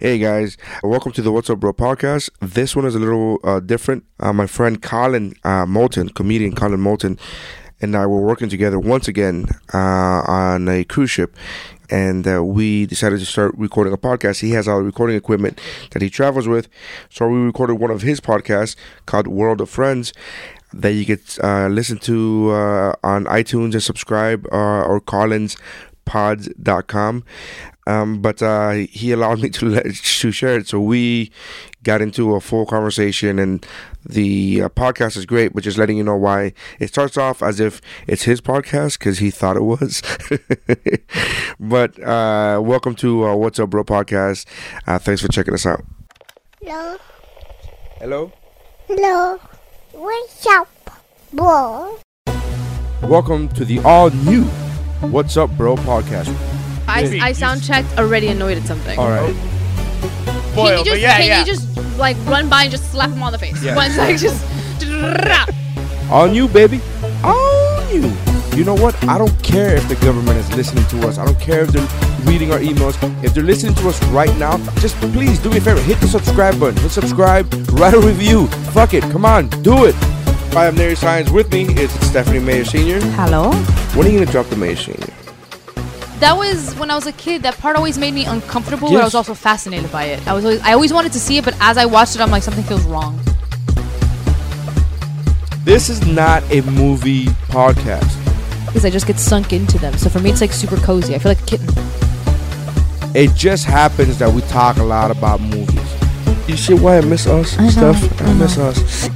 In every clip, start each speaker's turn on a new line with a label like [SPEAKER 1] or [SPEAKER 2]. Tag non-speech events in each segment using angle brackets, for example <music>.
[SPEAKER 1] Hey guys, welcome to the What's Up Bro podcast. This one is a little uh, different. Uh, my friend Colin uh, Moulton, comedian Colin Moulton, and I were working together once again uh, on a cruise ship, and uh, we decided to start recording a podcast. He has our recording equipment that he travels with, so we recorded one of his podcasts called World of Friends. That you could uh, listen to uh, on iTunes and subscribe uh, or Colin's pods.com. Um, but uh, he allowed me to <laughs> let, to share it, so we got into a full conversation. And the uh, podcast is great, but just letting you know why it starts off as if it's his podcast because he thought it was. <laughs> but uh, welcome to uh, What's Up Bro podcast. Uh, thanks for checking us out.
[SPEAKER 2] Hello,
[SPEAKER 1] Hello.
[SPEAKER 2] hello. What's up, bro?
[SPEAKER 1] Welcome to the all new What's Up Bro podcast.
[SPEAKER 3] I, I sound checked already annoyed at something.
[SPEAKER 1] All right.
[SPEAKER 3] Can you
[SPEAKER 4] Spoiled,
[SPEAKER 3] just
[SPEAKER 4] but yeah,
[SPEAKER 3] can
[SPEAKER 4] yeah.
[SPEAKER 3] you just like run by and just slap him on the face?
[SPEAKER 1] Yeah.
[SPEAKER 3] One sec, just <laughs>
[SPEAKER 1] On you, baby. On you. You know what? I don't care if the government is listening to us. I don't care if they're reading our emails. If they're listening to us right now, just please do me a favor. Hit the subscribe button. Hit subscribe. Write a review. Fuck it. Come on. Do it. I am Nary Science. With me is Stephanie Mayer Sr.
[SPEAKER 3] Hello.
[SPEAKER 1] When are you going to drop the Mayer Sr.?
[SPEAKER 3] That was when I was a kid. That part always made me uncomfortable, but
[SPEAKER 1] Yes.
[SPEAKER 3] I was also fascinated by it. I was always, I always wanted to see it, but as I watched it, I'm like something feels wrong.
[SPEAKER 1] This is not a movie podcast.
[SPEAKER 3] Because I just get sunk into them. So for me, it's like super cozy. I feel like a kitten.
[SPEAKER 1] It just happens that we talk a lot about movies. You see why I miss us and stuff? I miss us.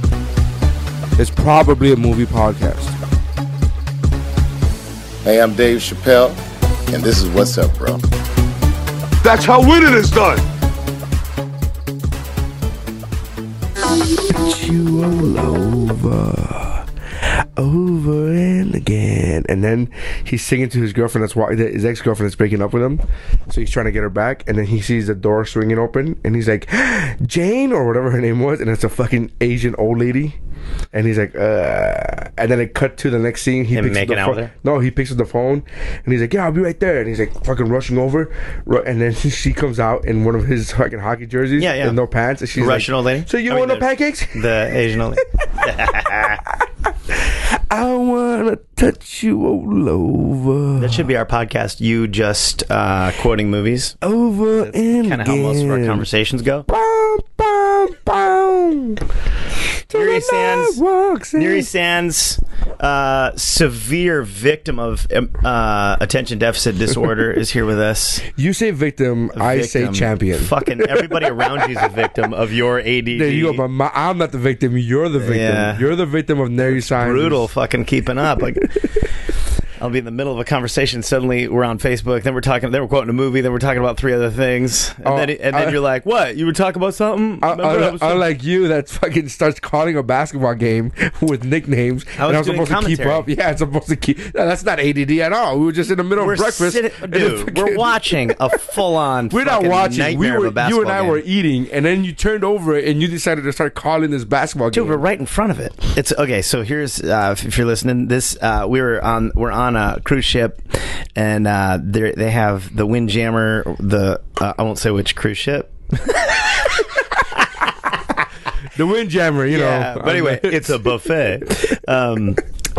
[SPEAKER 1] It's probably a movie podcast.
[SPEAKER 5] Hey, I'm Dave Chappelle, and this is What's Up, Bro.
[SPEAKER 6] That's how winning is done.
[SPEAKER 1] you all over, over and again. And then he's singing to his girlfriend. That's why his ex girlfriend is breaking up with him. So he's trying to get her back. And then he sees the door swinging open, and he's like, <gasps> Jane or whatever her name was, and it's a fucking Asian old lady. And he's like, uh, and then it cut to the next scene. He
[SPEAKER 4] Him
[SPEAKER 1] picks up
[SPEAKER 4] making
[SPEAKER 1] the
[SPEAKER 4] out
[SPEAKER 1] phone.
[SPEAKER 4] with her?
[SPEAKER 1] No, he picks up the phone, and he's like, "Yeah, I'll be right there." And he's like, fucking rushing over, Ru- and then <laughs> she comes out in one of his fucking hockey jerseys,
[SPEAKER 4] Yeah, yeah.
[SPEAKER 1] with no pants, and she's like,
[SPEAKER 4] Russian old lady?
[SPEAKER 1] So you
[SPEAKER 4] I
[SPEAKER 1] want
[SPEAKER 4] mean,
[SPEAKER 1] no
[SPEAKER 4] the-
[SPEAKER 1] pancakes?
[SPEAKER 4] The Asian only.
[SPEAKER 1] I wanna touch you all over,
[SPEAKER 4] That should be our podcast. You just uh, quoting movies.
[SPEAKER 1] Oh, over and
[SPEAKER 4] Kind of how most of our conversations go.
[SPEAKER 1] Boom, boom, boom.
[SPEAKER 4] Neri Sands.
[SPEAKER 1] Walks in.
[SPEAKER 4] Neri Sands, uh, severe victim of um, uh, attention deficit disorder, is here with us.
[SPEAKER 1] You say victim, I say
[SPEAKER 4] Victim.
[SPEAKER 1] champion.
[SPEAKER 4] Fucking everybody around you is a victim of your ADD.
[SPEAKER 1] There you go, but my, I'm not the victim. You're the victim.
[SPEAKER 4] Yeah.
[SPEAKER 1] You're the victim of Nary Science.
[SPEAKER 4] brutal fucking keeping up. Like, I'll be in the middle of a conversation. Suddenly, we're on Facebook. Then we're talking. Then we're quoting a movie. Then we're talking about three other things. And
[SPEAKER 1] Oh,
[SPEAKER 4] then, and then
[SPEAKER 1] I-
[SPEAKER 4] you're like, "What? You were talking about something?"
[SPEAKER 1] I,
[SPEAKER 4] Remember
[SPEAKER 1] I,
[SPEAKER 4] was-
[SPEAKER 1] unlike you, that fucking starts calling a basketball game <laughs> with nicknames,
[SPEAKER 4] I was
[SPEAKER 1] and I'm
[SPEAKER 4] doing
[SPEAKER 1] supposed to keep
[SPEAKER 4] commentary.
[SPEAKER 1] up. Yeah, I'm supposed to keep. no, that's not ADD at all. We were just in the middle
[SPEAKER 4] we're
[SPEAKER 1] of breakfast,
[SPEAKER 4] sitting-
[SPEAKER 1] and the
[SPEAKER 4] dude. We're
[SPEAKER 1] fucking-
[SPEAKER 4] watching a full-on.
[SPEAKER 1] <laughs> We're not
[SPEAKER 4] fucking
[SPEAKER 1] watching. We
[SPEAKER 4] nightmare
[SPEAKER 1] were,
[SPEAKER 4] of a
[SPEAKER 1] you and
[SPEAKER 4] basketball
[SPEAKER 1] I
[SPEAKER 4] game.
[SPEAKER 1] were eating, and then you turned over and you decided to start calling this basketball
[SPEAKER 4] Dude,
[SPEAKER 1] game.
[SPEAKER 4] we're right in front of it. It's okay. So here's uh, if- if you're listening, this uh, we were on we're on a cruise ship, and uh, they they have the Windjammer. The uh, I won't say which cruise ship.
[SPEAKER 1] the Windjammer, you
[SPEAKER 4] Yeah,
[SPEAKER 1] know.
[SPEAKER 4] but anyway, it's a buffet. Um,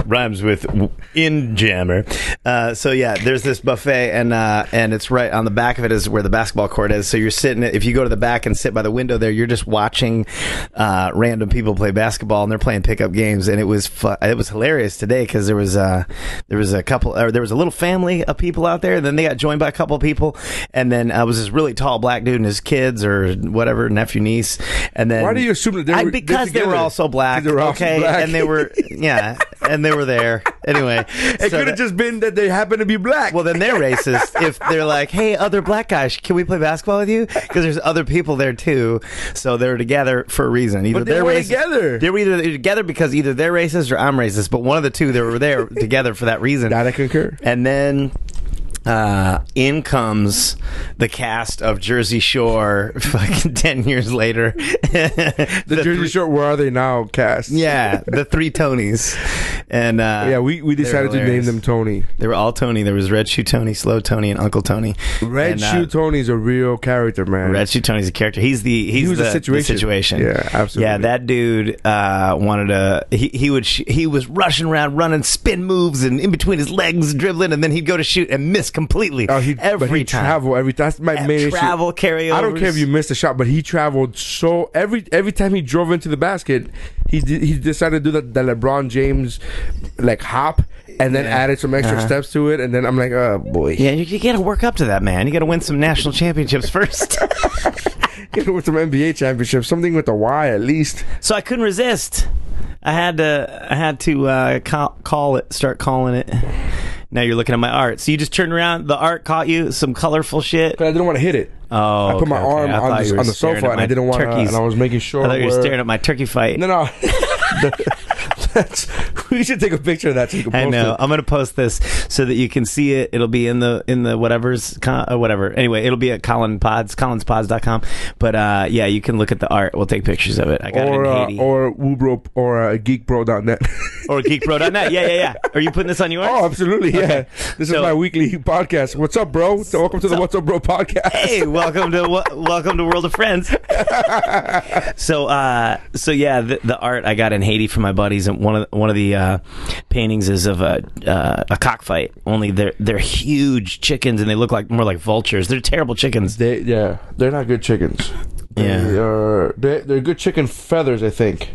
[SPEAKER 4] rhymes with w- in jammer. Uh, so yeah, there's this buffet, and uh, and it's right on the back of it is where the basketball court is. So you're sitting. If you go to the back and sit by the window there, you're just watching uh, random people play basketball, and they're playing pickup games. And it was fu- it was hilarious today because there was uh, there was a couple or there was a little family of people out there. And then they got joined by a couple of people, and then uh, was this really tall black dude and his kids or whatever nephew niece. And then
[SPEAKER 1] Why do you assume that they
[SPEAKER 4] I-
[SPEAKER 1] were-
[SPEAKER 4] because
[SPEAKER 1] they're
[SPEAKER 4] they were
[SPEAKER 1] together?
[SPEAKER 4] also black?
[SPEAKER 1] They were also
[SPEAKER 4] okay,
[SPEAKER 1] black.
[SPEAKER 4] and they were yeah, and they were there anyway.
[SPEAKER 1] <laughs> <laughs> It could have just been that they happen to be black.
[SPEAKER 4] well, then they're racist if they're like, "Hey, other black guys, can we play basketball with you?" Because there's other people there too, so they're together for a reason. Either
[SPEAKER 1] But they
[SPEAKER 4] are
[SPEAKER 1] were
[SPEAKER 4] racist,
[SPEAKER 1] together.
[SPEAKER 4] They were either they're together because either they're racist or I'm racist, but one of the two they were there <laughs> together for that reason.
[SPEAKER 1] That I concur.
[SPEAKER 4] And then uh, in comes the cast of Jersey Shore <laughs> fucking 10 years later. <laughs> the
[SPEAKER 1] the Jersey Shore, where are they now? Cast.
[SPEAKER 4] Yeah, the three Tonys. And uh,
[SPEAKER 1] yeah, we, we
[SPEAKER 4] they're
[SPEAKER 1] decided to name
[SPEAKER 4] hilarious.
[SPEAKER 1] them Tony.
[SPEAKER 4] They were all Tony. There was Red Shoe Tony, Slow Tony, and Uncle Tony.
[SPEAKER 1] Red
[SPEAKER 4] And, uh,
[SPEAKER 1] Shoe Tony's a real character, man.
[SPEAKER 4] Red Shoe Tony's a character. He's the he's
[SPEAKER 1] He was
[SPEAKER 4] the,
[SPEAKER 1] the
[SPEAKER 4] the
[SPEAKER 1] situation.
[SPEAKER 4] situation.
[SPEAKER 1] Yeah, absolutely.
[SPEAKER 4] Yeah, that dude uh, wanted to. He, he would sh- he was rushing around, running spin moves, and in between his legs, dribbling, and then he'd go to shoot and miss completely.
[SPEAKER 1] Oh, he
[SPEAKER 4] every
[SPEAKER 1] but he
[SPEAKER 4] time.
[SPEAKER 1] travel every. That's my
[SPEAKER 4] Uh,
[SPEAKER 1] main issue.
[SPEAKER 4] travel carryovers.
[SPEAKER 1] I don't care if you missed a shot, but he traveled so every every time he drove into the basket, he did, he decided to do that the LeBron James like hop and then added some extra steps to it, and then I'm like, oh boy, <laughs>
[SPEAKER 4] Uh-huh. Yeah, you, you got to work up to that, man. You got to win some national championships <laughs> first.
[SPEAKER 1] with some NBA championship, something with the Y at least.
[SPEAKER 4] so I couldn't resist. I had to. I had to uh, call, call it. Start calling it. Now you're looking at my art. So you just turned around. The art caught you. Some colorful shit.
[SPEAKER 1] But I didn't want to hit it.
[SPEAKER 4] Oh,
[SPEAKER 1] I put my
[SPEAKER 4] okay, okay.
[SPEAKER 1] arm
[SPEAKER 4] I thought
[SPEAKER 1] on
[SPEAKER 4] you
[SPEAKER 1] the,
[SPEAKER 4] were
[SPEAKER 1] on the
[SPEAKER 4] staring
[SPEAKER 1] sofa
[SPEAKER 4] at
[SPEAKER 1] and
[SPEAKER 4] my
[SPEAKER 1] I didn't want to,
[SPEAKER 4] turkeys.
[SPEAKER 1] and I was making sure.
[SPEAKER 4] I thought you were
[SPEAKER 1] where-
[SPEAKER 4] staring at my turkey fight.
[SPEAKER 1] No, <laughs> no. that's, <laughs> we should take a picture of that so you can post
[SPEAKER 4] I know. Oh,
[SPEAKER 1] it.
[SPEAKER 4] I'm gonna post this so that you can see it. It'll be in the in the whatever's con, uh, whatever. Anyway, it'll be at Colin Pods, Colin'sPods.com. But uh, yeah, you can look at the art. We'll take pictures of it. I got
[SPEAKER 1] Or
[SPEAKER 4] it in
[SPEAKER 1] uh,
[SPEAKER 4] Haiti
[SPEAKER 1] or Woobro or uh, <laughs> geekbro.net.
[SPEAKER 4] or geekbro.net. Yeah, yeah, yeah. Are you putting this
[SPEAKER 1] <laughs>
[SPEAKER 4] on yours?
[SPEAKER 1] oh, absolutely, yeah. This
[SPEAKER 4] So-
[SPEAKER 1] is my weekly podcast. What's up, bro? So welcome to the What's Up, Bro podcast.
[SPEAKER 4] hey, welcome to wel- welcome to World of Friends. so, uh, so yeah, the, the art I got in Haiti from my buddies, and one of one of the uh, paintings is of a uh, a cockfight. Only they're they're huge chickens, and they look like more like vultures. They're terrible chickens.
[SPEAKER 1] They, yeah, they're not good chickens.
[SPEAKER 4] Yeah.
[SPEAKER 1] They are, they're, they're good chicken feathers, I think.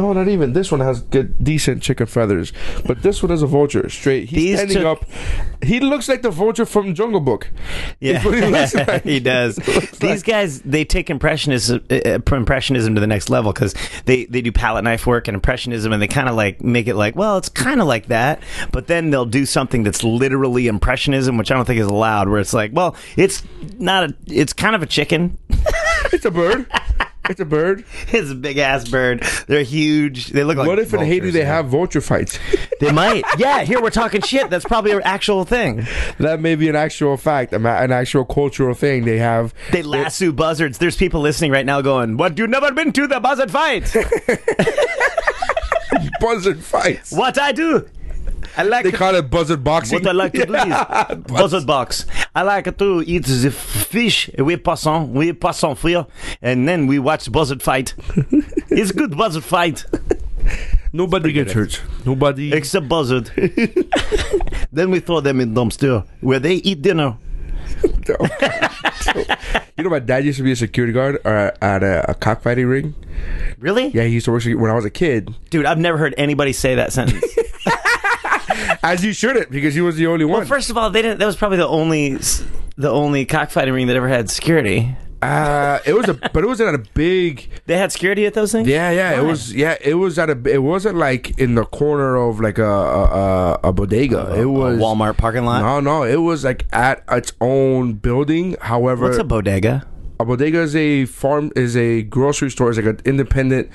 [SPEAKER 1] No, not even. This one has good, decent chicken feathers, but this one is a vulture. Straight, he's
[SPEAKER 4] These
[SPEAKER 1] standing
[SPEAKER 4] took-
[SPEAKER 1] up. He looks like the vulture from Jungle Book. That's what he looks like.
[SPEAKER 4] <laughs> He does.
[SPEAKER 1] <laughs> Looks
[SPEAKER 4] These
[SPEAKER 1] like-
[SPEAKER 4] guys, they take impressionism, uh, uh, impressionism to the next level because they, they do palette knife work and impressionism, and they kind of like make it like, well, it's kind of like that, but then they'll do something that's literally impressionism, which I don't think is allowed. Where it's like, well, it's not a, it's kind of a chicken. <laughs>
[SPEAKER 1] It's a bird. It's a bird.
[SPEAKER 4] it's a big ass bird. They're huge. They look like.
[SPEAKER 1] what if in Haiti
[SPEAKER 4] vultures,
[SPEAKER 1] they
[SPEAKER 4] you know?
[SPEAKER 1] have vulture fights?
[SPEAKER 4] They might. Yeah, here we're talking shit. That's probably an actual thing.
[SPEAKER 1] that may be an actual fact, an an actual cultural thing. They have
[SPEAKER 4] They lasso buzzards. There's people listening right now going, "What? You've never been to the buzzard fight?
[SPEAKER 1] buzzard fights.
[SPEAKER 4] what I do? I like
[SPEAKER 1] They call it buzzard boxing.
[SPEAKER 4] what I like to do <laughs> is buzzard box. I like to eat the fish with poisson, with poisson frire, and then we watch buzzard <laughs> fight. it's good buzzard fight,
[SPEAKER 1] Nobody gets hurt. Nobody.
[SPEAKER 4] except <laughs> buzzard. then we throw them in dumpster where they eat dinner.
[SPEAKER 1] You know, my dad used to be a security guard uh, at a, a cockfighting ring.
[SPEAKER 4] Really?
[SPEAKER 1] Yeah, he used to work when I was a kid.
[SPEAKER 4] Dude, I've never heard anybody say that sentence.
[SPEAKER 1] As you shouldn't, because he was the only one.
[SPEAKER 4] <laughs> well, first of all, they didn't. That was probably the only, s- the only cockfighting ring that ever had security.
[SPEAKER 1] uh, it was a, but it was at a big.
[SPEAKER 4] They had security at those things.
[SPEAKER 1] Yeah, yeah, it was. Yeah, it was at a. It wasn't like in the corner of like a a, a, a bodega. it was
[SPEAKER 4] Walmart parking lot.
[SPEAKER 1] No, no, it was like at its own building. However,
[SPEAKER 4] What's a bodega?
[SPEAKER 1] A bodega is a farm is a grocery store. It's like an independent,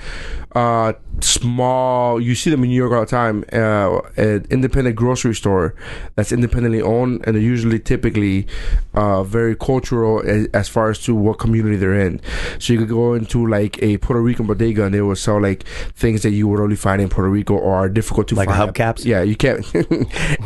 [SPEAKER 1] uh, small. You see them in New York all the time. Uh, an independent grocery store that's independently owned, and they're usually typically uh, very cultural as, as far as to what community they're in. So you could go into like a Puerto Rican bodega, and they will sell like things that you would only find in Puerto Rico or are difficult to
[SPEAKER 4] Like
[SPEAKER 1] find.
[SPEAKER 4] hubcaps?
[SPEAKER 1] Yeah, you can't.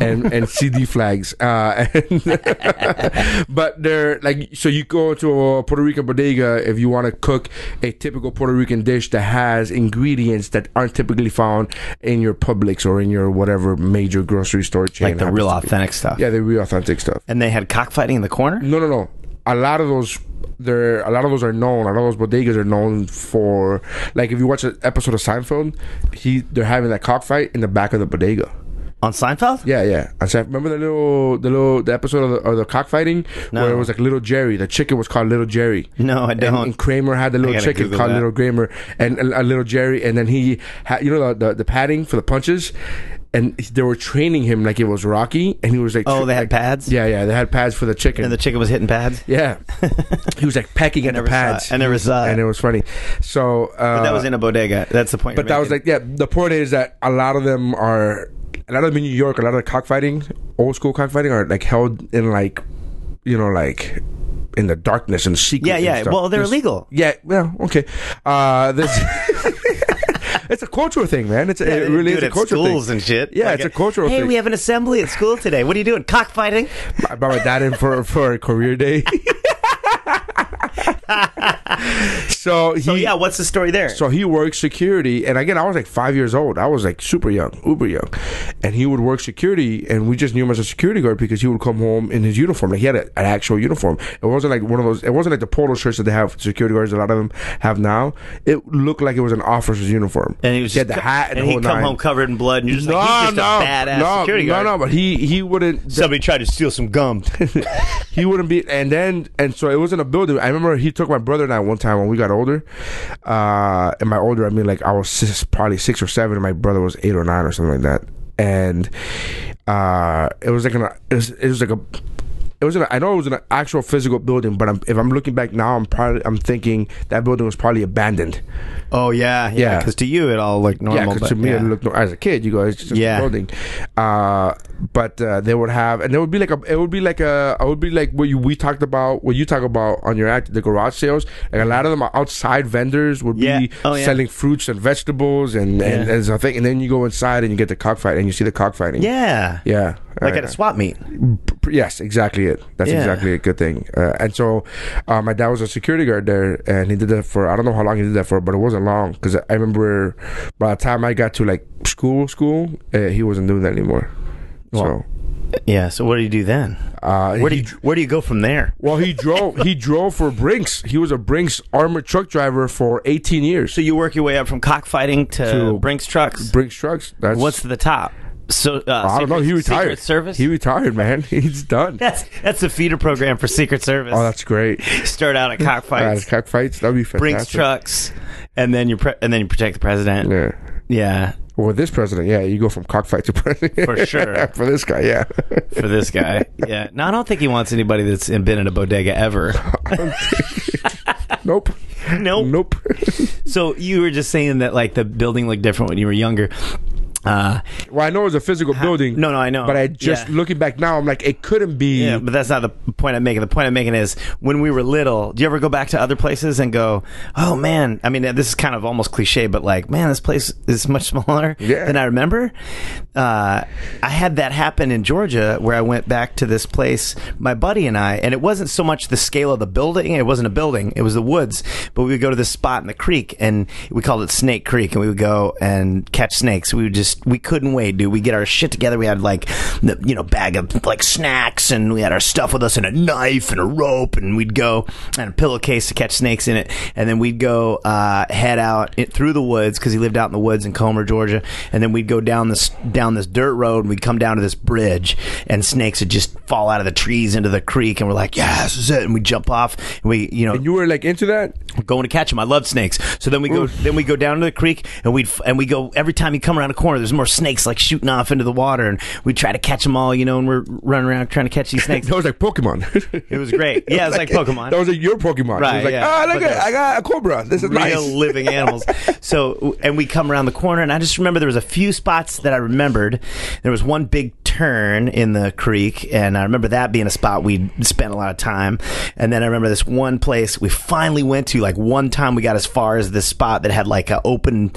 [SPEAKER 1] <laughs> and and CD flags. Uh, <laughs> and but they're like so you go to a Puerto Rican bodega if you want to cook a typical Puerto Rican dish that has ingredients that aren't typically found in your Publix or in your whatever major grocery store chain.
[SPEAKER 4] Like the
[SPEAKER 1] happens
[SPEAKER 4] real
[SPEAKER 1] to be.
[SPEAKER 4] authentic stuff.
[SPEAKER 1] Yeah, the real authentic stuff.
[SPEAKER 4] And they had cockfighting in the corner.
[SPEAKER 1] No, no, no. A lot of those, there. A lot of those are known. A lot of those bodegas are known for, like, if you watch an episode of Seinfeld, he they're having that cockfight in the back of the bodega.
[SPEAKER 4] On Seinfeld?
[SPEAKER 1] Yeah, yeah. And so remember the little, the little, the episode of the, of the cockfighting where it was like Little Jerry. The chicken was called Little Jerry.
[SPEAKER 4] No, I
[SPEAKER 1] And-
[SPEAKER 4] don't.
[SPEAKER 1] And, Kramer had the little
[SPEAKER 4] gotta
[SPEAKER 1] chicken
[SPEAKER 4] Google
[SPEAKER 1] called
[SPEAKER 4] that.
[SPEAKER 1] Little Kramer and a, a Little Jerry, and then he had you know the, the the padding for the punches. And they were training him like it was Rocky, and he was like,
[SPEAKER 4] Oh, they
[SPEAKER 1] like-
[SPEAKER 4] had pads?
[SPEAKER 1] Yeah, yeah, they had pads for the chicken.
[SPEAKER 4] And the chicken was hitting pads.
[SPEAKER 1] Yeah, he was like pecking at the
[SPEAKER 4] never saw
[SPEAKER 1] pads.
[SPEAKER 4] it. <laughs> I never saw it.
[SPEAKER 1] and it was funny. So, uh,
[SPEAKER 4] But that was in a bodega. That's the point.
[SPEAKER 1] But
[SPEAKER 4] you're
[SPEAKER 1] that was
[SPEAKER 4] making.
[SPEAKER 1] like, yeah. The point is that a lot of them are, a lot of them in New York, a lot of the cockfighting, old school cockfighting, are like held in like, you know, like in the darkness and secret.
[SPEAKER 4] Yeah,
[SPEAKER 1] and
[SPEAKER 4] yeah.
[SPEAKER 1] stuff.
[SPEAKER 4] Well, they're
[SPEAKER 1] This-
[SPEAKER 4] illegal.
[SPEAKER 1] Yeah, well, okay. Uh, this. <laughs> It's a cultural thing, man. It's a, it really
[SPEAKER 4] do
[SPEAKER 1] is a
[SPEAKER 4] at
[SPEAKER 1] cultural
[SPEAKER 4] schools
[SPEAKER 1] thing.
[SPEAKER 4] and shit.
[SPEAKER 1] Yeah,
[SPEAKER 4] Like,
[SPEAKER 1] it's a cultural
[SPEAKER 4] Hey,
[SPEAKER 1] thing.
[SPEAKER 4] we have an assembly at school today. What are you
[SPEAKER 1] <laughs>
[SPEAKER 4] doing? Cockfighting?
[SPEAKER 1] I brought my dad in for for a career
[SPEAKER 4] <laughs>
[SPEAKER 1] day. <laughs> so he
[SPEAKER 4] So Oh, yeah, what's the story there?
[SPEAKER 1] so he worked security, and again, I was like five years old. I was like super young, uber young, and he would work security, and we just knew him as a security guard because he would come home in his uniform. Like he had a, an actual uniform. It wasn't like one of those. It wasn't like the polo shirts that they have security guards. A lot of them have now. It looked like it was an officer's uniform.
[SPEAKER 4] and he was
[SPEAKER 1] had
[SPEAKER 4] just
[SPEAKER 1] the
[SPEAKER 4] co-
[SPEAKER 1] hat and,
[SPEAKER 4] and
[SPEAKER 1] the
[SPEAKER 4] he
[SPEAKER 1] whole
[SPEAKER 4] come
[SPEAKER 1] nine.
[SPEAKER 4] home covered in blood, and you're just like, he's just a badass
[SPEAKER 1] no,
[SPEAKER 4] security
[SPEAKER 1] no,
[SPEAKER 4] guard.
[SPEAKER 1] no, but he he wouldn't
[SPEAKER 4] Somebody tried to steal
[SPEAKER 1] <laughs>
[SPEAKER 4] some gum.
[SPEAKER 1] he wouldn't be and then and so it was in a building i remember he took my brother and i one time when we got older uh and by older i mean like i was six, probably six or seven and my brother was eight or nine or something like that and uh it was like an it was, it was like a it was in a, I know it was an actual physical building, but I'm, if I'm looking back now, I'm probably I'm thinking that building was probably abandoned.
[SPEAKER 4] oh yeah,
[SPEAKER 1] Yeah.
[SPEAKER 4] Because to you, it all looked normal.
[SPEAKER 1] Yeah, 'cause
[SPEAKER 4] but,
[SPEAKER 1] to me,
[SPEAKER 4] yeah.
[SPEAKER 1] it looked as a kid, you go, it's just
[SPEAKER 4] Yeah.
[SPEAKER 1] a building. Uh, but uh, they would have, and there would be like a, it would be like a, it would be like what you we talked about, what you talk about on your act, the garage sales. Like a lot of them are outside vendors would
[SPEAKER 4] Yeah.
[SPEAKER 1] be
[SPEAKER 4] Oh, yeah.
[SPEAKER 1] selling fruits and vegetables and and,
[SPEAKER 4] Yeah.
[SPEAKER 1] and something, and then you go inside and you get the cockfight and you see the cockfighting.
[SPEAKER 4] yeah,
[SPEAKER 1] Yeah,
[SPEAKER 4] like
[SPEAKER 1] I-
[SPEAKER 4] at a swap meet.
[SPEAKER 1] P- Yes, exactly it. That's
[SPEAKER 4] Yeah.
[SPEAKER 1] exactly a good thing. Uh, and so, uh, my dad was a security guard there, and he did that for I don't know how long he did that for, but it wasn't long because I remember by the time I got to like school, school, uh, he wasn't doing that anymore.
[SPEAKER 4] Well, Yeah. So what do you do then?
[SPEAKER 1] so, uh,
[SPEAKER 4] Where do
[SPEAKER 1] he-
[SPEAKER 4] you where do you go from there?
[SPEAKER 1] well, he drove. he drove for Brinks. He was a Brinks armored truck driver for 18 years.
[SPEAKER 4] So you work your way up from cockfighting to,
[SPEAKER 1] To-
[SPEAKER 4] Brinks trucks.
[SPEAKER 1] Brinks trucks. That's
[SPEAKER 4] What's the top? So uh,
[SPEAKER 1] I don't know. He
[SPEAKER 4] Secret-
[SPEAKER 1] retired.
[SPEAKER 4] Secret Service.
[SPEAKER 1] He retired, man. <laughs> He's done.
[SPEAKER 4] that's that's the feeder program for Secret Service.
[SPEAKER 1] Oh, that's great.
[SPEAKER 4] <laughs> Start
[SPEAKER 1] <laughs>
[SPEAKER 4] out at
[SPEAKER 1] That's
[SPEAKER 4] cockfights,
[SPEAKER 1] cockfights. That'd be fantastic.
[SPEAKER 4] Brinks trucks, and then you pre- and then you protect the president.
[SPEAKER 1] Yeah.
[SPEAKER 4] Yeah,
[SPEAKER 1] Well, with this president, yeah, you go from cockfight to <laughs> president
[SPEAKER 4] For sure.
[SPEAKER 1] <laughs> for this guy, yeah.
[SPEAKER 4] for
[SPEAKER 1] <laughs>
[SPEAKER 4] this guy. yeah. No, I don't think he wants anybody that's been in a
[SPEAKER 1] <laughs>
[SPEAKER 4] bodega ever.
[SPEAKER 1] nope,
[SPEAKER 4] nope.
[SPEAKER 1] nope. <laughs>
[SPEAKER 4] So you were just saying that like the building looked different when you were younger. Uh,
[SPEAKER 1] well, I know it was a physical building.
[SPEAKER 4] no, no, I know.
[SPEAKER 1] But I just
[SPEAKER 4] Yeah.
[SPEAKER 1] looking back now, I'm like, it couldn't be.
[SPEAKER 4] yeah, but that's not the point I'm making. The point I'm making is when we were little, do you ever go back to other places and go, "Oh man, I mean this is kind of almost cliche, but like, man, this place is much <laughs> smaller
[SPEAKER 1] Yeah.
[SPEAKER 4] than I remember." Uh, I had that happen in Georgia where I went back to this place, my buddy and I, and it wasn't so much the scale of the building, it wasn't a building, it was the woods, but we would go to this spot in the creek and we called it Snake Creek and we would go and catch snakes. We would just we couldn't wait, dude. We get our shit together. We had like the you know bag of like snacks and we had our stuff with us and a knife and a rope and we'd go and a pillowcase to catch snakes in it and then we'd go uh, head out it, through the woods because he lived out in the woods in Comer, Georgia, and then we'd go down this down this dirt road and we'd come down to this bridge and snakes would just fall out of the trees into the creek and we're like, yeah, this is it, and we jump off and we you know
[SPEAKER 1] And you were like into that?
[SPEAKER 4] going to catch them. I love snakes. So then we go, then we go down to the creek, and we would and we go every time you come around a corner. There's more snakes like shooting off into the water, and we try to catch them all, you know. And we're running around trying to catch these snakes.
[SPEAKER 1] That was like Pokemon. <laughs>
[SPEAKER 4] It was great. Yeah, it was like Pokemon.
[SPEAKER 1] That was like your Pokemon.
[SPEAKER 4] Right,
[SPEAKER 1] It was like,
[SPEAKER 4] yeah.
[SPEAKER 1] ah, look
[SPEAKER 4] But
[SPEAKER 1] at,
[SPEAKER 4] that's-
[SPEAKER 1] I got a cobra. This is
[SPEAKER 4] real
[SPEAKER 1] nice.
[SPEAKER 4] <laughs> living animals. So, and we come around the corner, and I just remember there was a few spots that I remembered. There was one big turn in the creek, and I remember that being a spot we spent a lot of time. And then I remember this one place we finally went to. Like one time, we got as far as this spot that had like an open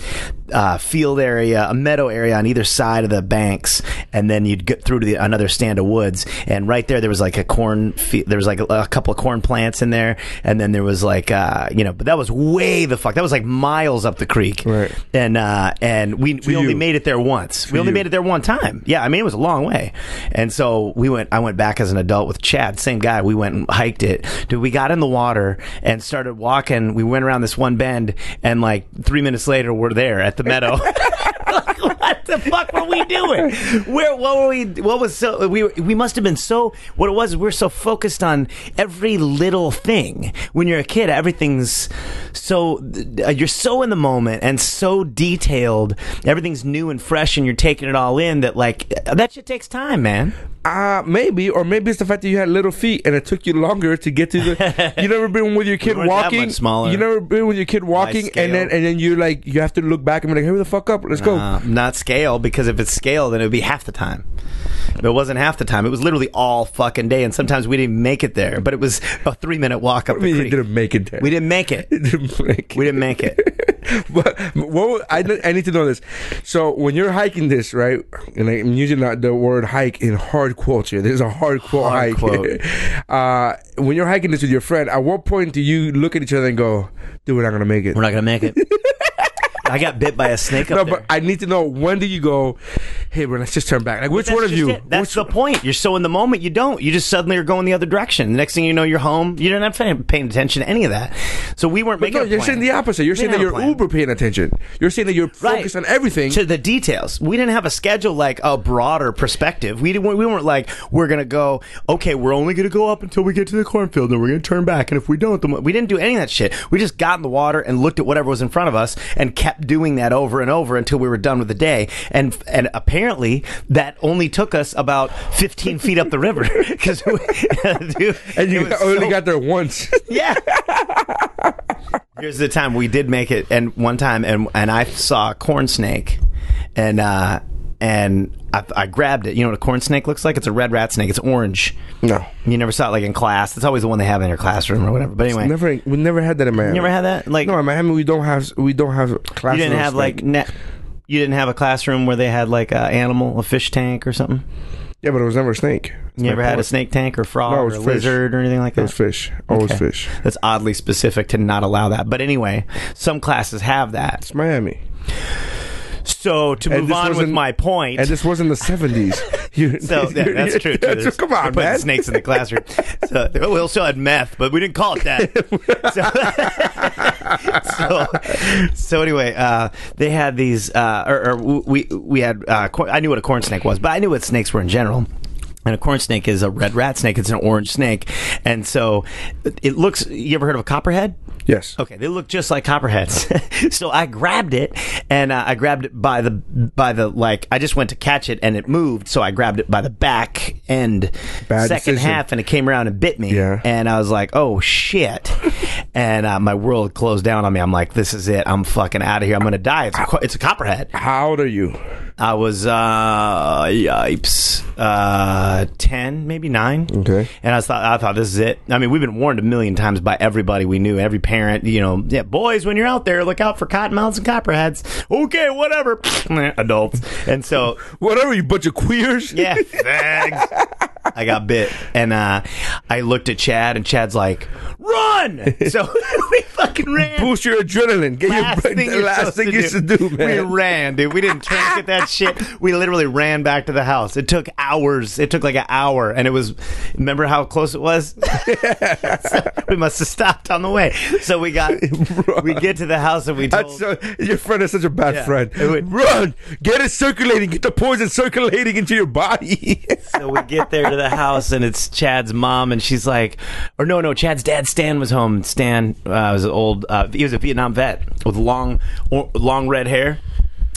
[SPEAKER 4] uh, field area, a meadow area on either side of the banks, and then you'd get through to the, another stand of woods. And right there, there was like a corn. Fe- there was like a, a couple of corn plants in there, and then there was like uh, you know, but that was way the fuck. That was like miles up the creek,
[SPEAKER 1] Right.
[SPEAKER 4] And uh, and we we only
[SPEAKER 1] you.
[SPEAKER 4] made it there once. we only
[SPEAKER 1] you.
[SPEAKER 4] made it there one time. Yeah, I mean it was a long way, and so we went. I went back as an adult with Chad, same guy. We went and hiked it. Dude, we got in the water and started walking. We went around this one bend, and like three minutes later, we're there at
[SPEAKER 1] <laughs>
[SPEAKER 4] the meadow. Like, <laughs> what the fuck were we doing? Where what were we? What was so? We were- we must have been so. What it was? We are so focused on every little thing. When you're a kid, everything's so. uh, You're so in the moment and so detailed. Everything's new and fresh, and you're taking it all in. That like uh, that shit takes time, man.
[SPEAKER 1] Uh, maybe, or maybe it's the fact that you had little feet and it took you longer to get to
[SPEAKER 4] <laughs>
[SPEAKER 1] the. you never been with your kid
[SPEAKER 4] weren't that
[SPEAKER 1] walking.
[SPEAKER 4] much smaller.
[SPEAKER 1] You never been with your kid walking,
[SPEAKER 4] scale.
[SPEAKER 1] and then and then you like you have to look back and be like, "Hurry the fuck up, let's go."
[SPEAKER 4] Uh, not scale because if it's scale, then it would be half the time. But it wasn't half the time. It was literally all fucking day, and sometimes we didn't make it there. But it was a three minute walk up
[SPEAKER 1] I mean,
[SPEAKER 4] the
[SPEAKER 1] you
[SPEAKER 4] creek.
[SPEAKER 1] didn't make <laughs> it there.
[SPEAKER 4] we didn't make it.
[SPEAKER 1] didn't make
[SPEAKER 4] We didn't make it.
[SPEAKER 1] but what would- I, ne- I need to know this. So when you're hiking this, right? And I'm using that, the word hike in hard quotes here. There's a hard quote
[SPEAKER 7] Hard
[SPEAKER 1] hike. <laughs> uh, when you're hiking this with your friend, at what point do you look at each other and go, "Dude, we're not gonna make it"?
[SPEAKER 4] We're not
[SPEAKER 1] <laughs>
[SPEAKER 4] gonna make it. I got bit by a snake
[SPEAKER 1] no,
[SPEAKER 4] up
[SPEAKER 1] but
[SPEAKER 4] there.
[SPEAKER 1] I need to know when do you go, "Hey, bro, let's just turn back." Like which
[SPEAKER 4] That's
[SPEAKER 1] one of
[SPEAKER 4] just
[SPEAKER 1] you?
[SPEAKER 4] it. That's
[SPEAKER 1] which-
[SPEAKER 4] the point. You're so in the moment, you don't. You just suddenly are going the other direction. The next thing you know, you're home. You don't have to pay- paying attention to any of that. So we weren't making.
[SPEAKER 1] no,
[SPEAKER 4] a
[SPEAKER 1] you're
[SPEAKER 4] plan.
[SPEAKER 1] saying the opposite. You're
[SPEAKER 4] We
[SPEAKER 1] saying that
[SPEAKER 4] didn't have a
[SPEAKER 1] you're
[SPEAKER 4] plan.
[SPEAKER 1] uber paying attention. You're saying that you're focused on everything.
[SPEAKER 4] to the details. We didn't have a schedule like a broader perspective. We didn't. We weren't like we're gonna go. Okay, we're only gonna go up until we get to the cornfield, and we're gonna turn back. And if we don't, then we didn't do any of that shit. We just got in the water and looked at whatever was in front of us and kept doing that over and over until we were done with the day. And and apparently that only took us about fifteen feet up the river <laughs> because
[SPEAKER 1] and you only got there once. <laughs>
[SPEAKER 4] yeah. Here's the time we did make it, and one time, and and I saw a corn snake, and uh, and I, I grabbed it. You know what a corn snake looks like? It's a red rat snake. It's orange.
[SPEAKER 1] No.
[SPEAKER 4] you never saw it like in class. It's always the one they have in your classroom or whatever. But anyway,
[SPEAKER 1] Never, we never had that in Miami.
[SPEAKER 4] you never had that. Like
[SPEAKER 1] no, in Miami we don't have we don't have classes.
[SPEAKER 4] you didn't
[SPEAKER 1] on
[SPEAKER 4] have like
[SPEAKER 1] snake.
[SPEAKER 4] net. You didn't have a classroom where they had like a animal, a fish tank or something.
[SPEAKER 1] yeah, but it was never a snake.
[SPEAKER 4] You ever had a
[SPEAKER 1] pork.
[SPEAKER 4] snake tank or frog
[SPEAKER 1] No, it
[SPEAKER 4] or
[SPEAKER 1] was
[SPEAKER 4] a
[SPEAKER 1] fish.
[SPEAKER 4] lizard or anything like
[SPEAKER 1] It
[SPEAKER 4] that?
[SPEAKER 1] was fish. Always
[SPEAKER 4] Okay.
[SPEAKER 1] fish.
[SPEAKER 4] That's oddly specific to not allow that. But anyway, some classes have that.
[SPEAKER 1] It's Miami,
[SPEAKER 4] So to
[SPEAKER 1] And
[SPEAKER 4] move
[SPEAKER 1] this
[SPEAKER 4] on with
[SPEAKER 1] wasn't-
[SPEAKER 4] my point.
[SPEAKER 1] and this was in the seventies.
[SPEAKER 4] <laughs>
[SPEAKER 1] <laughs>
[SPEAKER 4] so yeah, that's true. Too. There's-
[SPEAKER 1] come
[SPEAKER 4] they're
[SPEAKER 1] on,
[SPEAKER 4] putting
[SPEAKER 1] man.
[SPEAKER 4] snakes in
[SPEAKER 1] <laughs>
[SPEAKER 4] the classroom. So they- we also had meth, but we didn't call it that. so, <laughs> so, so anyway, uh, they had these, uh, or, or we we had. Uh, cor- I knew what a corn snake was, but I knew what snakes were in general. And a corn snake is a red rat snake. It's an orange snake, and so it- it looks. You ever heard of a copperhead?
[SPEAKER 1] Yes.
[SPEAKER 4] Okay, they look just like copperheads. <laughs> so I grabbed it, and uh, I grabbed it by the by the like. I just went to catch it, and it moved. So I grabbed it by the back end,
[SPEAKER 1] Bad
[SPEAKER 4] second
[SPEAKER 1] decision.
[SPEAKER 4] half, and it came around and bit me.
[SPEAKER 1] Yeah.
[SPEAKER 4] and I was like,
[SPEAKER 1] <laughs>
[SPEAKER 4] "Oh shit!" and uh, my world closed down on me. I'm like, "This is it. I'm fucking out of here. I'm gonna die." It's a, co- it's a copperhead.
[SPEAKER 1] How old are you?
[SPEAKER 4] I was uh yipes uh ten maybe nine
[SPEAKER 1] Okay.
[SPEAKER 4] and I was thought I thought this is it I mean we've been warned a million times by everybody we knew every parent you know yeah boys when you're out there look out for cottonmouths and copperheads okay whatever <laughs> Meh, adults and so
[SPEAKER 1] Whatever you bunch of queers.
[SPEAKER 4] yeah thanks I got bit and uh I looked at Chad and Chad's like run so <laughs> we fucking ran
[SPEAKER 1] Boost your adrenaline. Get
[SPEAKER 4] last
[SPEAKER 1] your
[SPEAKER 4] thing
[SPEAKER 1] brain. The
[SPEAKER 4] you're
[SPEAKER 1] last
[SPEAKER 4] supposed
[SPEAKER 1] thing
[SPEAKER 4] to
[SPEAKER 1] you should do, man. <laughs>
[SPEAKER 4] We ran, dude. We didn't track at that shit. We literally ran back to the house. It took hours. It took like an hour, and it was. Remember how close
[SPEAKER 1] <laughs>
[SPEAKER 4] it was? <laughs> So we must have stopped on the way. So we got. We get to the house and we told.
[SPEAKER 1] That's so, your friend is such a bad
[SPEAKER 4] Yeah,
[SPEAKER 1] friend.
[SPEAKER 4] it would-
[SPEAKER 1] Run, get it circulating, get the poison circulating into your body. <laughs>
[SPEAKER 4] so we get there to the house and it's Chad's mom and she's like, or no, no, Chad's dad Stan was home. Stan uh, was an old, uh, he was a Vietnam vet with long, or, long red hair.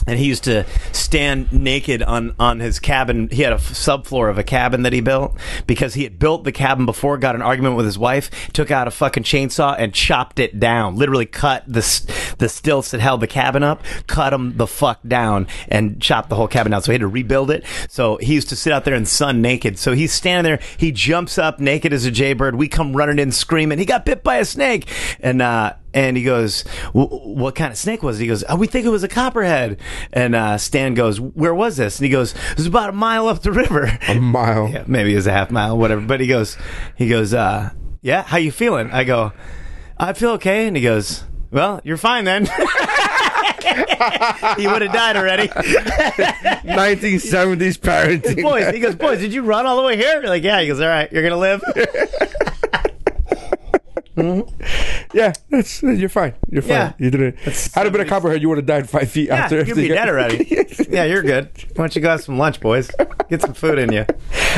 [SPEAKER 4] And he used to stand naked on, on his cabin. He had a f- subfloor of a cabin that he built because he had built the cabin before, got in an argument with his wife, took out a fucking chainsaw and chopped it down. Literally cut the, s- the stilts that held the cabin up, cut them the fuck down, and chopped the whole cabin down. So he had to rebuild it. So he used to sit out there in the sun naked. So he's standing there. He jumps up naked as a jaybird. We come running in screaming. He got bit by a snake. And, uh, and he goes, "W- "What kind of snake was it?" He goes, "Oh, we think it was a copperhead." And uh, Stan goes, "Where was this?" And he goes, "It was about a mile up the river."
[SPEAKER 1] a mile.
[SPEAKER 4] yeah, maybe it was a half mile, whatever. But he goes, he goes, uh, yeah, how you feeling? I go, I feel okay. And he goes, well, you're fine then. <laughs> he would have died already.
[SPEAKER 1] 1970s parenting.
[SPEAKER 4] boys, he goes, boys, did you run all the way here? You're like, yeah. He goes, all right, you're gonna live.
[SPEAKER 1] Yeah, that's you're fine. You're fine.
[SPEAKER 4] Yeah.
[SPEAKER 1] You didn't. Had it been a copperhead, you would have died five feet
[SPEAKER 4] Yeah,
[SPEAKER 1] after.
[SPEAKER 4] you'd be
[SPEAKER 1] everything. <laughs>
[SPEAKER 4] dead already. Yeah, you're good. Why don't you go have some lunch, boys? Get some food in you.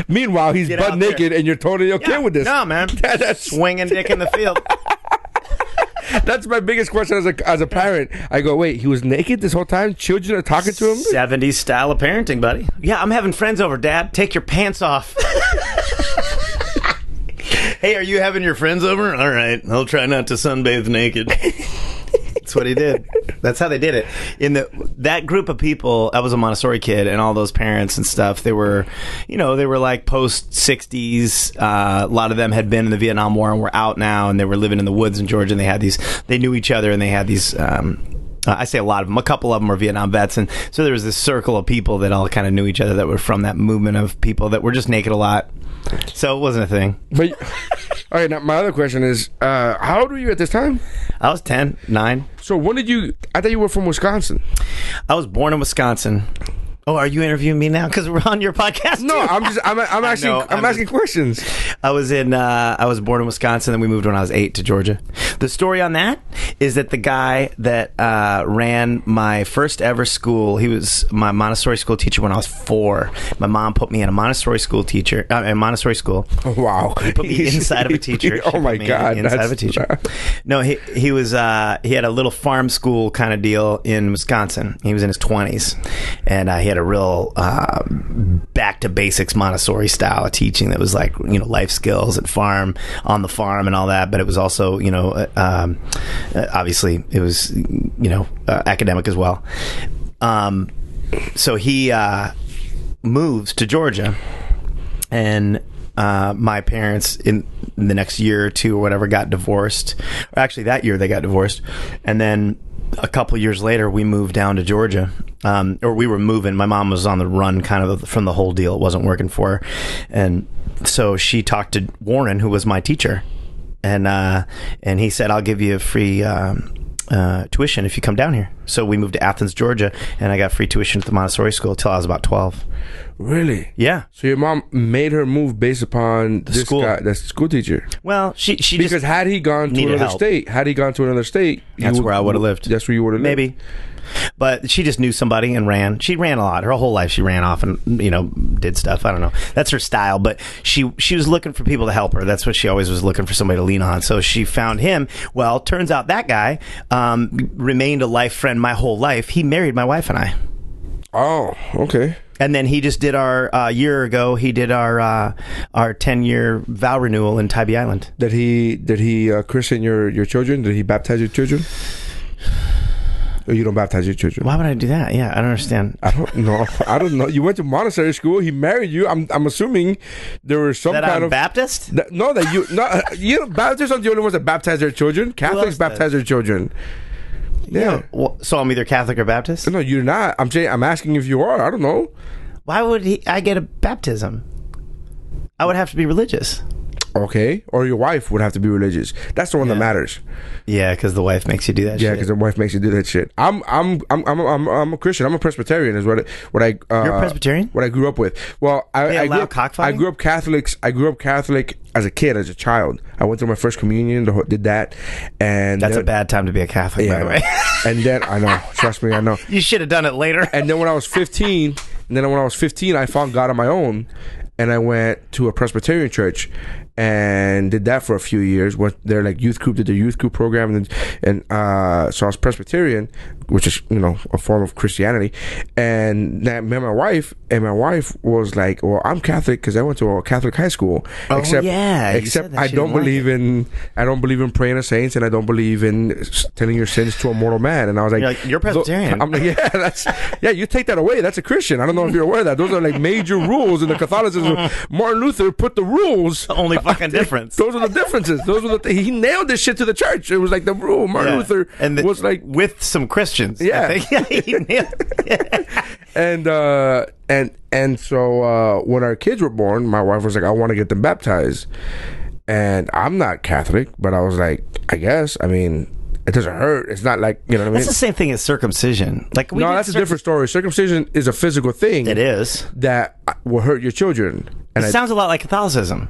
[SPEAKER 1] Meanwhile, he's
[SPEAKER 4] Get
[SPEAKER 1] butt
[SPEAKER 4] out there.
[SPEAKER 1] naked, and you're totally okay with this.
[SPEAKER 4] No, man.
[SPEAKER 1] <laughs> that's
[SPEAKER 4] Swinging dick in the field.
[SPEAKER 1] that's my biggest question as a as a parent. I go, wait, he was naked this whole time. Children are talking to him.
[SPEAKER 4] 70s style of parenting, buddy. Yeah, I'm having friends over, Dad. Take your pants off. <laughs> hey, are you having your friends over? All right, I'll try not to sunbathe naked. That's what he did. That's how they did it. In the that group of people, I was a Montessori kid, and all those parents and stuff. They were, you know, they were like post sixties. Uh, a lot of them had been in the Vietnam War and were out now, and they were living in the woods in Georgia. And they had these. They knew each other, and they had these. Um, uh, I say a lot of them. A couple of them were Vietnam vets, and so there was this circle of people that all kind of knew each other that were from that movement of people that were just naked a lot. So it wasn't a thing.
[SPEAKER 1] But <laughs> all right, now my other question is, uh, how old were you at this time?
[SPEAKER 4] I was 10, 9.
[SPEAKER 1] So when did you? I thought you were from Wisconsin.
[SPEAKER 4] I was born in Wisconsin. Oh, are you interviewing me now? Because we're on your podcast.
[SPEAKER 1] No,
[SPEAKER 4] too.
[SPEAKER 1] I'm just I'm I'm
[SPEAKER 4] I
[SPEAKER 1] asking
[SPEAKER 4] know,
[SPEAKER 1] I'm,
[SPEAKER 4] I'm
[SPEAKER 1] asking
[SPEAKER 4] just-
[SPEAKER 1] questions.
[SPEAKER 4] <laughs>
[SPEAKER 1] <laughs>
[SPEAKER 4] I was in. Uh, I was born in Wisconsin. Then we moved when I was eight to Georgia. The story on that is that the guy that uh, ran my first ever school, he was my Montessori school teacher when I was four. My mom put me in a Montessori school teacher, uh, in Montessori school.
[SPEAKER 1] Wow,
[SPEAKER 4] He
[SPEAKER 1] <laughs>
[SPEAKER 4] put me inside of a teacher.
[SPEAKER 1] oh my
[SPEAKER 4] She put me
[SPEAKER 1] god,
[SPEAKER 4] inside
[SPEAKER 1] that's-
[SPEAKER 4] of a teacher. No, he he was uh, he had a little farm school kind of deal in Wisconsin. He was in his twenties, and uh, he had a real uh, back to basics Montessori style of teaching that was like you know life skills and farm on the farm and all that. But it was also you know uh, um, uh, obviously it was you know uh, academic as well. Um, so he uh, moves to Georgia and uh, my parents in the next year or two or whatever got divorced. Or actually, that year they got divorced, and then a couple years later we moved down to Georgia, um, or we were moving. My mom was on the run, kind of from the whole deal. It wasn't working for her, and so she talked to Warren, who was my teacher, and uh, and he said, "I'll give you a free." Um, uh, tuition if you come down here. So we moved to Athens, Georgia, and I got free tuition at the Montessori school till I was about twelve.
[SPEAKER 1] Really?
[SPEAKER 4] Yeah.
[SPEAKER 1] So your mom made her move based upon the this
[SPEAKER 4] school.
[SPEAKER 1] guy, that's the school teacher.
[SPEAKER 4] Well, she she
[SPEAKER 1] Because
[SPEAKER 4] just,
[SPEAKER 1] had he gone to
[SPEAKER 4] needed
[SPEAKER 1] another
[SPEAKER 4] help.
[SPEAKER 1] state, had he gone to another state, you
[SPEAKER 4] That's where I would've lived.
[SPEAKER 1] That's where you would have
[SPEAKER 4] maybe. But she just knew somebody and ran. She ran a lot. Her whole life she ran off and you know did stuff. I don't know. That's her style. But she she was looking for people to help her. That's what she always was looking for somebody to lean on. So she found him. Well, turns out that guy um, remained a life friend my whole life. He married my wife and I.
[SPEAKER 1] Oh, okay.
[SPEAKER 4] And then he just did our uh, year ago. He did our uh, our ten year vow renewal in Tybee Island.
[SPEAKER 1] Did he did he uh, christen your your children? Did he baptize your children? Or you don't baptize your children.
[SPEAKER 4] Why would I do that? Yeah, I don't understand.
[SPEAKER 1] I don't know. I don't know. You went to Montessori school. He married you. I'm I'm assuming there was some
[SPEAKER 4] That
[SPEAKER 1] kind
[SPEAKER 4] I'm
[SPEAKER 1] of
[SPEAKER 4] Baptist.
[SPEAKER 1] That- no, that you no uh, you know, Baptists are the only ones that baptize their children. Catholics
[SPEAKER 4] else does?
[SPEAKER 1] baptize their children. Yeah.
[SPEAKER 4] Well, so I'm either Catholic or Baptist.
[SPEAKER 1] No, you're not. I'm saying I'm asking if you are. I don't know.
[SPEAKER 4] Why would he, I get a baptism? I would have to be religious.
[SPEAKER 1] Okay, or your wife would have to be religious. That's the one that matters.
[SPEAKER 4] Yeah, because the wife makes you do that.
[SPEAKER 1] Yeah,
[SPEAKER 4] shit.
[SPEAKER 1] because the wife makes you do that shit. I'm I'm I'm I'm I'm, I'm a Christian. I'm a Presbyterian. Is what what I uh,
[SPEAKER 4] You're a Presbyterian?
[SPEAKER 1] What I grew up with. Well, I,
[SPEAKER 4] They
[SPEAKER 1] I grew
[SPEAKER 4] allow
[SPEAKER 1] up
[SPEAKER 4] cockfighting?
[SPEAKER 1] I grew up Catholics. I grew up Catholic as a kid, as a child. I went through my first communion. the whole- Did that, and
[SPEAKER 4] that's
[SPEAKER 1] then,
[SPEAKER 4] a bad time to be a Catholic, by the way. <laughs>
[SPEAKER 1] and then I know. Trust me, I know.
[SPEAKER 4] you should have done it later.
[SPEAKER 1] And then when I was 15, and then when I was 15, I found God on my own, and I went to a Presbyterian church, and did that for a few years. Went there like youth group, did the youth group program, and and uh, so I was Presbyterian, which is you know a form of Christianity. And then I met my wife, and my wife was like, "Well, I'm Catholic because I went to a Catholic high school,
[SPEAKER 4] Oh,
[SPEAKER 1] except
[SPEAKER 4] yeah, you said
[SPEAKER 1] except
[SPEAKER 4] that
[SPEAKER 1] I
[SPEAKER 4] she
[SPEAKER 1] don't
[SPEAKER 4] didn't like
[SPEAKER 1] believe in I don't believe in praying to saints, and I don't believe in s- telling your sins to a mortal man." And I was like,
[SPEAKER 4] You're like, "You're
[SPEAKER 1] I'm
[SPEAKER 4] Presbyterian."
[SPEAKER 1] I'm like, <laughs> yeah, that's yeah. You take that away, that's a Christian. I don't know if you're aware of that. Those are like major rules in the Catholicism. Martin Luther put the rules.
[SPEAKER 4] <laughs> The
[SPEAKER 1] <laughs>
[SPEAKER 4] only fucking difference.
[SPEAKER 1] Those are the differences. Those are the th- he nailed this shit to the church. It was like the rule. Martin
[SPEAKER 4] Yeah.
[SPEAKER 1] Luther
[SPEAKER 4] and the-
[SPEAKER 1] was like,
[SPEAKER 4] with some Christians.
[SPEAKER 1] Yeah.
[SPEAKER 4] I think. <laughs> He nailed
[SPEAKER 1] <laughs>
[SPEAKER 4] it.
[SPEAKER 1] and uh, and and so uh, when our kids were born, my wife was like, I want to get them baptized, and I'm not Catholic, but I was like, I guess. I mean, it doesn't hurt. It's not like you know what I mean.
[SPEAKER 4] that's the same thing as circumcision. Like we
[SPEAKER 1] no,
[SPEAKER 4] did
[SPEAKER 1] that's a
[SPEAKER 4] circum-
[SPEAKER 1] different story. Circumcision is a physical thing.
[SPEAKER 4] It is.
[SPEAKER 1] that uh, will hurt your children. And
[SPEAKER 4] It
[SPEAKER 1] I-
[SPEAKER 4] sounds a lot like Catholicism.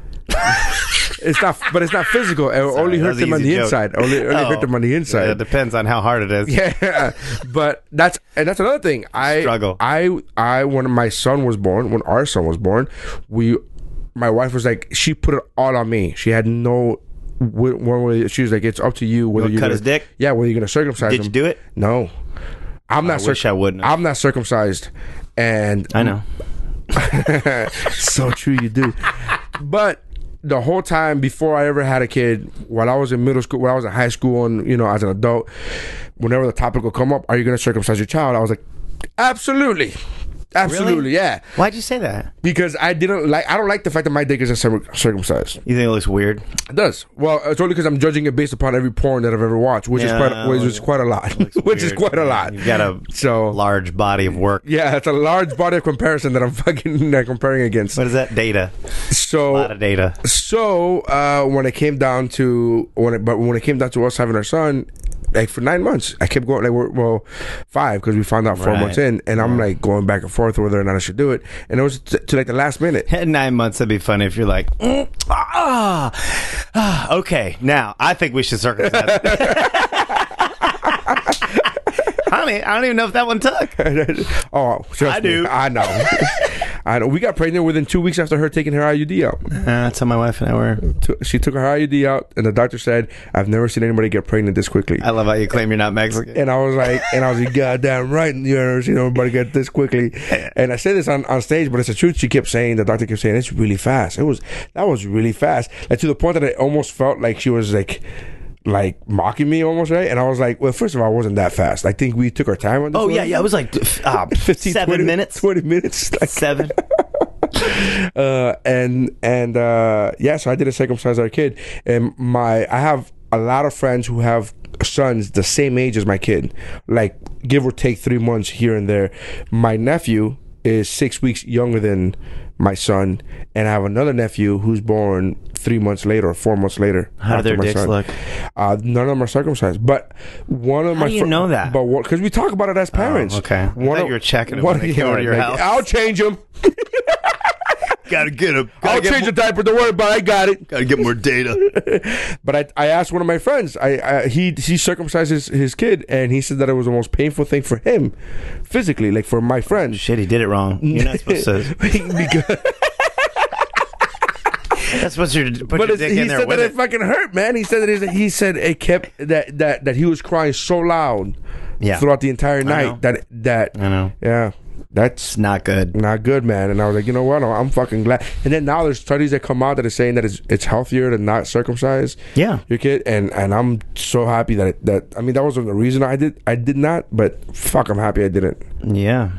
[SPEAKER 1] it's not, but it's not physical. It will only
[SPEAKER 4] Sorry, that
[SPEAKER 1] hurt
[SPEAKER 4] was an
[SPEAKER 1] them on
[SPEAKER 4] easy
[SPEAKER 1] the
[SPEAKER 4] joke.
[SPEAKER 1] inside. Only, only hurt
[SPEAKER 4] Oh.
[SPEAKER 1] them on the
[SPEAKER 4] Yeah, It
[SPEAKER 1] inside.
[SPEAKER 4] depends on how hard it is.
[SPEAKER 1] <laughs> Yeah, but that's and that's another thing. I
[SPEAKER 4] Struggle.
[SPEAKER 1] I I when my son was born, when our son was born, we, my wife was like, she put it all on me. She had no. wh- One way she was like, "It's up to you whether
[SPEAKER 4] Gonna
[SPEAKER 1] you
[SPEAKER 4] cut his dick?
[SPEAKER 1] Yeah, whether you're gonna circumcise
[SPEAKER 4] Did you
[SPEAKER 1] him.
[SPEAKER 4] do it?
[SPEAKER 1] No, I'm not.
[SPEAKER 4] wish I wouldn't have.
[SPEAKER 1] I'm not circumcised, and
[SPEAKER 4] I know.
[SPEAKER 1] so true, you do. But the whole time before I ever had a kid, while I was in middle school, while I was in high school, and you know, as an adult, whenever the topic would come up, are you going to circumcise your child? I was like, absolutely. Absolutely,
[SPEAKER 4] Really?
[SPEAKER 1] yeah.
[SPEAKER 4] Why'd you say that?
[SPEAKER 1] Because I didn't like. I don't like the fact that my dick isn't circum- circumcised.
[SPEAKER 4] You think it looks weird?
[SPEAKER 1] It does. Well, it's only because I'm judging it based upon every porn that I've ever watched, which
[SPEAKER 4] Yeah,
[SPEAKER 1] is quite, which
[SPEAKER 4] well,
[SPEAKER 1] is quite a lot. <laughs> which is
[SPEAKER 4] Weird.
[SPEAKER 1] quite a lot.
[SPEAKER 4] You got a
[SPEAKER 1] So-
[SPEAKER 4] large body of work.
[SPEAKER 1] Yeah, it's a large body of comparison that I'm <laughs> fucking uh, comparing against.
[SPEAKER 4] What is that? Data.
[SPEAKER 1] So
[SPEAKER 4] A lot of data. <laughs>
[SPEAKER 1] So uh, when it came down to when it, but when it came down to us having our son, like for nine months, I kept going like we're, well, five because we found out four
[SPEAKER 4] Right.
[SPEAKER 1] months in, and I'm like going back and forth whether or not I should do it, and it was t- to like the last
[SPEAKER 4] <laughs>
[SPEAKER 1] minute. <laughs>
[SPEAKER 4] At nine months, that'd be funny if you're like, "Mm, ah, ah, okay, now I think we should <laughs> circumcise. I mean, I don't even know if that
[SPEAKER 1] <laughs>
[SPEAKER 4] one took.
[SPEAKER 1] oh, trust
[SPEAKER 4] I
[SPEAKER 1] me,
[SPEAKER 4] do.
[SPEAKER 1] I know. <laughs> I know. We got pregnant within two weeks after her taking her IUD out.
[SPEAKER 4] that's how Uh, my wife and I were.
[SPEAKER 1] T- She took her IUD out, and the doctor said, "I've never seen anybody get pregnant this quickly."
[SPEAKER 4] I love how you claim you're not Mexican.
[SPEAKER 1] And I was like, and I was like, goddamn right, you never seen nobody get this
[SPEAKER 4] <laughs>
[SPEAKER 1] quickly. And I said this on, on stage, but it's the truth. She kept saying, the doctor kept saying, it's really fast. It was that was really fast, like to the point that it almost felt like she was like, like mocking me almost, right? And I was like, well, first of all, it wasn't that fast. I think we took our time on. This
[SPEAKER 4] Oh yeah,
[SPEAKER 1] one.
[SPEAKER 4] yeah. It was like uh,
[SPEAKER 1] <laughs> 15,
[SPEAKER 4] seven
[SPEAKER 1] 20
[SPEAKER 4] minutes.
[SPEAKER 1] twenty minutes, <laughs> like,
[SPEAKER 4] Seven.
[SPEAKER 1] <laughs> uh, and and uh, yeah, so I did a circumcise our kid, and my I have a lot of friends who have sons the same age as my kid, like give or take three months here and there. My nephew is six weeks younger than my son, and I have another nephew who's born three months later or four months later.
[SPEAKER 4] How do
[SPEAKER 1] after
[SPEAKER 4] their
[SPEAKER 1] my
[SPEAKER 4] dicks look?
[SPEAKER 1] Uh, none of them are circumcised, but one of
[SPEAKER 4] How
[SPEAKER 1] my
[SPEAKER 4] do you know that? Oh,
[SPEAKER 1] But because we talk about it as parents.
[SPEAKER 4] okay. I thought you were checking
[SPEAKER 1] <laughs>
[SPEAKER 4] them when they came over to your house.
[SPEAKER 1] I'll change them.
[SPEAKER 4] gotta get a.
[SPEAKER 1] I'll change the diaper. Don't worry about it. I got it. <laughs>
[SPEAKER 4] Gotta get more data.
[SPEAKER 1] But I, I asked one of my friends. I, I he he circumcised his, his kid, and he said that it was the most painful thing for him, physically, like for my friend.
[SPEAKER 4] Shit, <laughs> he did it wrong. You're not supposed to.
[SPEAKER 1] because,
[SPEAKER 4] That's supposed to
[SPEAKER 1] <laughs> <laughs>
[SPEAKER 4] put
[SPEAKER 1] but
[SPEAKER 4] your
[SPEAKER 1] it's,
[SPEAKER 4] dick in
[SPEAKER 1] he said
[SPEAKER 4] there
[SPEAKER 1] that
[SPEAKER 4] with
[SPEAKER 1] it.
[SPEAKER 4] it.
[SPEAKER 1] fucking hurt, man. He said that it, he said it kept that that that he was crying so loud,
[SPEAKER 4] Yeah.
[SPEAKER 1] throughout the entire night.
[SPEAKER 4] know.
[SPEAKER 1] That that
[SPEAKER 4] I know.
[SPEAKER 1] yeah, that's
[SPEAKER 4] It's not good.
[SPEAKER 1] not good, man. And I was like, you know what? I'm fucking glad. And then now there's studies that come out that are saying that it's, it's healthier to not circumcise.
[SPEAKER 4] Yeah.
[SPEAKER 1] your kid. And and I'm so happy that it, that I mean that wasn't the reason I did I did not, but fuck, I'm happy I didn't.
[SPEAKER 4] Yeah.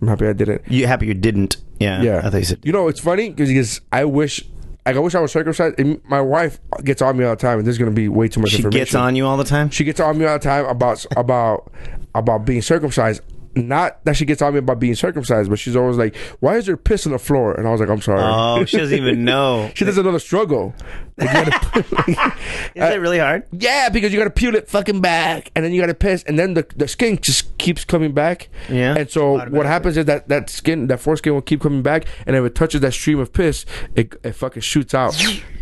[SPEAKER 1] I'm happy I didn't.
[SPEAKER 4] You happy you didn't? Yeah.
[SPEAKER 1] Yeah,
[SPEAKER 4] I thought you said
[SPEAKER 1] You know, it's funny because I wish. Like, I wish I was circumcised. And my wife gets on me all the time, and there's gonna be way too much
[SPEAKER 4] she
[SPEAKER 1] information.
[SPEAKER 4] gets on you all the time.
[SPEAKER 1] She gets on me all the time about about about being circumcised. Not that she gets on me about being circumcised, but she's always like, "Why is your piss on the floor?" And I was like, "I'm sorry."
[SPEAKER 4] Oh, she
[SPEAKER 1] <laughs>
[SPEAKER 4] doesn't even know.
[SPEAKER 1] She does another struggle. Like, you gotta-
[SPEAKER 4] Is that really hard?
[SPEAKER 1] yeah, because you gotta peel it fucking back, and then you gotta piss, and then the, the skin just keeps coming back.
[SPEAKER 4] Yeah.
[SPEAKER 1] And so what happens is that that skin, that foreskin, will keep coming back, and if it touches that stream of piss, it, it fucking shoots out.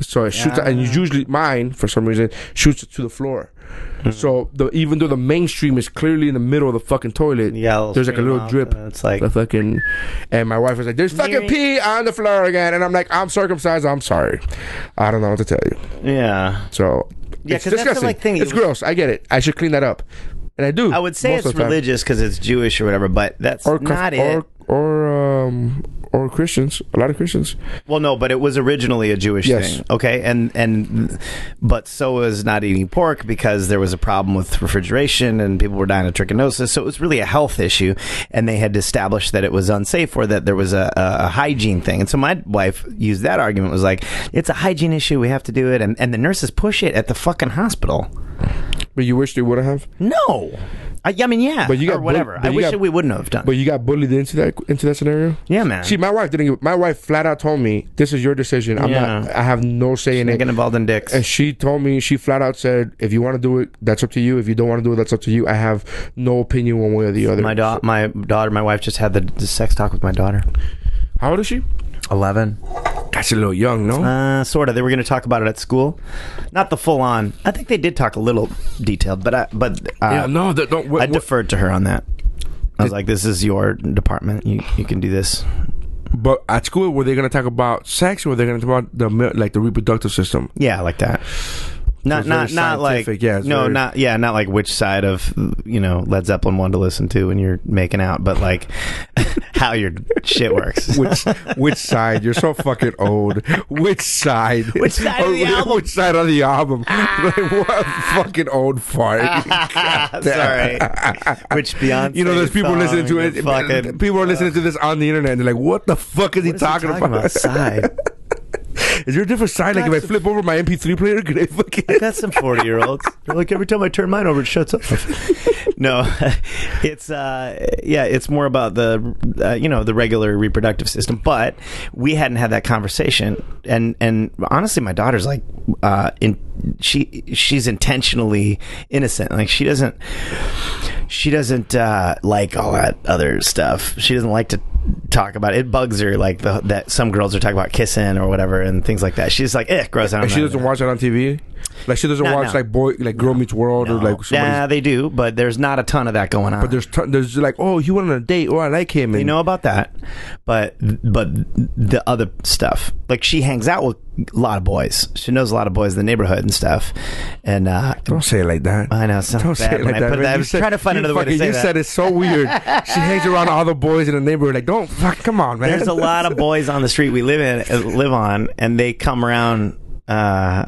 [SPEAKER 1] So it shoots out, and usually mine, for some reason, shoots it to the floor.
[SPEAKER 4] Hmm.
[SPEAKER 1] So the, even though the mainstream is clearly in the middle of the fucking toilet,
[SPEAKER 4] Yeah, it'll
[SPEAKER 1] there's like a
[SPEAKER 4] stream
[SPEAKER 1] little
[SPEAKER 4] out,
[SPEAKER 1] drip.
[SPEAKER 4] and it's like-
[SPEAKER 1] the fucking, and my wife was like, "There's fucking pee on the floor again," and I'm like, "I'm circumcised. I'm sorry, I don't know what to tell you."
[SPEAKER 4] Yeah.
[SPEAKER 1] So
[SPEAKER 4] Yeah,
[SPEAKER 1] it's
[SPEAKER 4] 'cause that's the,
[SPEAKER 1] disgusting.
[SPEAKER 4] like, thing.
[SPEAKER 1] It's
[SPEAKER 4] It was-
[SPEAKER 1] gross. I get it. I should clean that up, and I do.
[SPEAKER 4] I would say
[SPEAKER 1] most of
[SPEAKER 4] it's
[SPEAKER 1] the time.
[SPEAKER 4] religious because it's Jewish or whatever, but that's
[SPEAKER 1] or cus-
[SPEAKER 4] not it.
[SPEAKER 1] or or um or Christians. A lot of Christians.
[SPEAKER 4] Well, no, but it was originally a Jewish
[SPEAKER 1] Yes.
[SPEAKER 4] thing. Okay, and and but so was not eating pork because there was a problem with refrigeration and people were dying of trichinosis. So it was really a health issue, and they had established that it was unsafe or that there was a, a, a hygiene thing. And so my wife used that argument was like, it's a hygiene issue. We have to do it, and and the nurses push it at the fucking hospital.
[SPEAKER 1] But you wish they would have.
[SPEAKER 4] No. I, I mean, yeah,
[SPEAKER 1] But you got
[SPEAKER 4] or whatever.
[SPEAKER 1] bu- but
[SPEAKER 4] I
[SPEAKER 1] you
[SPEAKER 4] wish
[SPEAKER 1] got-
[SPEAKER 4] that we wouldn't have done.
[SPEAKER 1] But you got bullied into that into that scenario.
[SPEAKER 4] yeah, man.
[SPEAKER 1] See, my wife didn't. Give, my wife flat out told me, "This is your decision. I'm not.
[SPEAKER 4] Yeah.
[SPEAKER 1] I have no say in
[SPEAKER 4] Not
[SPEAKER 1] it."
[SPEAKER 4] get involved in dicks.
[SPEAKER 1] and she told me she flat out said, "If you want to do it, that's up to you. If you don't want to do it, that's up to you. I have no opinion one way or the other."
[SPEAKER 4] My da- my daughter, my wife just had the, the sex talk with my daughter.
[SPEAKER 1] How old is she?
[SPEAKER 4] Eleven.
[SPEAKER 1] That's a little young, no?
[SPEAKER 4] Uh, sort of. They were going to talk about it at school, not the full on. I think they did talk a little detailed, but I, but uh,
[SPEAKER 1] yeah, no. That don't.
[SPEAKER 4] I
[SPEAKER 1] What, what,
[SPEAKER 4] deferred to her on that. I was like, "This is your department. You you can do this."
[SPEAKER 1] But at school, were they going to talk about sex or were they going to talk about the mil- like the reproductive system?
[SPEAKER 4] Yeah, like that. Not
[SPEAKER 1] was
[SPEAKER 4] not
[SPEAKER 1] very
[SPEAKER 4] not like
[SPEAKER 1] scientific, yeah, it's
[SPEAKER 4] no
[SPEAKER 1] very-
[SPEAKER 4] not yeah not like which side of you know Led Zeppelin one to listen to when you're making out, but like <laughs> how your shit works. <laughs>
[SPEAKER 1] Which which side? You're so fucking old. Which
[SPEAKER 4] <laughs>
[SPEAKER 1] side? <laughs> Which
[SPEAKER 4] side of the album? Ah.
[SPEAKER 1] Which side of the album? like, what a fucking old fart. <laughs>
[SPEAKER 4] Sorry, Ah. which Beyonce.
[SPEAKER 1] You know, there's people
[SPEAKER 4] song,
[SPEAKER 1] listening to
[SPEAKER 4] you
[SPEAKER 1] it.
[SPEAKER 4] Fucking,
[SPEAKER 1] people are listening to this on the internet. and They're like, "What the fuck is he talking, about?
[SPEAKER 4] side?
[SPEAKER 1] <laughs> Is there a different side? Like, if I flip over my MP3 player, could I fucking?"
[SPEAKER 4] That's some forty year olds. They're like every time I turn mine over, it shuts up. <laughs> no, <laughs> it's uh, yeah, it's more about the uh, you know the regular reproductive system. But we hadn't had that conversation, and and honestly, my daughter's like, uh, in she she's intentionally innocent. Like she doesn't she doesn't uh, like all that other stuff. She doesn't like to talk about it. It bugs her like the, that some girls are talking about kissing or whatever and things like that. She's like, eh, gross. I don't
[SPEAKER 1] And <laughs> she
[SPEAKER 4] know.
[SPEAKER 1] doesn't watch it on TV. Like she doesn't
[SPEAKER 4] No,
[SPEAKER 1] watch
[SPEAKER 4] no.
[SPEAKER 1] like boy, like Girl Meets World or like somebody's.
[SPEAKER 4] yeah, they do, but there's not a ton of that going on.
[SPEAKER 1] But there's ton there's like oh he went on a date oh I like him and
[SPEAKER 4] you know about that, but but the other stuff, like she hangs out with a lot of boys. She knows a lot of boys in the neighborhood and stuff. And uh,
[SPEAKER 1] don't say it like that.
[SPEAKER 4] I know, it sounds
[SPEAKER 1] Don't
[SPEAKER 4] bad
[SPEAKER 1] say it like
[SPEAKER 4] when I
[SPEAKER 1] that.
[SPEAKER 4] put
[SPEAKER 1] man.
[SPEAKER 4] that- I
[SPEAKER 1] You
[SPEAKER 4] was trying to find
[SPEAKER 1] you
[SPEAKER 4] another way to
[SPEAKER 1] fucking-
[SPEAKER 4] say
[SPEAKER 1] You
[SPEAKER 4] that.
[SPEAKER 1] said it's so weird. she hangs around all the boys in the neighborhood. Like don't fuck come on man.
[SPEAKER 4] there's a lot of boys on the street we live in uh, live on, and they come around. Uh,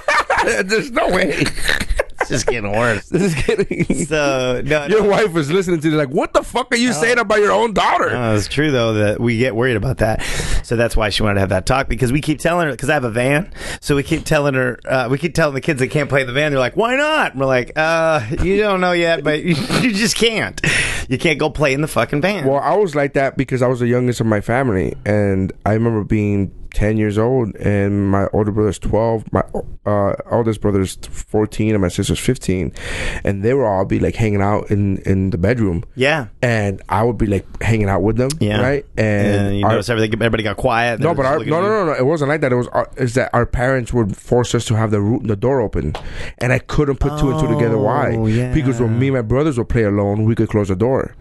[SPEAKER 1] <laughs> there's no way. <laughs>
[SPEAKER 4] it's just getting worse.
[SPEAKER 1] This is getting.
[SPEAKER 4] <laughs>
[SPEAKER 1] <laughs>
[SPEAKER 4] So no,
[SPEAKER 1] Your
[SPEAKER 4] no.
[SPEAKER 1] wife was listening to this, like, what the fuck are you saying about your own daughter?
[SPEAKER 4] No, it's true though that we get worried about that. So that's why she wanted to have that talk because we keep telling her because I have a van, so we keep telling her uh, we keep telling the kids they can't play in the van. They're like, why not? And we're like, uh, you don't know yet, but <laughs> you, you just can't. You can't go play in the fucking van.
[SPEAKER 1] Well, I was like that because I was the youngest of my family, and I remember being ten years old, and my older brother's twelve, my uh, oldest brother's fourteen, and my sister's fifteen, and they would all be like hanging out in in the bedroom.
[SPEAKER 4] yeah,
[SPEAKER 1] And I would be like hanging out with them,
[SPEAKER 4] yeah,
[SPEAKER 1] right?
[SPEAKER 4] and, you
[SPEAKER 1] our-
[SPEAKER 4] notice everything. Everybody got quiet.
[SPEAKER 1] no,
[SPEAKER 4] They're
[SPEAKER 1] but
[SPEAKER 4] just
[SPEAKER 1] our,
[SPEAKER 4] looking
[SPEAKER 1] no,
[SPEAKER 4] at
[SPEAKER 1] no,
[SPEAKER 4] you.
[SPEAKER 1] no, no. It wasn't like that. It was our, is that our parents would force us to have the root, the door open, and I couldn't put two and two together. Why?
[SPEAKER 4] Oh, yeah.
[SPEAKER 1] Because when me and my brothers would play alone, we could close the door,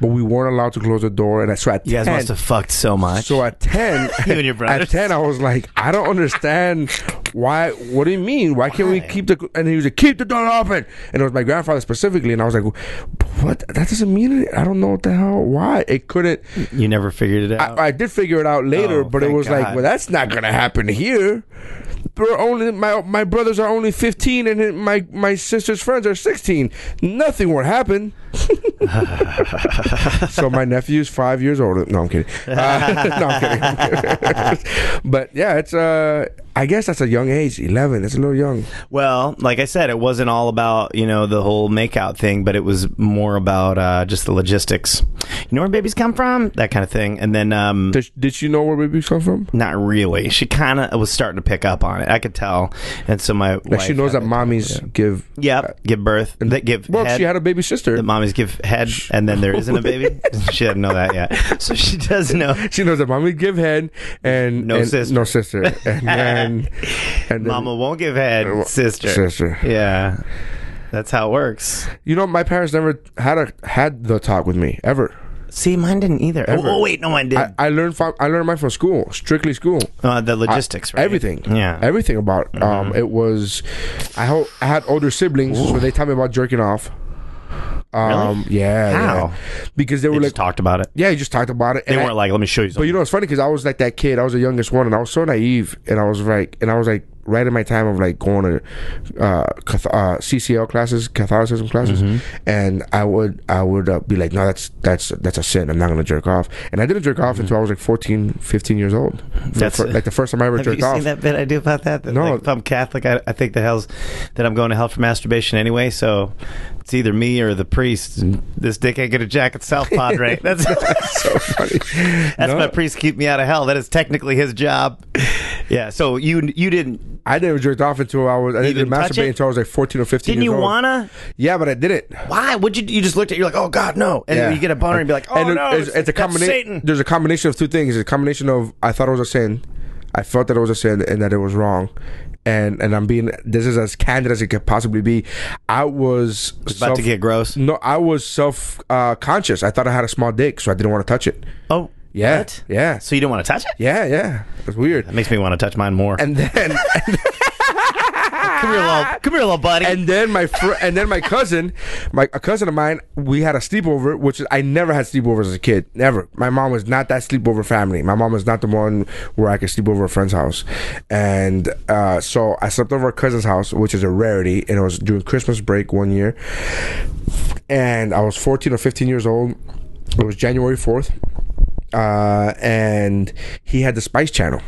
[SPEAKER 1] but we weren't allowed to close the door. And I- so at
[SPEAKER 4] You guys
[SPEAKER 1] 10,
[SPEAKER 4] must have fucked so much.
[SPEAKER 1] so at ten,
[SPEAKER 4] <laughs> You and
[SPEAKER 1] <laughs>
[SPEAKER 4] your
[SPEAKER 1] at
[SPEAKER 4] brothers.
[SPEAKER 1] ten, I was like, I don't understand why. What do you mean? Why can't we keep the? And he was like, keep the door open. And it was my grandfather specifically, and I was like, what? That doesn't mean it. I don't know what the hell. Why it couldn't.
[SPEAKER 4] you never figured it out.
[SPEAKER 1] I, I did figure it out later,
[SPEAKER 4] Oh,
[SPEAKER 1] but it
[SPEAKER 4] thank
[SPEAKER 1] was like,
[SPEAKER 4] God.
[SPEAKER 1] well, that's not gonna happen here. We're only my my brothers are only fifteen, and my my sister's friends are sixteen. Nothing would happen. <laughs> so my nephew's five years older. No, I'm kidding. Uh, <laughs> no, I'm kidding. I'm kidding. <laughs> but yeah, it's uh, I guess that's a young age, eleven. It's a little young.
[SPEAKER 4] Well, like I said, it wasn't all about you know the whole makeout thing, but it was more about uh, just the logistics. You know where babies come from, that kind of thing. And then, um,
[SPEAKER 1] Did, did you know where babies come from?
[SPEAKER 4] not really. She kind of was starting to pick up on it. I could tell, and so my
[SPEAKER 1] Like she knows that mommies give.
[SPEAKER 4] Yep, give birth. That give.
[SPEAKER 1] Well,
[SPEAKER 4] head.
[SPEAKER 1] she had a baby sister.
[SPEAKER 4] That mommies give head, and then there isn't a baby.
[SPEAKER 1] <laughs>
[SPEAKER 4] she didn't know that yet, so she does know.
[SPEAKER 1] She knows that mommy give head and
[SPEAKER 4] No
[SPEAKER 1] and-
[SPEAKER 4] sister.
[SPEAKER 1] no
[SPEAKER 4] <laughs>
[SPEAKER 1] sister, and then and then-
[SPEAKER 4] Mama won't give head, sister.
[SPEAKER 1] sister.
[SPEAKER 4] Yeah, that's how it works.
[SPEAKER 1] You know, my parents never had a had the talk with me ever.
[SPEAKER 4] See, mine didn't either. Oh,
[SPEAKER 1] Ever.
[SPEAKER 4] oh, wait, no, mine did.
[SPEAKER 1] I, I learned from, I learned mine from school, strictly school.
[SPEAKER 4] uh, the logistics, right?
[SPEAKER 1] Everything,
[SPEAKER 4] Yeah. Mm-hmm.
[SPEAKER 1] everything about. Um, it was, I ho- I had older siblings, so they taught me about jerking off. Um, yeah,
[SPEAKER 4] How?
[SPEAKER 1] yeah. because they
[SPEAKER 4] They
[SPEAKER 1] were like,
[SPEAKER 4] just talked about it.
[SPEAKER 1] yeah, you just talked about it.
[SPEAKER 4] They
[SPEAKER 1] and I-
[SPEAKER 4] weren't like, let me show you
[SPEAKER 1] But
[SPEAKER 4] something.
[SPEAKER 1] you know, it's funny because I was like that kid. I was the youngest one, and I was so naive. And I was like, and I was like, right in my time of like going to uh, cath- uh, CCL classes, Catholicism classes,
[SPEAKER 4] Mm-hmm.
[SPEAKER 1] and I would I would uh, be like, no, that's that's that's a sin. I'm not gonna jerk off. And I didn't jerk off until I was like 14, 15 years old. For the
[SPEAKER 4] Mm-hmm. That's-
[SPEAKER 1] fir- like the first time I ever
[SPEAKER 4] Have you
[SPEAKER 1] jerked
[SPEAKER 4] seen
[SPEAKER 1] off.
[SPEAKER 4] that bit I do about that? That,
[SPEAKER 1] No.
[SPEAKER 4] like, if I'm Catholic, I, I think that hell's that I'm going to hell for masturbation anyway. So it's either me or the priest. And this dick ain't gonna jack itself,
[SPEAKER 1] <laughs>
[SPEAKER 4] Padre. That's that's
[SPEAKER 1] so
[SPEAKER 4] <laughs>
[SPEAKER 1] funny. No.
[SPEAKER 4] my priest keep me out of hell. That is technically his job. Yeah. So you you didn't
[SPEAKER 1] I never jerked off until I was. I didn't,
[SPEAKER 4] didn't touch
[SPEAKER 1] masturbate
[SPEAKER 4] it?
[SPEAKER 1] until I was like fourteen or fifteen.
[SPEAKER 4] didn't
[SPEAKER 1] years
[SPEAKER 4] you
[SPEAKER 1] old.
[SPEAKER 4] wanna?
[SPEAKER 1] Yeah, but I didn't.
[SPEAKER 4] Why? Would you you just looked at you're like oh God no, and
[SPEAKER 1] Yeah.
[SPEAKER 4] then you get a boner and be like oh
[SPEAKER 1] it-
[SPEAKER 4] no,
[SPEAKER 1] it's, it's a
[SPEAKER 4] that's
[SPEAKER 1] combination.
[SPEAKER 4] Satan.
[SPEAKER 1] There's a combination of two things. It's a combination of I thought it was a sin, I felt that it was a sin, and that it was wrong. And and I'm being this is as candid as it could possibly be. I was
[SPEAKER 4] About to get gross.
[SPEAKER 1] No, I was self uh, conscious. I thought I had a small dick, so I didn't want to touch it.
[SPEAKER 4] Oh
[SPEAKER 1] Yeah,
[SPEAKER 4] what?
[SPEAKER 1] yeah.
[SPEAKER 4] So you didn't want to touch it?
[SPEAKER 1] Yeah, yeah, it's weird.
[SPEAKER 4] That makes me want to touch mine more.
[SPEAKER 1] And then
[SPEAKER 4] Come here, little, come here, little buddy.
[SPEAKER 1] And then my fr- and then my cousin, my a cousin of mine, we had a sleepover, which I never had sleepovers as a kid. Never. My mom was not that sleepover family. My mom was not the one where I could sleep over a friend's house, and uh, so I slept over a cousin's house, which is a rarity. And it was during Christmas break one year, and I was 14 or 15 years old. It was January 4th, uh, and he had the Spice Channel.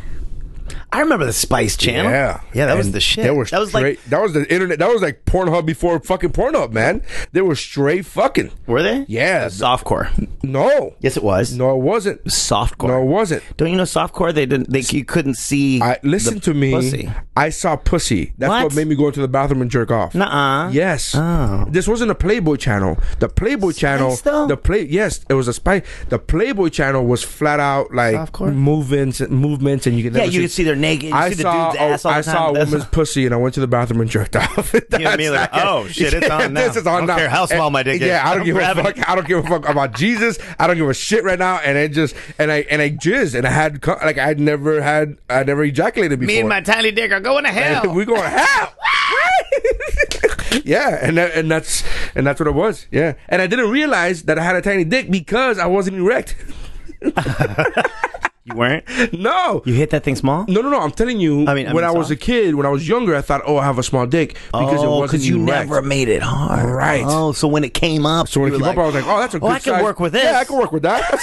[SPEAKER 4] I remember the Spice Channel.
[SPEAKER 1] Yeah,
[SPEAKER 4] yeah, that was
[SPEAKER 1] And
[SPEAKER 4] the shit.
[SPEAKER 1] They were
[SPEAKER 4] that was
[SPEAKER 1] straight,
[SPEAKER 4] like,
[SPEAKER 1] that was the internet. That was like Pornhub before fucking Pornhub, man. They were straight fucking.
[SPEAKER 4] were they?
[SPEAKER 1] Yeah.
[SPEAKER 4] softcore.
[SPEAKER 1] No,
[SPEAKER 4] Yes, it was.
[SPEAKER 1] no, it wasn't.
[SPEAKER 4] softcore.
[SPEAKER 1] No, it wasn't.
[SPEAKER 4] Don't you know softcore? They didn't. They you couldn't see.
[SPEAKER 1] I listen
[SPEAKER 4] the
[SPEAKER 1] to me.
[SPEAKER 4] Pussy.
[SPEAKER 1] I saw pussy. That's what?
[SPEAKER 4] What?
[SPEAKER 1] made me go into the bathroom and jerk off.
[SPEAKER 4] Nuh-uh.
[SPEAKER 1] Yes.
[SPEAKER 4] Oh.
[SPEAKER 1] This wasn't a Playboy channel. The Playboy channel.
[SPEAKER 4] though?
[SPEAKER 1] The play. Yes, it was a spy. The Playboy channel was flat out like
[SPEAKER 4] Softcore?
[SPEAKER 1] movements, movements, and you could.
[SPEAKER 4] Yeah,
[SPEAKER 1] never
[SPEAKER 4] you could see their naked. You
[SPEAKER 1] I
[SPEAKER 4] see
[SPEAKER 1] saw.
[SPEAKER 4] the dude's ass
[SPEAKER 1] a-
[SPEAKER 4] all the
[SPEAKER 1] I
[SPEAKER 4] time.
[SPEAKER 1] saw a
[SPEAKER 4] That's- <laughs>
[SPEAKER 1] woman's pussy, and I went to the bathroom and jerked <laughs> off.
[SPEAKER 4] You and me
[SPEAKER 1] That's
[SPEAKER 4] like,
[SPEAKER 1] not-
[SPEAKER 4] "Oh, shit, it's on
[SPEAKER 1] <laughs> This
[SPEAKER 4] now.
[SPEAKER 1] is on
[SPEAKER 4] I don't
[SPEAKER 1] now."
[SPEAKER 4] care how small
[SPEAKER 1] And-
[SPEAKER 4] my dick is.
[SPEAKER 1] Yeah, I don't
[SPEAKER 4] I'm
[SPEAKER 1] give a
[SPEAKER 4] grabbing
[SPEAKER 1] fuck. I don't give a fuck about Jesus. I don't give a shit right now. And I just and I and I jizzed and I had co- like I'd never had I never ejaculated before.
[SPEAKER 8] Me and my tiny dick are going to hell.
[SPEAKER 1] <laughs> we going
[SPEAKER 4] <laughs>
[SPEAKER 1] hell. <laughs> yeah, and that, and that's and that's what it was. Yeah, and I didn't realize that I had a tiny dick because I wasn't erect. <laughs>
[SPEAKER 4] you weren't.
[SPEAKER 1] No,
[SPEAKER 4] You hit that thing small.
[SPEAKER 1] no, no, no. I'm telling you,
[SPEAKER 4] I mean- I
[SPEAKER 1] when
[SPEAKER 4] mean,
[SPEAKER 1] I was
[SPEAKER 4] so-
[SPEAKER 1] a kid, when I was younger, I thought, oh, I have a small dick because it
[SPEAKER 4] oh,
[SPEAKER 1] wasn't
[SPEAKER 4] you
[SPEAKER 1] erect.
[SPEAKER 4] never made it hard.
[SPEAKER 1] Right.
[SPEAKER 4] Oh, so when it came up,
[SPEAKER 1] So when it came
[SPEAKER 4] you were
[SPEAKER 1] up, I was like, "Oh, that's a
[SPEAKER 4] oh,
[SPEAKER 1] good
[SPEAKER 4] I can
[SPEAKER 1] size.
[SPEAKER 4] work with this.
[SPEAKER 1] Yeah, I can work with
[SPEAKER 4] <laughs>
[SPEAKER 1] that."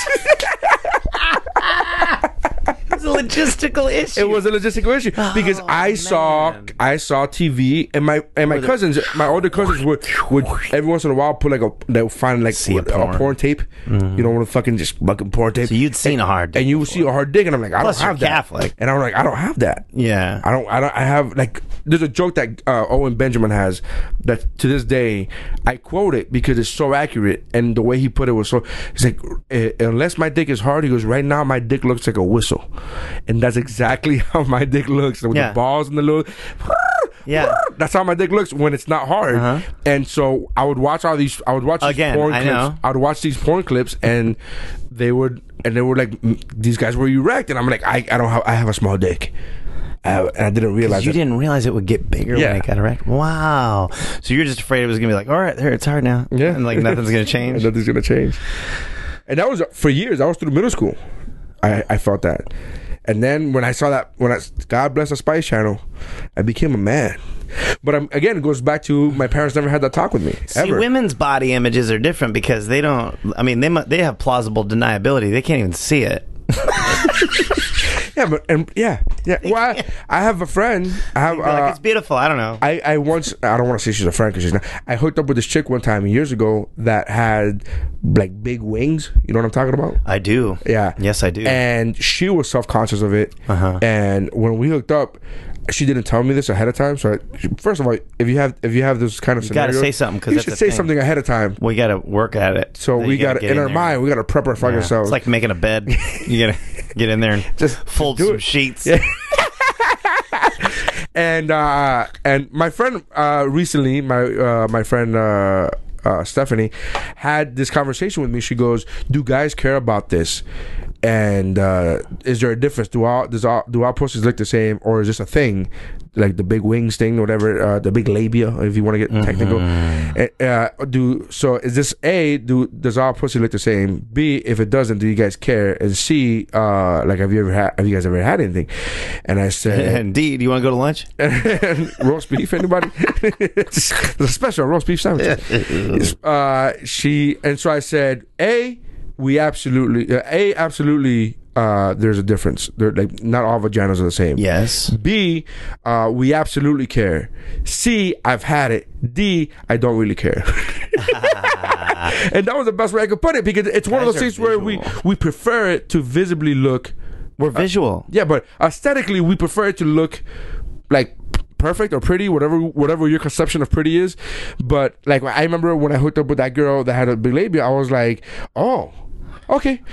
[SPEAKER 4] It's a logistical
[SPEAKER 1] <laughs>
[SPEAKER 4] issue.
[SPEAKER 1] it was a logistical issue
[SPEAKER 4] Oh,
[SPEAKER 1] because I saw I saw TV and my and my cousins, my older cousins would would every once in a while put like a they would find like
[SPEAKER 4] See a porn. Mm-hmm.
[SPEAKER 1] tape. You don't want to fucking just fucking porn tape.
[SPEAKER 4] So you'd seen
[SPEAKER 1] And-
[SPEAKER 4] a hard dick
[SPEAKER 1] and you would see a hard dick, and I'm like, I
[SPEAKER 4] Plus
[SPEAKER 1] don't
[SPEAKER 4] you're
[SPEAKER 1] have that.
[SPEAKER 4] Catholic.
[SPEAKER 1] and I'm like, I don't have that.
[SPEAKER 4] Yeah.
[SPEAKER 1] I don't. I don't. I have like. There's a joke that uh, Owen Benjamin has that to this day I quote it because it's so accurate and the way he put it was so. He's like, "Uh, unless my dick is hard, he goes. Right now, my dick looks like a whistle, and that's exactly <laughs> how my dick looks with
[SPEAKER 4] Yeah.
[SPEAKER 1] the balls and the little.
[SPEAKER 4] Yeah.
[SPEAKER 1] <laughs>
[SPEAKER 4] Uh-huh.
[SPEAKER 1] that's how my dick looks when it's not hard. And so I would watch all these. I would watch these
[SPEAKER 4] Again,
[SPEAKER 1] porn
[SPEAKER 4] I
[SPEAKER 1] clips.
[SPEAKER 4] know.
[SPEAKER 1] I would watch these porn clips and they would and they were like "Mm, these guys were erect and I'm like I, I don't have I have a small dick. I, and I didn't realize
[SPEAKER 4] You
[SPEAKER 1] it.
[SPEAKER 4] didn't realize it would get bigger
[SPEAKER 1] Yeah.
[SPEAKER 4] when it got erect. Wow. So you're just afraid it was gonna be like, all right, there, it's hard now.
[SPEAKER 1] Yeah.
[SPEAKER 4] And like nothing's gonna
[SPEAKER 1] And <laughs>
[SPEAKER 4] change.
[SPEAKER 1] nothing's gonna change. And that was uh, for years. That was through middle school. I, I felt that. And then when I saw that, when I God bless the Spice Channel, I became a man. But I'm, again, it goes back to my parents never had that talk with me
[SPEAKER 4] See,
[SPEAKER 1] ever.
[SPEAKER 4] women's body images are different because they don't. I mean, they mu- they have plausible deniability. They can't even see it.
[SPEAKER 1] Yeah, but and yeah, yeah. Well, I, I have a friend. I have.
[SPEAKER 4] They're like,
[SPEAKER 1] Uh,
[SPEAKER 4] it's beautiful. I don't know.
[SPEAKER 1] I, I once I don't want to say she's a friend because she's not. I hooked up with this chick one time years ago that had like big wings. You know what I'm talking about?
[SPEAKER 4] I do.
[SPEAKER 1] Yeah.
[SPEAKER 4] Yes, I do. Uh-huh.
[SPEAKER 1] And she was self conscious of it. And when we hooked up, she didn't tell me this ahead of time. So I, first of all, if you have if you have this kind of you
[SPEAKER 4] gotta say something 'cause
[SPEAKER 1] you
[SPEAKER 4] that's
[SPEAKER 1] should
[SPEAKER 4] the
[SPEAKER 1] say
[SPEAKER 4] thing.
[SPEAKER 1] something ahead of time.
[SPEAKER 4] we got to work at it.
[SPEAKER 1] So
[SPEAKER 4] You
[SPEAKER 1] we got
[SPEAKER 4] gotta
[SPEAKER 1] to
[SPEAKER 4] get
[SPEAKER 1] in our
[SPEAKER 4] there.
[SPEAKER 1] mind, we got to prep our fucking
[SPEAKER 4] Yeah.
[SPEAKER 1] ourselves.
[SPEAKER 4] It's like making
[SPEAKER 1] <laughs>
[SPEAKER 4] a bed. You gotta get in there and
[SPEAKER 1] Just-
[SPEAKER 4] just fold
[SPEAKER 1] just do
[SPEAKER 4] some
[SPEAKER 1] it.
[SPEAKER 4] sheets.
[SPEAKER 1] Yeah. and uh, and my friend uh, recently, my uh, my friend uh, uh, Stephanie had this conversation with me. She goes, "Do guys care about this? And uh, is there a difference? Do all does all do all pussies look the same, or is this a thing?" Like the big wings thing, whatever, uh, the big labia, if you want to get technical. Uh, uh, do so? Is this a do? Does all pussy look the same? B, if it doesn't, do you guys care? And C, uh, like have you ever had? Have you guys ever had anything? And I said,
[SPEAKER 4] <laughs> Indeed. You want to go to lunch?
[SPEAKER 1] and <laughs> roast beef.
[SPEAKER 4] <laughs>
[SPEAKER 1] Anybody? it's a special roast beef sandwich. uh, she and so I said, a we absolutely, uh, a absolutely. Uh, there's a difference. They're like not all vaginas are the same.
[SPEAKER 4] Yes.
[SPEAKER 1] B, uh, we absolutely care. C, I've had it. D, I don't really
[SPEAKER 4] <laughs>
[SPEAKER 1] care. and that was the best way I could put it because it's one of
[SPEAKER 4] Guys
[SPEAKER 1] those
[SPEAKER 4] are
[SPEAKER 1] things where we
[SPEAKER 4] visual.
[SPEAKER 1] we prefer it to visibly look uh,
[SPEAKER 4] We're visual.
[SPEAKER 1] yeah, but aesthetically, we prefer it to look like perfect or pretty, whatever whatever your conception of pretty is. But like, I remember when I hooked up with that girl that had a big labia, I was like, oh, okay. <laughs>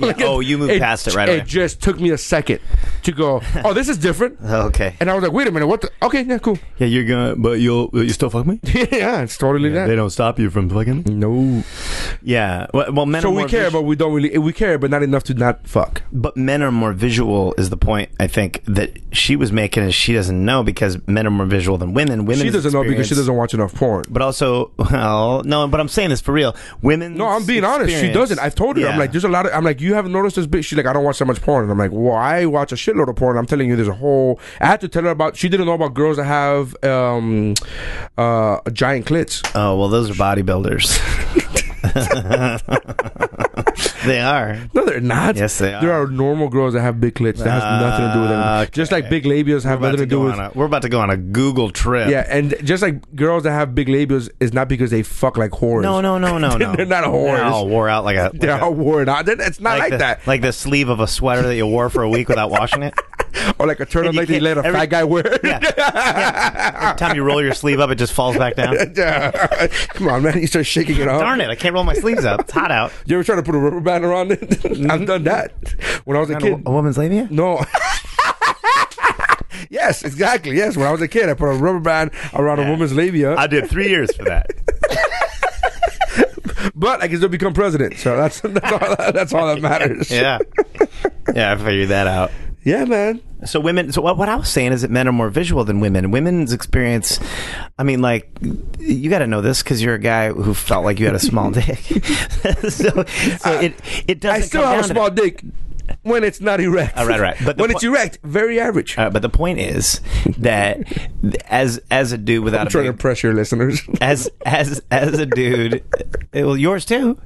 [SPEAKER 1] Like,
[SPEAKER 4] oh, you moved past it right
[SPEAKER 1] It
[SPEAKER 4] away.
[SPEAKER 1] just took me a second to go. Oh, this is
[SPEAKER 4] <laughs>
[SPEAKER 1] different.
[SPEAKER 4] Okay.
[SPEAKER 1] And I was like, wait a minute, what? the Okay, yeah, cool. <laughs>
[SPEAKER 4] Yeah, you're gonna, but you'll you still fuck me.
[SPEAKER 1] yeah, it's totally
[SPEAKER 4] <laughs>
[SPEAKER 1] that.
[SPEAKER 4] don't stop you from fucking.
[SPEAKER 1] no.
[SPEAKER 4] Yeah. Well, well men
[SPEAKER 1] So
[SPEAKER 4] are
[SPEAKER 1] we
[SPEAKER 4] more
[SPEAKER 1] care,
[SPEAKER 4] vis-
[SPEAKER 1] but we don't really. We care, but not enough to not fuck.
[SPEAKER 4] but men are more visual is the point I think that she was making is she doesn't know because men are more visual than women. Women
[SPEAKER 1] she doesn't know because she doesn't watch enough porn.
[SPEAKER 4] But also, well, no. But I'm saying this for real. Women.
[SPEAKER 1] No, I'm being honest. She doesn't. I've told her. I'm like, there's a lot of. I'm like, you haven't noticed this bitch. She's like, I don't watch that much porn. And I'm like, well, I watch a shitload of porn. I'm telling you, there's a whole. I had to tell her about. She didn't know about girls that have um, uh, giant clits.
[SPEAKER 4] Oh well, those are bodybuilders. <laughs> they are.
[SPEAKER 1] No, they're not.
[SPEAKER 4] Yes, they are. Ah,
[SPEAKER 1] There are normal girls that have big clits. That has nothing to do with anything. Just like big labials have
[SPEAKER 4] We're
[SPEAKER 1] nothing
[SPEAKER 4] about, to
[SPEAKER 1] to do
[SPEAKER 4] go
[SPEAKER 1] with.
[SPEAKER 4] on a, we're about to go on a Google trip.
[SPEAKER 1] Yeah, and just like girls that have big labials is not because they fuck like whores.
[SPEAKER 4] No, no, no, no, no.
[SPEAKER 1] <laughs> They're not
[SPEAKER 4] They're
[SPEAKER 1] whores.
[SPEAKER 4] all wore out like a. Like
[SPEAKER 1] They're
[SPEAKER 4] a-
[SPEAKER 1] all worn out. Then It's not like,
[SPEAKER 4] the,
[SPEAKER 1] that.
[SPEAKER 4] Like the sleeve of a sweater that you wore for a week without
[SPEAKER 1] <laughs>
[SPEAKER 4] washing it.
[SPEAKER 1] or like a
[SPEAKER 4] And you
[SPEAKER 1] turtleneck that you
[SPEAKER 4] can't-
[SPEAKER 1] let a
[SPEAKER 4] every-
[SPEAKER 1] fat guy wear.
[SPEAKER 4] Yeah. Every time you roll your sleeve up, it just falls back
[SPEAKER 1] <laughs>
[SPEAKER 4] down.
[SPEAKER 1] <laughs> Yeah. Come on, man. You start shaking it off.
[SPEAKER 4] <laughs> Darn it! I can't roll my sleeves up. It's hot out.
[SPEAKER 1] You ever try to put a rubber band around it? <laughs> I've done that when I was a kid.
[SPEAKER 4] woman's labia?
[SPEAKER 1] No. <laughs> yes, exactly. Yes, when I was a kid, I put a rubber band around a woman's labia,
[SPEAKER 4] I did three years for that.
[SPEAKER 1] but I can still become president. So that's <laughs> that's all that, that's all that matters.
[SPEAKER 4] Yeah, yeah, I figured that out.
[SPEAKER 1] Yeah, man.
[SPEAKER 4] So women. So what, what I was saying is that men are more visual than women. Women's experience. I mean, like you got to know this because you're a guy who felt like you had
[SPEAKER 1] <laughs>
[SPEAKER 4] a small dick. <laughs> so so it it doesn't.
[SPEAKER 1] I still
[SPEAKER 4] come
[SPEAKER 1] have a
[SPEAKER 4] down to-
[SPEAKER 1] small dick when it's not erect.
[SPEAKER 4] Oh, right, right.
[SPEAKER 1] But
[SPEAKER 4] But the
[SPEAKER 1] when it's
[SPEAKER 4] po-
[SPEAKER 1] erect, very average.
[SPEAKER 4] Uh, but the point is that as as a dude without
[SPEAKER 1] I'm
[SPEAKER 4] a
[SPEAKER 1] trying to
[SPEAKER 4] big-
[SPEAKER 1] press your
[SPEAKER 4] <laughs>
[SPEAKER 1] listeners. <laughs>
[SPEAKER 4] as as as a dude, well, yours too.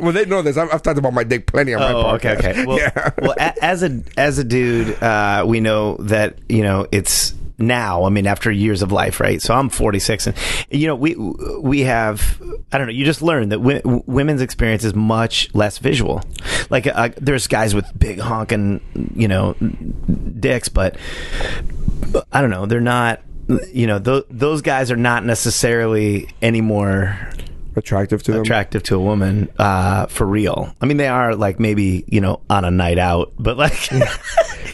[SPEAKER 1] well, they know this. I've, I've talked about my dick plenty on
[SPEAKER 4] <laughs> Oh,
[SPEAKER 1] my
[SPEAKER 4] okay,
[SPEAKER 1] podcast.
[SPEAKER 4] <laughs> okay. Well,
[SPEAKER 1] <laughs> yeah.
[SPEAKER 4] well, a- as a as a dude, uh, we know that you know it's now. I mean, after years of life, right? So I'm 46, and you know we we have I don't know. You just learn that wi- women's experience is much less visual. Like uh, there's guys with big honking, you know, dicks, but I don't know. They're not. You know, th- those guys are not necessarily anymore
[SPEAKER 1] attractive to them.
[SPEAKER 4] attractive to a woman uh, for real. I mean, they are like maybe you know on a night out, but like <laughs>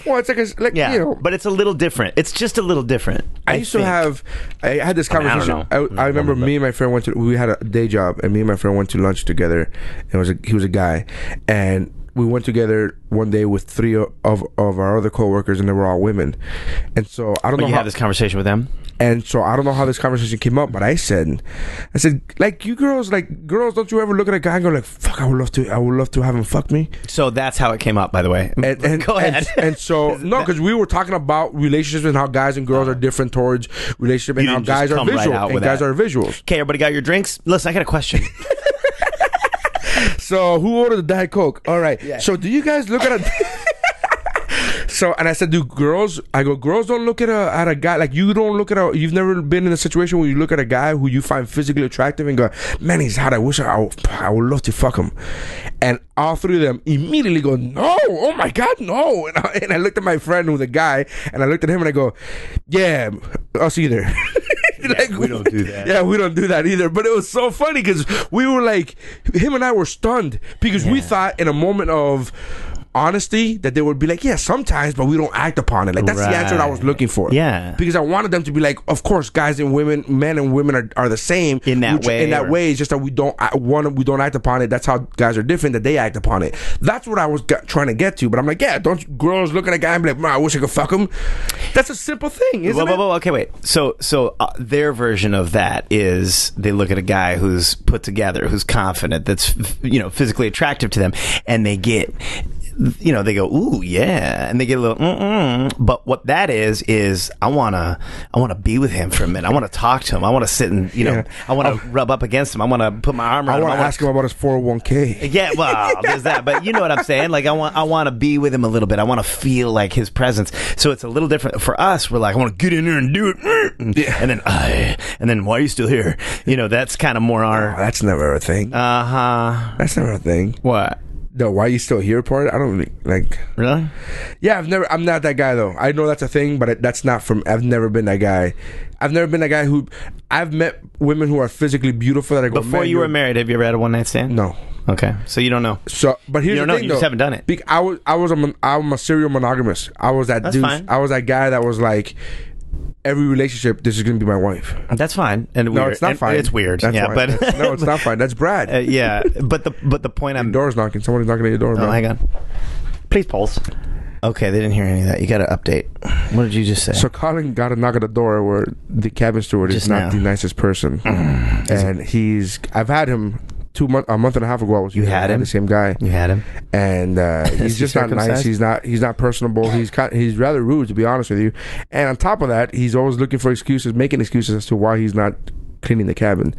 [SPEAKER 1] Well, it's like, a, like
[SPEAKER 4] yeah,
[SPEAKER 1] you know,
[SPEAKER 4] but it's a little different. It's just a little different.
[SPEAKER 1] I, used to
[SPEAKER 4] think.
[SPEAKER 1] have. I had this
[SPEAKER 4] mean, I don't
[SPEAKER 1] conversation. I,
[SPEAKER 4] know.
[SPEAKER 1] I, remember me and my friend went to. We had a day job, and me and my friend went to lunch together. And it was a, he was a guy, and we went together one day with three of of our other coworkers, and they were all women. And so I don't
[SPEAKER 4] But
[SPEAKER 1] know
[SPEAKER 4] you
[SPEAKER 1] how
[SPEAKER 4] had this conversation with them.
[SPEAKER 1] And so I don't know how this conversation came up, but I said, I said, like you girls, like girls, don't you ever look at a guy and go like, fuck, I would love to, I would love to have him fuck me.
[SPEAKER 4] So that's how it came up, by the way.
[SPEAKER 1] And, and,
[SPEAKER 4] <laughs> Go
[SPEAKER 1] and-
[SPEAKER 4] ahead.
[SPEAKER 1] And, <laughs> so no, because we were talking about relationships and how guys and girls are different towards relationship and
[SPEAKER 4] You
[SPEAKER 1] how
[SPEAKER 4] didn't just
[SPEAKER 1] guys are
[SPEAKER 4] come right
[SPEAKER 1] visual
[SPEAKER 4] out
[SPEAKER 1] and
[SPEAKER 4] with
[SPEAKER 1] guys
[SPEAKER 4] that.
[SPEAKER 1] are visuals.
[SPEAKER 4] Okay, everybody got your drinks. Listen, I got a question.
[SPEAKER 1] So who ordered the Diet Coke? All right. So do you guys look <laughs> at a So and I said, do girls? I go, girls don't look at a at a guy like you don't look at a. You've never been in a situation where you look at a guy who you find physically attractive and go, man, he's hot. I wish I I, I would love to fuck him. And all three of them immediately go, no, oh my god, no. <laughs> And I, and I looked at my friend who's a guy, and I looked at him and I go, yeah, us <laughs> either. like, we don't <laughs> do that. Yeah, we don't do that either. But it was so funny because we were like, him and I were stunned because we thought in a moment of honesty that they would be like, yeah, sometimes, but we don't act upon it. Like that's the answer that I was
[SPEAKER 4] Right.
[SPEAKER 1] looking for.
[SPEAKER 4] Yeah.
[SPEAKER 1] because I wanted them to be like, of course, guys and women, men and women are, are the same
[SPEAKER 4] In that
[SPEAKER 1] which-
[SPEAKER 4] way
[SPEAKER 1] In that
[SPEAKER 4] or-
[SPEAKER 1] way, it's just that we don't act- one we don't act upon it. That's how guys are different. That they act upon it. That's what I was got, trying to get to. But I'm like, yeah, don't girls look at a guy and be like, man, I wish I could fuck him. That's a simple thing, isn't
[SPEAKER 4] whoa,
[SPEAKER 1] it?
[SPEAKER 4] whoa, whoa, okay, wait. So, so uh, their version of that is they look at a guy who's put together, who's confident, that's f- you know physically attractive to them, and they get, you know, they go, ooh, yeah, and they get a little, mm-mm. but what that is is I wanna, I wanna be with him for a minute. I wanna talk to him. I wanna sit and you know,
[SPEAKER 1] Yeah. Oh.
[SPEAKER 4] I wanna rub up against him. I wanna put my arm around
[SPEAKER 1] I
[SPEAKER 4] him.
[SPEAKER 1] want to ask him about his 401k.
[SPEAKER 4] Yeah, well, there's that, but you know what I'm saying. Like, I want, I want to be with him a little bit. I want to feel like his presence. So it's a little different for us. We're like, I want to get in there and do it, and, and then, I, and then, why are you still here? You know, that's kind of more
[SPEAKER 1] Oh,
[SPEAKER 4] our,
[SPEAKER 1] that's never a thing.
[SPEAKER 4] uh huh.
[SPEAKER 1] That's never a thing.
[SPEAKER 4] What?
[SPEAKER 1] No, why you still here part? I don't really- like.
[SPEAKER 4] Really?
[SPEAKER 1] Yeah, I've never. I'm not that guy though. I know that's a thing, but it, that's not from. I've never been that guy. I've never been that guy who. I've met women who are physically beautiful that I go.
[SPEAKER 4] Before
[SPEAKER 1] "Man,
[SPEAKER 4] you were
[SPEAKER 1] you're-"
[SPEAKER 4] married, have you ever had a one night stand?
[SPEAKER 1] No.
[SPEAKER 9] Okay, so you don't know.
[SPEAKER 1] So, but here's
[SPEAKER 9] You don't
[SPEAKER 1] the
[SPEAKER 9] know,
[SPEAKER 1] thing,
[SPEAKER 9] you
[SPEAKER 1] though.
[SPEAKER 9] just haven't done it.
[SPEAKER 1] Bec- I was, I was, a mon- I'm a serial monogamous. I was that
[SPEAKER 9] That's
[SPEAKER 1] dude.
[SPEAKER 9] fine.
[SPEAKER 1] I was that guy that was like, every relationship, this is gonna be my wife.
[SPEAKER 9] That's fine. And
[SPEAKER 1] No,
[SPEAKER 9] weird.
[SPEAKER 1] it's not
[SPEAKER 9] And-
[SPEAKER 1] fine.
[SPEAKER 9] It's weird.
[SPEAKER 1] That's
[SPEAKER 9] yeah,
[SPEAKER 1] fine.
[SPEAKER 9] but
[SPEAKER 1] no, it's not
[SPEAKER 4] <laughs>
[SPEAKER 1] fine. That's Brad.
[SPEAKER 9] <laughs> Uh, yeah, but the but the point I'm
[SPEAKER 1] door's knocking. Somebody's knocking at your door.
[SPEAKER 9] Oh,
[SPEAKER 1] man.
[SPEAKER 9] hang on. Please pause. Okay, they didn't hear any of that. You got to update. What did you just say?
[SPEAKER 1] So Colin got a knock at the door where the cabin steward
[SPEAKER 9] Just
[SPEAKER 1] is not
[SPEAKER 9] now. Mm.
[SPEAKER 1] the nicest person, and he's. I've had him two month, a month and a half ago. I was
[SPEAKER 9] You had him?
[SPEAKER 1] the same guy,
[SPEAKER 9] you had him.
[SPEAKER 1] and
[SPEAKER 9] <laughs>
[SPEAKER 1] uh,
[SPEAKER 9] Is
[SPEAKER 1] he's
[SPEAKER 9] he
[SPEAKER 1] just not nice.
[SPEAKER 9] circumcised?
[SPEAKER 1] He's not. He's not personable. He's kind, he's rather rude, to be honest with you. And on top of that, he's always looking for excuses, making excuses as to why he's not cleaning the cabin.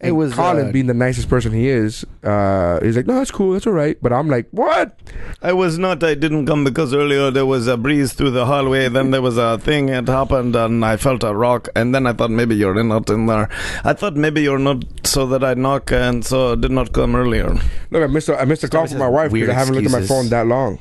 [SPEAKER 1] And
[SPEAKER 4] It was,
[SPEAKER 1] Colin,
[SPEAKER 4] uh,
[SPEAKER 1] being the nicest person he is, uh, he's like, "No, that's cool. That's all right." But I'm like, "What?"
[SPEAKER 9] I was not. I didn't come because earlier there was a breeze through the hallway. Then there was a thing that happened, and I felt a rock. And then I thought maybe you're not in there. I thought maybe you're not, so that I knock, and so I did not come earlier.
[SPEAKER 1] Look, I missed a, I missed a call
[SPEAKER 9] always
[SPEAKER 1] from
[SPEAKER 9] has
[SPEAKER 1] my wife because
[SPEAKER 9] weird
[SPEAKER 1] I haven't looked at my phone
[SPEAKER 9] excuses.
[SPEAKER 1] that long.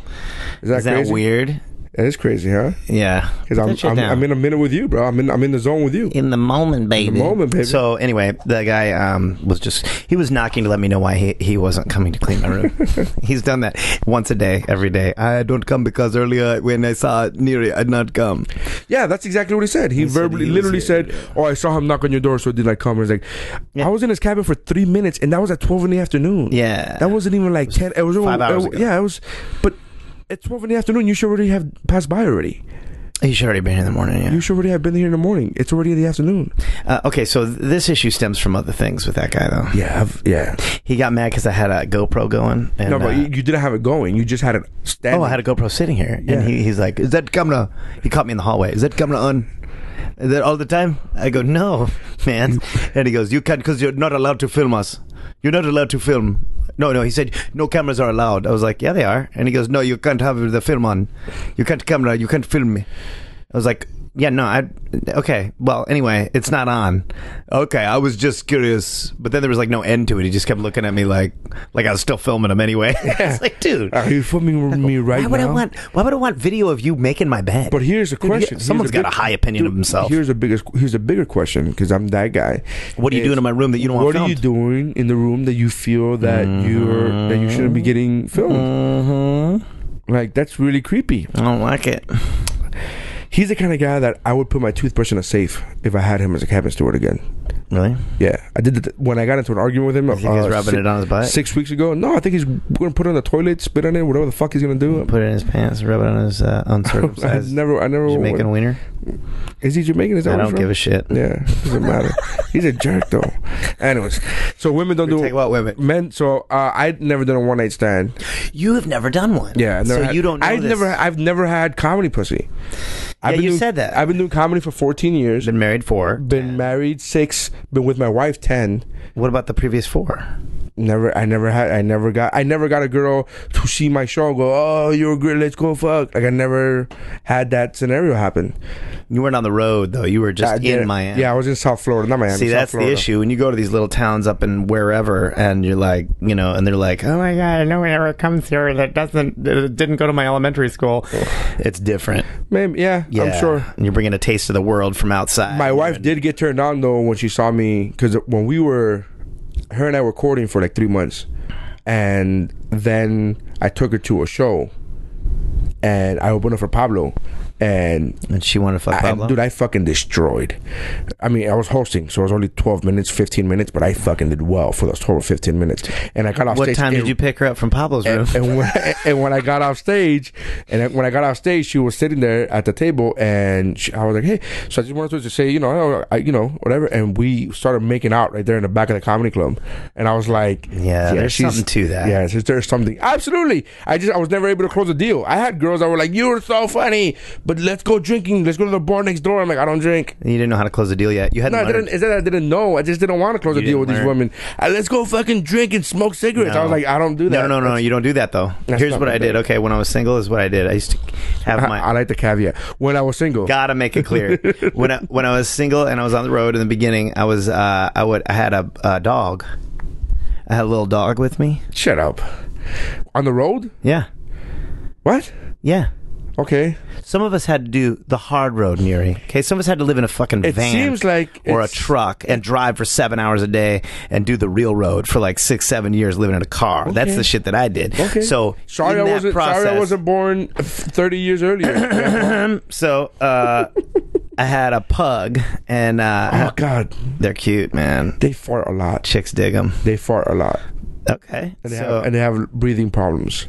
[SPEAKER 1] Is that
[SPEAKER 9] Is that
[SPEAKER 1] crazy?
[SPEAKER 9] weird?
[SPEAKER 1] That is crazy, huh?
[SPEAKER 9] Yeah.
[SPEAKER 1] Because I'm, I'm, I'm in a minute with you, bro. I'm in I'm in the zone with you.
[SPEAKER 9] in the moment, baby.
[SPEAKER 1] moment, baby.
[SPEAKER 4] So anyway, the guy um, was just he was knocking to let me know why he, he wasn't coming to clean
[SPEAKER 1] <laughs>
[SPEAKER 4] my room. He's done that once a day, every day. I don't come because earlier when I saw Neri, I'd not come.
[SPEAKER 1] Yeah, that's exactly what he said. He, verbally,
[SPEAKER 4] he was
[SPEAKER 1] literally said, "Oh, I saw him knock on your door, so did I come?" He's like, "I was in his cabin for three minutes, and that was at twelve in the afternoon.
[SPEAKER 4] Yeah.
[SPEAKER 1] that wasn't even like ten. It was
[SPEAKER 4] five
[SPEAKER 1] it-
[SPEAKER 4] hours ago.
[SPEAKER 1] Yeah, it was, but." At twelve in the afternoon, you should already have passed by already.
[SPEAKER 4] He should already been in the morning. Yeah.
[SPEAKER 1] You should already have been here in the morning. It's already in the afternoon.
[SPEAKER 4] Uh, okay, so th- this issue stems from other things with that guy though.
[SPEAKER 1] Yeah, I've, yeah.
[SPEAKER 4] He got mad because I had a GoPro going. And,
[SPEAKER 1] No, but
[SPEAKER 4] uh,
[SPEAKER 1] you, you didn't have it going. You just had it standing.
[SPEAKER 4] Oh, I had a GoPro sitting here,
[SPEAKER 1] Yeah.
[SPEAKER 4] and he, he's like, "Is that camera?" He caught me in the hallway. Is that camera on? Is that all the time? I go, "No, man." and he goes, "You can't, because you're not allowed to film us. You're not allowed to film." No, no. He said, "No cameras are allowed." I was like, "Yeah, they are." And he goes, "No, you can't have the film on. You can't camera. You can't film me." I was like, "Yeah, no, I okay. Well, anyway, it's not on. Okay, I was just curious, but then there was like no end to it. He just kept looking at me like, like I was still filming him anyway. <laughs> it's like, dude,
[SPEAKER 1] Are you filming me right
[SPEAKER 4] why would
[SPEAKER 1] now?
[SPEAKER 4] I want? Why would I want video of you making my bed?
[SPEAKER 1] But here's the
[SPEAKER 4] Dude, you-
[SPEAKER 1] question.
[SPEAKER 4] someone's
[SPEAKER 1] Here's
[SPEAKER 4] got
[SPEAKER 1] big-
[SPEAKER 4] a high opinion of
[SPEAKER 1] dude,
[SPEAKER 4] himself.
[SPEAKER 1] Here's a biggest. Here's a bigger question because I'm that guy.
[SPEAKER 4] What are you
[SPEAKER 1] Is
[SPEAKER 4] doing in my room that you don't want
[SPEAKER 1] What are you
[SPEAKER 4] filmed?
[SPEAKER 1] doing in the room that you feel that you're that you shouldn't be getting filmed?
[SPEAKER 4] Mm-hmm.
[SPEAKER 1] Like that's really creepy.
[SPEAKER 4] I don't like it.
[SPEAKER 1] He's the kind of guy that I would put my toothbrush in a safe if I had him as a cabin steward again.
[SPEAKER 4] Really?
[SPEAKER 1] Yeah, I did that when I got into an argument with him.
[SPEAKER 4] You think he's
[SPEAKER 1] uh,
[SPEAKER 4] rubbing
[SPEAKER 1] si-
[SPEAKER 4] it on his butt?
[SPEAKER 1] Six weeks ago, no, I think he's gonna put it on the toilet, spit on it, whatever the fuck he's gonna do.
[SPEAKER 4] Put it in his pants. Rub it on
[SPEAKER 1] <laughs>
[SPEAKER 4] his uh,
[SPEAKER 1] I
[SPEAKER 4] uncircumcised
[SPEAKER 1] never, I never.
[SPEAKER 4] Jamaican wiener.
[SPEAKER 1] Is he Jamaican? Is that
[SPEAKER 4] I
[SPEAKER 1] where
[SPEAKER 4] don't
[SPEAKER 1] he's
[SPEAKER 4] give
[SPEAKER 1] from?
[SPEAKER 4] a shit.
[SPEAKER 1] Yeah, doesn't matter. He's a jerk though. Anyways, so women don't
[SPEAKER 4] Take
[SPEAKER 1] do
[SPEAKER 4] what women?
[SPEAKER 1] men. So uh, I'd never done a one night stand.
[SPEAKER 4] You have never done one.
[SPEAKER 1] Yeah, I never
[SPEAKER 4] so
[SPEAKER 1] had-
[SPEAKER 4] you don't. Know
[SPEAKER 1] I've
[SPEAKER 4] this.
[SPEAKER 1] never, I've never had comedy pussy.
[SPEAKER 4] Yeah, you
[SPEAKER 1] doing,
[SPEAKER 4] said that.
[SPEAKER 1] I've been doing comedy for 14 years.
[SPEAKER 4] been married for.
[SPEAKER 1] Been married six. Been with my wife 10.
[SPEAKER 4] What about the previous four?
[SPEAKER 1] Never, I never had, I never got, I never got a girl to see my show and go, oh, you're great, let's go fuck. Like I never had that scenario happen.
[SPEAKER 4] You weren't on the road though. You were
[SPEAKER 1] I
[SPEAKER 4] just
[SPEAKER 1] did-
[SPEAKER 4] in Miami.
[SPEAKER 1] Yeah, I was in South Florida, not Miami.
[SPEAKER 4] See,
[SPEAKER 1] South
[SPEAKER 4] that's
[SPEAKER 1] Florida.
[SPEAKER 4] the issue. When you go to these little towns up in wherever, and you're like, you know, and they're like, oh my god, no one ever comes here that doesn't that didn't go to my elementary school. it's different.
[SPEAKER 1] Maybe, yeah,
[SPEAKER 4] Yeah,
[SPEAKER 1] I'm sure.
[SPEAKER 4] And you're bringing a taste of the world from outside.
[SPEAKER 1] My wife did get turned on though when she saw me because when we were, her and I were courting for like three months, and then I took her to a show, and I opened up for Pablo, and
[SPEAKER 4] and she wanted to fuck
[SPEAKER 1] I-
[SPEAKER 4] Pablo.
[SPEAKER 1] dude, I fucking destroyed. I mean, I was hosting, so it was only twelve minutes, fifteen minutes, but I fucking did well for those total fifteen minutes, and I got off.
[SPEAKER 4] what
[SPEAKER 1] stage
[SPEAKER 4] time
[SPEAKER 1] and-
[SPEAKER 4] did you pick her up from Pablo's room?
[SPEAKER 1] <laughs> and, and when and when I got off stage, and then when I got off stage, she was sitting there at the table, and she, I was like, "Hey," so I just wanted to just say, you know, oh, I, you know, whatever, and we started making out right there in the back of the comedy club, and I was like,
[SPEAKER 4] Yeah, there's
[SPEAKER 1] she's-
[SPEAKER 4] something to that."
[SPEAKER 1] Yeah, there's- there's something. Absolutely, I just I was never able to close the deal. I had girls that were like, "You're so funny," but let's go drinking. Let's go to the bar next door. I'm like, I don't drink.
[SPEAKER 4] you didn't know how to close the deal yet. You hadn't.
[SPEAKER 1] No, I
[SPEAKER 4] learned.
[SPEAKER 1] didn't. Is that I didn't know? I just didn't want to close the
[SPEAKER 4] You
[SPEAKER 1] deal with
[SPEAKER 4] didn't
[SPEAKER 1] these
[SPEAKER 4] learn.
[SPEAKER 1] women. Uh, let's go fucking drink and smoke cigarettes. I was like, I don't do that.
[SPEAKER 4] No, no, no, no. You don't do that though.
[SPEAKER 1] That's
[SPEAKER 4] Here's
[SPEAKER 1] not
[SPEAKER 4] what
[SPEAKER 1] my
[SPEAKER 4] I did.
[SPEAKER 1] thing.
[SPEAKER 4] Okay, when I was single, is what I did. I used to have my.
[SPEAKER 1] I, I like the caveat. When I was single,
[SPEAKER 4] gotta make it
[SPEAKER 1] <laughs>
[SPEAKER 4] clear when I, when I was single and I was on the road in the beginning I was uh, I would I had a, a dog I had a little dog with me
[SPEAKER 1] shut up. On the road?
[SPEAKER 4] yeah
[SPEAKER 1] What?
[SPEAKER 4] yeah
[SPEAKER 1] Okay.
[SPEAKER 4] Some of us had to do the hard road, Neri. Okay, some of us had to live in a fucking
[SPEAKER 1] It
[SPEAKER 4] van
[SPEAKER 1] seems like
[SPEAKER 4] or a
[SPEAKER 1] it's-
[SPEAKER 4] truck and drive for seven hours a day and do the real road for like six, seven years living in a car. That's
[SPEAKER 1] Okay.
[SPEAKER 4] the shit that I did.
[SPEAKER 1] Okay.
[SPEAKER 4] So
[SPEAKER 1] sorry,
[SPEAKER 4] in
[SPEAKER 1] I
[SPEAKER 4] that
[SPEAKER 1] wasn't.
[SPEAKER 4] Process,
[SPEAKER 1] Sorry, I wasn't born thirty years earlier.
[SPEAKER 4] <coughs>
[SPEAKER 1] Yeah.
[SPEAKER 4] So uh, <laughs> I had a pug, and uh,
[SPEAKER 1] oh God,
[SPEAKER 4] they're cute, man.
[SPEAKER 1] they fart a lot.
[SPEAKER 4] Chicks dig them.
[SPEAKER 1] They fart a lot,
[SPEAKER 4] Okay.
[SPEAKER 1] and they,
[SPEAKER 4] so,
[SPEAKER 1] have, and they have breathing problems.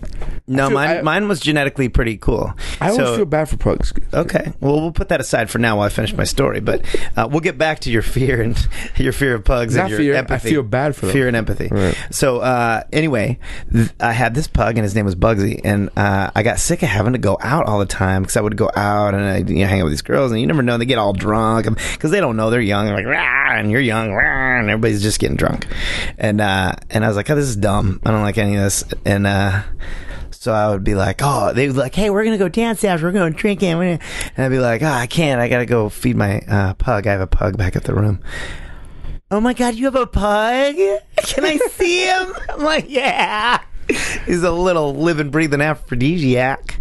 [SPEAKER 4] no,
[SPEAKER 1] feel-
[SPEAKER 4] mine,
[SPEAKER 1] I-
[SPEAKER 4] mine was genetically pretty cool.
[SPEAKER 1] I always
[SPEAKER 4] So-
[SPEAKER 1] feel bad for pugs.
[SPEAKER 4] Okay. Well, we'll put that aside for now while I finish my story. But uh, we'll get back to your fear and <laughs> your fear of pugs
[SPEAKER 1] Not
[SPEAKER 4] and your
[SPEAKER 1] fear, I
[SPEAKER 4] empathy.
[SPEAKER 1] feel bad for them.
[SPEAKER 4] Fear and empathy.
[SPEAKER 1] Right.
[SPEAKER 4] So uh, anyway, th- I had this pug and his name was Bugsy, and uh, I got sick of having to go out all the time because I would go out and I you know, hang out with these girls, and you never know they get all drunk because they don't know they're young. They're like, "Rah," and you're young, "Rah," and everybody's just getting drunk, and uh, and I was like, oh, this is dumb. I don't like any of this, and. Uh, so I would be like, oh, they would like, hey, we're gonna go dance after, we're going drinking, we're gonna-" and I'd be like, oh, I can't, I gotta go feed my uh, pug. I have a pug back at the room. Oh my god, you have a pug? Can I see <laughs> him? I'm like, yeah. He's a little living, breathing aphrodisiac.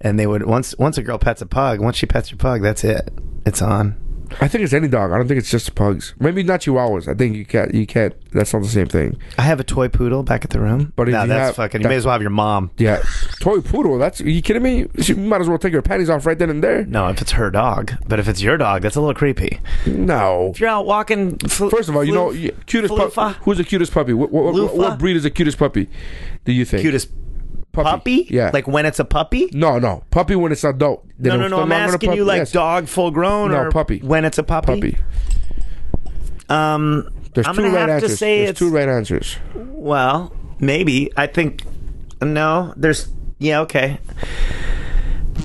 [SPEAKER 4] And they would once once a girl pets a pug, once she pets your pug, that's it. It's on.
[SPEAKER 1] I think it's any dog. I don't think it's just pugs. Maybe not Chihuahuas. I think you can't. You can't. That's not the same thing.
[SPEAKER 4] I have a toy poodle back at the room.
[SPEAKER 1] But if
[SPEAKER 4] no,
[SPEAKER 1] you
[SPEAKER 4] that's
[SPEAKER 1] have-
[SPEAKER 4] fucking.
[SPEAKER 1] that-
[SPEAKER 4] you may as well have your mom.
[SPEAKER 1] Yeah, toy poodle. That's you kidding me? She might as well take her panties off right then and there.
[SPEAKER 4] No, if it's her dog, but if it's your dog, that's a little creepy.
[SPEAKER 1] No.
[SPEAKER 4] If you're out walking, fl-
[SPEAKER 1] First of all, you know,
[SPEAKER 4] flu-
[SPEAKER 1] you- cutest
[SPEAKER 4] floofa?
[SPEAKER 1] puppy. Who's the cutest puppy? What, what, what,
[SPEAKER 4] Floofa?
[SPEAKER 1] what breed is the cutest puppy? Do you think
[SPEAKER 4] cutest puppy.
[SPEAKER 1] Yeah.
[SPEAKER 4] like when it's a puppy.
[SPEAKER 1] no, no puppy when it's adult. They
[SPEAKER 4] No, no,
[SPEAKER 1] don't-
[SPEAKER 4] no. I'm
[SPEAKER 1] longer a
[SPEAKER 4] asking you
[SPEAKER 1] puppy.
[SPEAKER 4] like
[SPEAKER 1] Yes.
[SPEAKER 4] dog, full grown,
[SPEAKER 1] No,
[SPEAKER 4] or
[SPEAKER 1] puppy.
[SPEAKER 4] When it's a
[SPEAKER 1] Puppy.
[SPEAKER 4] puppy. Um,
[SPEAKER 1] There's
[SPEAKER 4] I'm
[SPEAKER 1] two
[SPEAKER 4] gonna
[SPEAKER 1] right
[SPEAKER 4] have
[SPEAKER 1] answers.
[SPEAKER 4] to say
[SPEAKER 1] There's
[SPEAKER 4] it's
[SPEAKER 1] two right answers.
[SPEAKER 4] well, maybe. I think no. There's yeah, okay.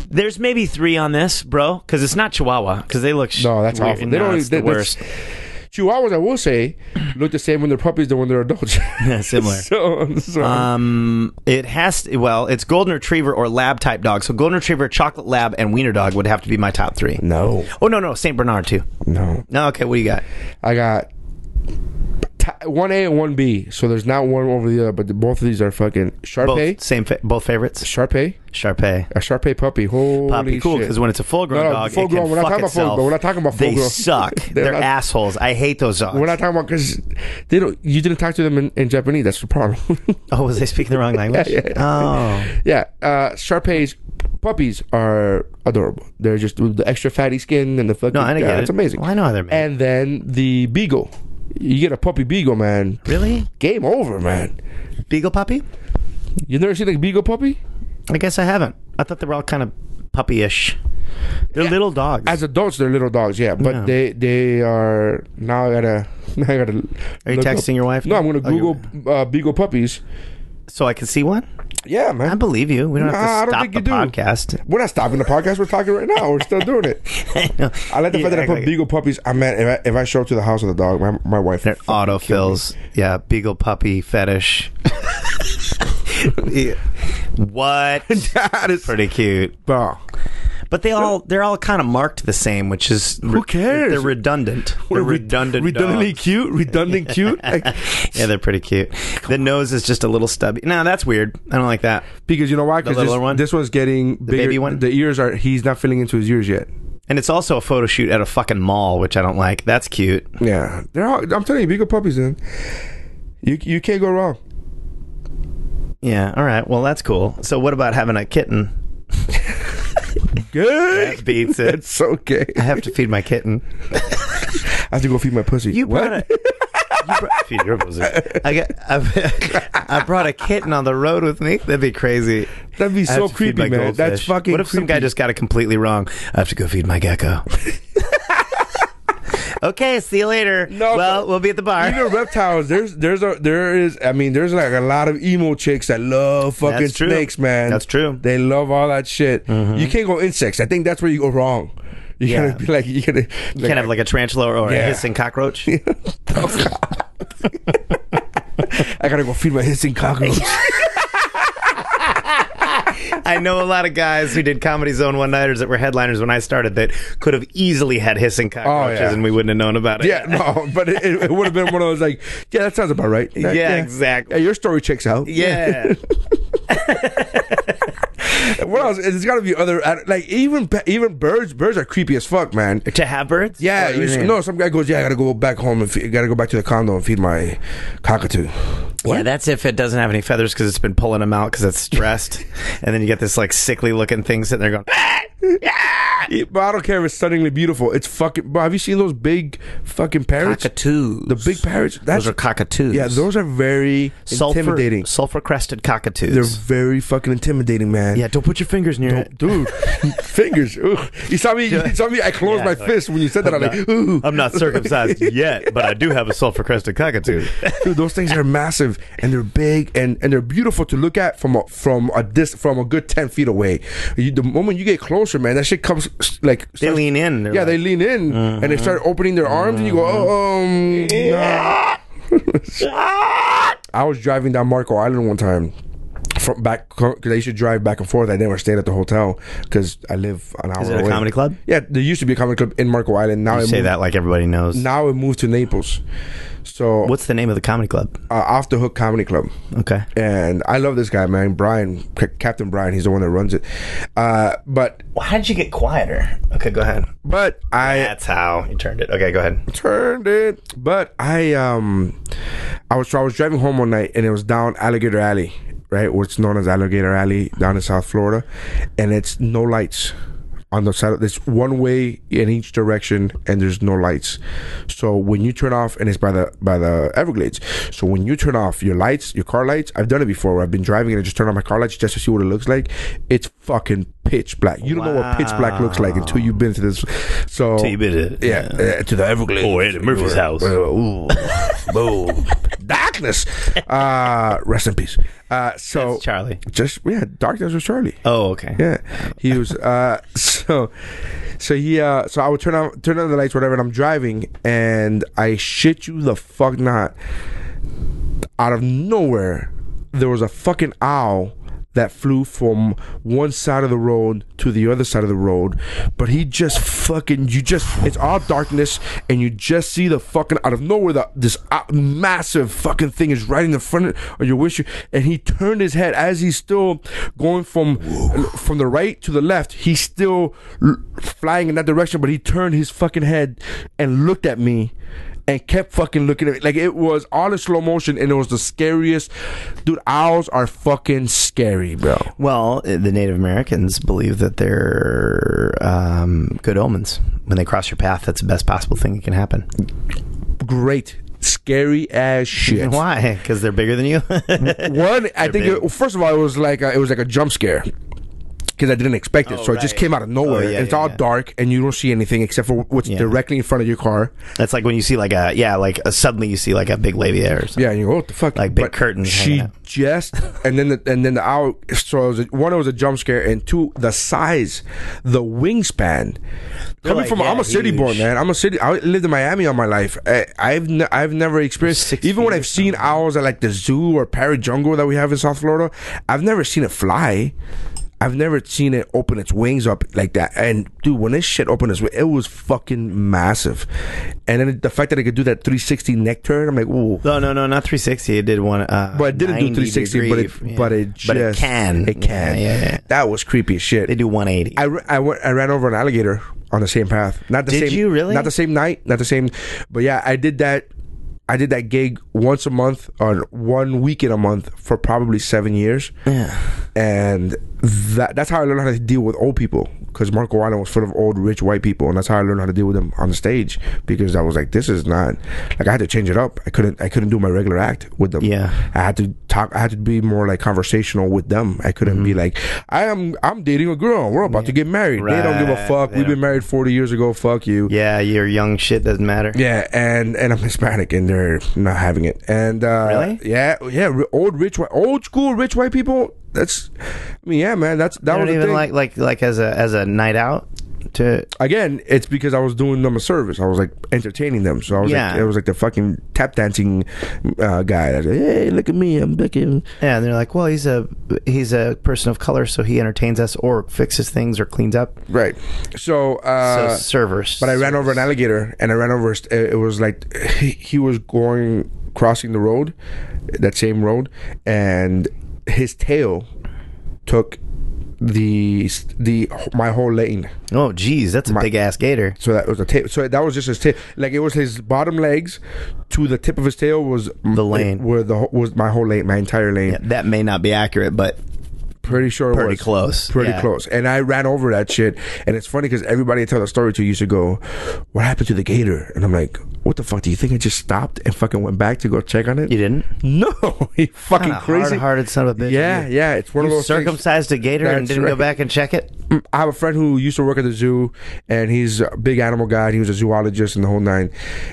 [SPEAKER 4] There's maybe three on this, bro, because it's not Chihuahua, because they look sh-
[SPEAKER 1] No, that's
[SPEAKER 4] weird.
[SPEAKER 1] awful. They
[SPEAKER 4] No,
[SPEAKER 1] don't. e-,
[SPEAKER 4] it's
[SPEAKER 1] They,
[SPEAKER 4] the worst. <laughs>
[SPEAKER 1] Chihuahuas, I will say, look the same when they're puppies than when they're adults. <laughs>
[SPEAKER 4] Yeah, similar.
[SPEAKER 1] so, so
[SPEAKER 4] Um, it has to, well, it's golden retriever or lab type dog. So golden retriever, chocolate lab, and wiener dog would have to be my top three.
[SPEAKER 1] no,
[SPEAKER 4] Oh no, no, Saint Bernard too.
[SPEAKER 1] no.
[SPEAKER 4] No, okay, what do you got?
[SPEAKER 1] I got ti- one A and one B. So there's not one over the other, but the, both of these are fucking
[SPEAKER 4] Both
[SPEAKER 1] Sharpei,
[SPEAKER 4] same, fa- both favorites.
[SPEAKER 1] Sharpei,
[SPEAKER 4] Sharpei.
[SPEAKER 1] a Sharpei puppy. Holy
[SPEAKER 4] Puppy, cool.
[SPEAKER 1] shit.
[SPEAKER 4] Because when it's a full grown
[SPEAKER 1] No, no,
[SPEAKER 4] dog,
[SPEAKER 1] full
[SPEAKER 4] it can
[SPEAKER 1] grown. We're not
[SPEAKER 4] fuck
[SPEAKER 1] talking about full
[SPEAKER 4] itself.
[SPEAKER 1] grown. We're not talking about full
[SPEAKER 4] They
[SPEAKER 1] grown. <laughs>
[SPEAKER 4] suck.
[SPEAKER 1] They're
[SPEAKER 4] They're,
[SPEAKER 1] not-
[SPEAKER 4] assholes. I hate those dogs.
[SPEAKER 1] We're not talking about because they don't. You didn't talk to them in, in Japanese. That's the problem. <laughs>
[SPEAKER 4] <laughs> oh, was I speaking the wrong language?
[SPEAKER 1] Yeah, yeah,
[SPEAKER 4] Oh,
[SPEAKER 1] yeah, uh, Sharpei's puppies are adorable. They're just with the extra fatty skin and the fucking.
[SPEAKER 4] no, I didn't
[SPEAKER 1] yeah,
[SPEAKER 4] get it.
[SPEAKER 1] It's amazing.
[SPEAKER 4] Well, I know how they're made.
[SPEAKER 1] And then the beagle. You get a puppy beagle, man.
[SPEAKER 4] really,
[SPEAKER 1] Game over, man.
[SPEAKER 4] beagle puppy?
[SPEAKER 1] You never seen a beagle puppy?
[SPEAKER 4] I guess I haven't. I thought they were all kind of puppyish. They're little dogs.
[SPEAKER 1] As adults, they're little dogs, yeah. But
[SPEAKER 4] Yeah.
[SPEAKER 1] they they are now. I gotta <laughs> now. I gotta.
[SPEAKER 4] Are you
[SPEAKER 1] look up.
[SPEAKER 4] texting your wife?
[SPEAKER 1] No, I'm gonna
[SPEAKER 4] Oh, you're-
[SPEAKER 1] Google uh, beagle puppies.
[SPEAKER 4] so I can see one.
[SPEAKER 1] Yeah, man.
[SPEAKER 4] I believe you. We don't
[SPEAKER 1] Nah, I
[SPEAKER 4] have
[SPEAKER 1] don't
[SPEAKER 4] to stop
[SPEAKER 1] think you
[SPEAKER 4] the
[SPEAKER 1] do.
[SPEAKER 4] podcast.
[SPEAKER 1] We're not stopping the podcast. We're talking right now. We're still doing
[SPEAKER 4] <laughs>
[SPEAKER 1] it.
[SPEAKER 4] No.
[SPEAKER 1] I like the
[SPEAKER 4] You
[SPEAKER 1] fact that I
[SPEAKER 4] act
[SPEAKER 1] put
[SPEAKER 4] like-
[SPEAKER 1] beagle puppies. I mean, if I, if I show up to the house with a dog, my, my wife.
[SPEAKER 4] They're autofills. Yeah, beagle puppy fetish. Yeah.
[SPEAKER 1] <laughs>
[SPEAKER 4] What?
[SPEAKER 1] <laughs> That is
[SPEAKER 4] Pretty cute.
[SPEAKER 1] bro.
[SPEAKER 4] But they all they're all kind of marked the same, which is who
[SPEAKER 1] cares?
[SPEAKER 4] They're redundant. They're redundant.
[SPEAKER 1] redundantly
[SPEAKER 4] dogs.
[SPEAKER 1] cute, redundant
[SPEAKER 4] <laughs>
[SPEAKER 1] cute. Like,
[SPEAKER 4] Yeah, they're pretty cute. The nose is just a little stubby. No, that's weird. I don't like that.
[SPEAKER 1] because you know why? Because
[SPEAKER 4] little
[SPEAKER 1] this,
[SPEAKER 4] one?
[SPEAKER 1] this one's getting bigger.
[SPEAKER 4] baby one?
[SPEAKER 1] The ears are. He's not filling into his ears yet.
[SPEAKER 4] And it's also a photo shoot at a fucking mall, which I don't like. That's cute.
[SPEAKER 1] Yeah, they're. All, I'm telling you, beagle puppies, man. You you can't go wrong.
[SPEAKER 4] Yeah. All right. Well, that's cool. So, what about having a kitten?
[SPEAKER 1] Good.
[SPEAKER 4] That beats it.
[SPEAKER 1] It's okay.
[SPEAKER 4] <laughs> I have to feed my kitten.
[SPEAKER 1] I have to go feed my pussy.
[SPEAKER 4] You
[SPEAKER 1] What?
[SPEAKER 4] brought a. <laughs> You brought, <laughs> feed your pussy. I got. I, <laughs> I brought a kitten on the road with me. That'd be crazy.
[SPEAKER 1] That'd be
[SPEAKER 4] I have
[SPEAKER 1] so
[SPEAKER 4] to feed
[SPEAKER 1] creepy,
[SPEAKER 4] my
[SPEAKER 1] man. That's
[SPEAKER 4] goldfish.
[SPEAKER 1] fucking.
[SPEAKER 4] What if some guy
[SPEAKER 1] creepy.
[SPEAKER 4] just got it completely wrong? I have to go feed my <laughs> gecko. okay, see you later.
[SPEAKER 1] No,
[SPEAKER 4] well,
[SPEAKER 1] but-
[SPEAKER 4] we'll be at the bar.
[SPEAKER 1] You know, reptiles. There's, there's a, there is. I mean, there's like a lot of emo chicks that love fucking
[SPEAKER 4] That's true.
[SPEAKER 1] snakes, man.
[SPEAKER 4] That's true.
[SPEAKER 1] They love all that shit. You can't go insects. I think that's where you go wrong. You
[SPEAKER 4] Yeah.
[SPEAKER 1] gotta be like, you gotta,
[SPEAKER 4] you can't have like a tarantula or
[SPEAKER 1] Yeah.
[SPEAKER 4] a
[SPEAKER 1] <laughs>
[SPEAKER 4] hissing cockroach.
[SPEAKER 1] I gotta go feed my hissing cockroach.
[SPEAKER 4] <laughs> I know a lot of guys who did Comedy Zone one nighters that were headliners when I started that could have easily had hissing cockroaches
[SPEAKER 1] Oh, yeah.
[SPEAKER 4] and we wouldn't have known about it.
[SPEAKER 1] yeah, no, but it, it, would have been one of those like, yeah, that sounds about right. That-
[SPEAKER 4] <laughs> Yeah, exactly.
[SPEAKER 1] Yeah, your story checks out.
[SPEAKER 4] Yeah.
[SPEAKER 1] what else? There's got to be other I don't- like even pe- even birds. Birds are creepy as fuck, man.
[SPEAKER 10] to have birds?
[SPEAKER 1] Yeah,
[SPEAKER 10] Or-
[SPEAKER 1] you s- no. Some guy goes, yeah, I gotta go back home and fe- gotta go back to the condo and feed my cockatoo.
[SPEAKER 10] What?
[SPEAKER 4] Yeah, that's if it doesn't have any feathers because it's been pulling them out because it's <laughs> stressed, and then you get this like sickly looking thing sitting there going.
[SPEAKER 1] But I don't care if it's stunningly beautiful. It's fucking. Bro, have you seen those big fucking parrots?
[SPEAKER 4] Cockatoos.
[SPEAKER 1] The big parrots. That's,
[SPEAKER 4] those are cockatoos.
[SPEAKER 1] Yeah, those are very
[SPEAKER 4] sulfur,
[SPEAKER 1] intimidating.
[SPEAKER 4] Sulfur crested
[SPEAKER 1] They're
[SPEAKER 4] cockatoos.
[SPEAKER 1] very fucking intimidating, man.
[SPEAKER 4] yeah, don't put your fingers near it.
[SPEAKER 1] Dude, <laughs> fingers. Ooh. You saw me. You saw me. I closed
[SPEAKER 4] Yeah,
[SPEAKER 1] my
[SPEAKER 4] like-
[SPEAKER 1] fist when you said that. I'm,
[SPEAKER 4] <laughs>
[SPEAKER 1] like, ooh,
[SPEAKER 4] I'm
[SPEAKER 1] <laughs>
[SPEAKER 4] not circumcised yet, but I do have a sulfur crested cockatoo.
[SPEAKER 1] dude, those things are massive and they're big and, and they're beautiful to look at from a, from a dis from a good ten feet away. You, the moment you get closer, man, that shit comes like
[SPEAKER 4] They lean in. They're
[SPEAKER 1] Yeah,
[SPEAKER 4] like-
[SPEAKER 1] they lean in and they start opening their arms, and you go, oh, um, nah."
[SPEAKER 4] Mm-hmm.
[SPEAKER 1] <laughs> I was driving down Marco Island one time. From back, because I used to drive back and forth. I never stayed at the hotel because I live an hour
[SPEAKER 4] it a
[SPEAKER 1] away.
[SPEAKER 4] comedy club?
[SPEAKER 1] Yeah, there used to be a comedy club in Marco Island. Now
[SPEAKER 4] You
[SPEAKER 1] it
[SPEAKER 4] say
[SPEAKER 1] moved,
[SPEAKER 4] that like everybody knows.
[SPEAKER 1] Now it moved to Naples. So
[SPEAKER 4] What's the name of the comedy club?
[SPEAKER 1] uh, off the hook comedy club.
[SPEAKER 4] Okay.
[SPEAKER 1] And I love this guy, man. Brian, C- Captain Brian. He's the one that runs it. Uh, but
[SPEAKER 4] Well, how did you get quieter? Okay, go ahead.
[SPEAKER 1] but I
[SPEAKER 4] That's how you turned it. Okay, go ahead.
[SPEAKER 1] turned it. But I um I was I was driving home one night and it was down Alligator Alley, right? What's known as Alligator Alley down in South Florida. And it's no lights on the side of it's one way in each direction and there's no lights. So when you turn off and it's by the by the Everglades. So when you turn off your lights, your car lights, I've done it before where I've been driving and I just turn on my car lights just to see what it looks like. It's fucking pitch black. You don't know what pitch black looks like until you've been to this so
[SPEAKER 4] Till you've been to it.
[SPEAKER 1] yeah, uh, to the Everglades.
[SPEAKER 4] Or Eddie Oh, Murphy's house.
[SPEAKER 1] Uh,
[SPEAKER 4] <laughs>
[SPEAKER 1] ooh, boom, <laughs> darkness. Uh, rest in peace. Uh, so
[SPEAKER 4] That's Charlie.
[SPEAKER 1] just yeah, darkness was Charlie.
[SPEAKER 4] Oh, okay.
[SPEAKER 1] Yeah, he was. Uh, <laughs> so, so he. Uh, so I would turn on turn on the lights, whatever, and I'm driving, and I shit you the fuck not. Out of nowhere, there was a fucking owl that flew from one side of the road to the other side of the road, but he just fucking. You just. It's all darkness, and you just see the fucking out of nowhere. The, this uh, massive fucking thing is right in the front of your windshield, and he turned his head as he's still going from from the right to the left. He's still l- flying in that direction, but he turned his fucking head and looked at me. And kept fucking looking at me. Like it was all in slow motion and it was the scariest. Dude, owls are fucking scary, bro.
[SPEAKER 4] Well, uh, the Native Americans believe that they're um, good omens. When they cross your path, that's the best possible thing that can happen.
[SPEAKER 1] Great. Scary as shit.
[SPEAKER 4] And why? Because they're bigger than you. <laughs>
[SPEAKER 1] One, I think
[SPEAKER 4] big.
[SPEAKER 1] it, well, first of all, it was like a, it was like a jump scare because I didn't expect it, so it just
[SPEAKER 4] right.
[SPEAKER 1] came out of nowhere.
[SPEAKER 4] Oh, yeah,
[SPEAKER 1] and it's
[SPEAKER 4] yeah,
[SPEAKER 1] all
[SPEAKER 4] yeah.
[SPEAKER 1] dark, and you don't see anything except for what's
[SPEAKER 4] Yeah.
[SPEAKER 1] directly in front of your car.
[SPEAKER 4] that's like when you see like a yeah, like a, suddenly you see like a big labia or something.
[SPEAKER 1] Yeah, and you go, what the fuck?
[SPEAKER 4] Like big curtain
[SPEAKER 1] She
[SPEAKER 4] hanging out.
[SPEAKER 1] just and then the, and then the owl. So it was a, one, it was a jump scare, and two, the size, the wingspan. Coming
[SPEAKER 4] like,
[SPEAKER 1] from,
[SPEAKER 4] yeah,
[SPEAKER 1] I'm a city
[SPEAKER 4] huge.
[SPEAKER 1] boy, man. I'm a city. I lived in Miami all my life. I, I've ne- I've never experienced
[SPEAKER 4] Six
[SPEAKER 1] even when
[SPEAKER 4] feet
[SPEAKER 1] I've seen owls at like the zoo or parrot jungle that we have in South Florida. I've never seen it fly. I've never seen it open its wings up like that. And dude, when this shit opened its wings, it was fucking massive. And then the fact that it could do that 360 neck turn, I'm like, ooh.
[SPEAKER 4] No, Oh, no, no, not 360. It did one. Uh,
[SPEAKER 1] But it didn't do
[SPEAKER 4] 90
[SPEAKER 1] 360, but it,
[SPEAKER 4] degree,
[SPEAKER 1] but
[SPEAKER 4] yeah.
[SPEAKER 1] it just
[SPEAKER 4] but it can.
[SPEAKER 1] It can.
[SPEAKER 4] Yeah, yeah, yeah.
[SPEAKER 1] That was creepy as shit.
[SPEAKER 4] They do 180.
[SPEAKER 1] I, ra- I, went, I ran over an alligator on the same path. Not the
[SPEAKER 4] Did
[SPEAKER 1] same.
[SPEAKER 4] you really?
[SPEAKER 1] Not the same night. Not the same. But yeah, I did that. I did that gig once a month on one weekend a month for probably seven years. Yeah. And that that's how I learned how to deal with old people because Marco Island was full of old rich white people, and that's how I learned how to deal with them on the stage because I was like, this is not like I had to change it up. I couldn't I couldn't do my regular act with them.
[SPEAKER 4] Yeah.
[SPEAKER 1] I had to talk. I had to be more like conversational with them. I couldn't
[SPEAKER 4] Mm-hmm.
[SPEAKER 1] be like, I am. I'm dating a girl. We're about to get married. They don't give a
[SPEAKER 4] Right.
[SPEAKER 1] fuck.
[SPEAKER 4] They
[SPEAKER 1] We've been
[SPEAKER 4] don't-
[SPEAKER 1] married 40 years ago. Fuck you.
[SPEAKER 4] yeah, your young shit doesn't matter.
[SPEAKER 1] Yeah, and and I'm Hispanic, and they're not having it. And uh,
[SPEAKER 4] Really?
[SPEAKER 1] yeah, yeah, ri- old rich, white, old school rich white people. That's, I mean, yeah, man. That's that
[SPEAKER 4] I
[SPEAKER 1] was
[SPEAKER 4] don't
[SPEAKER 1] the
[SPEAKER 4] even
[SPEAKER 1] thing.
[SPEAKER 4] like like like as a as a night out to
[SPEAKER 1] Again, it's because I was doing them a service. I was like entertaining them. So I was
[SPEAKER 4] Yeah.
[SPEAKER 1] like, it was like the fucking tap dancing uh, guy. That's like, hey, look at me, I'm looking.
[SPEAKER 4] yeah, and they're like, well, he's a he's a person of color, so he entertains us or fixes things or cleans up.
[SPEAKER 1] Right. So,
[SPEAKER 4] So
[SPEAKER 1] uh,
[SPEAKER 4] servers,
[SPEAKER 1] But I ran over an alligator, and I ran over. st- It was like he, he was going crossing the road, that same road, and his tail took the the my whole lane.
[SPEAKER 4] Oh, geez, that's a
[SPEAKER 1] My-
[SPEAKER 4] big ass gator.
[SPEAKER 1] So that was a tail. So that was just his tail. Like it was his bottom legs to the tip of his tail was
[SPEAKER 4] The lane.
[SPEAKER 1] where the whole- was my whole lane, my entire lane.
[SPEAKER 4] Yeah, that may not be accurate, but
[SPEAKER 1] Pretty sure it
[SPEAKER 4] Pretty
[SPEAKER 1] was.
[SPEAKER 4] close,
[SPEAKER 1] Pretty
[SPEAKER 4] yeah.
[SPEAKER 1] close. And I ran over that shit. And it's funny because everybody I tell the story to used to go, "What happened to the gator?" And I'm like, "What the fuck? Do you think I just stopped and fucking went back to go check on it?"
[SPEAKER 4] you didn't.
[SPEAKER 1] <laughs> No, he fucking
[SPEAKER 4] Kinda
[SPEAKER 1] crazy.
[SPEAKER 4] hard-hearted son of a bitch.
[SPEAKER 1] Yeah,
[SPEAKER 4] You-
[SPEAKER 1] yeah. It's one of
[SPEAKER 4] You
[SPEAKER 1] those things-
[SPEAKER 4] circumcised a gator and
[SPEAKER 1] That's
[SPEAKER 4] didn't go
[SPEAKER 1] right.
[SPEAKER 4] back and check it.
[SPEAKER 1] I have a friend who used to work at the zoo, and he's a big animal guy. and He was a zoologist and the whole nine,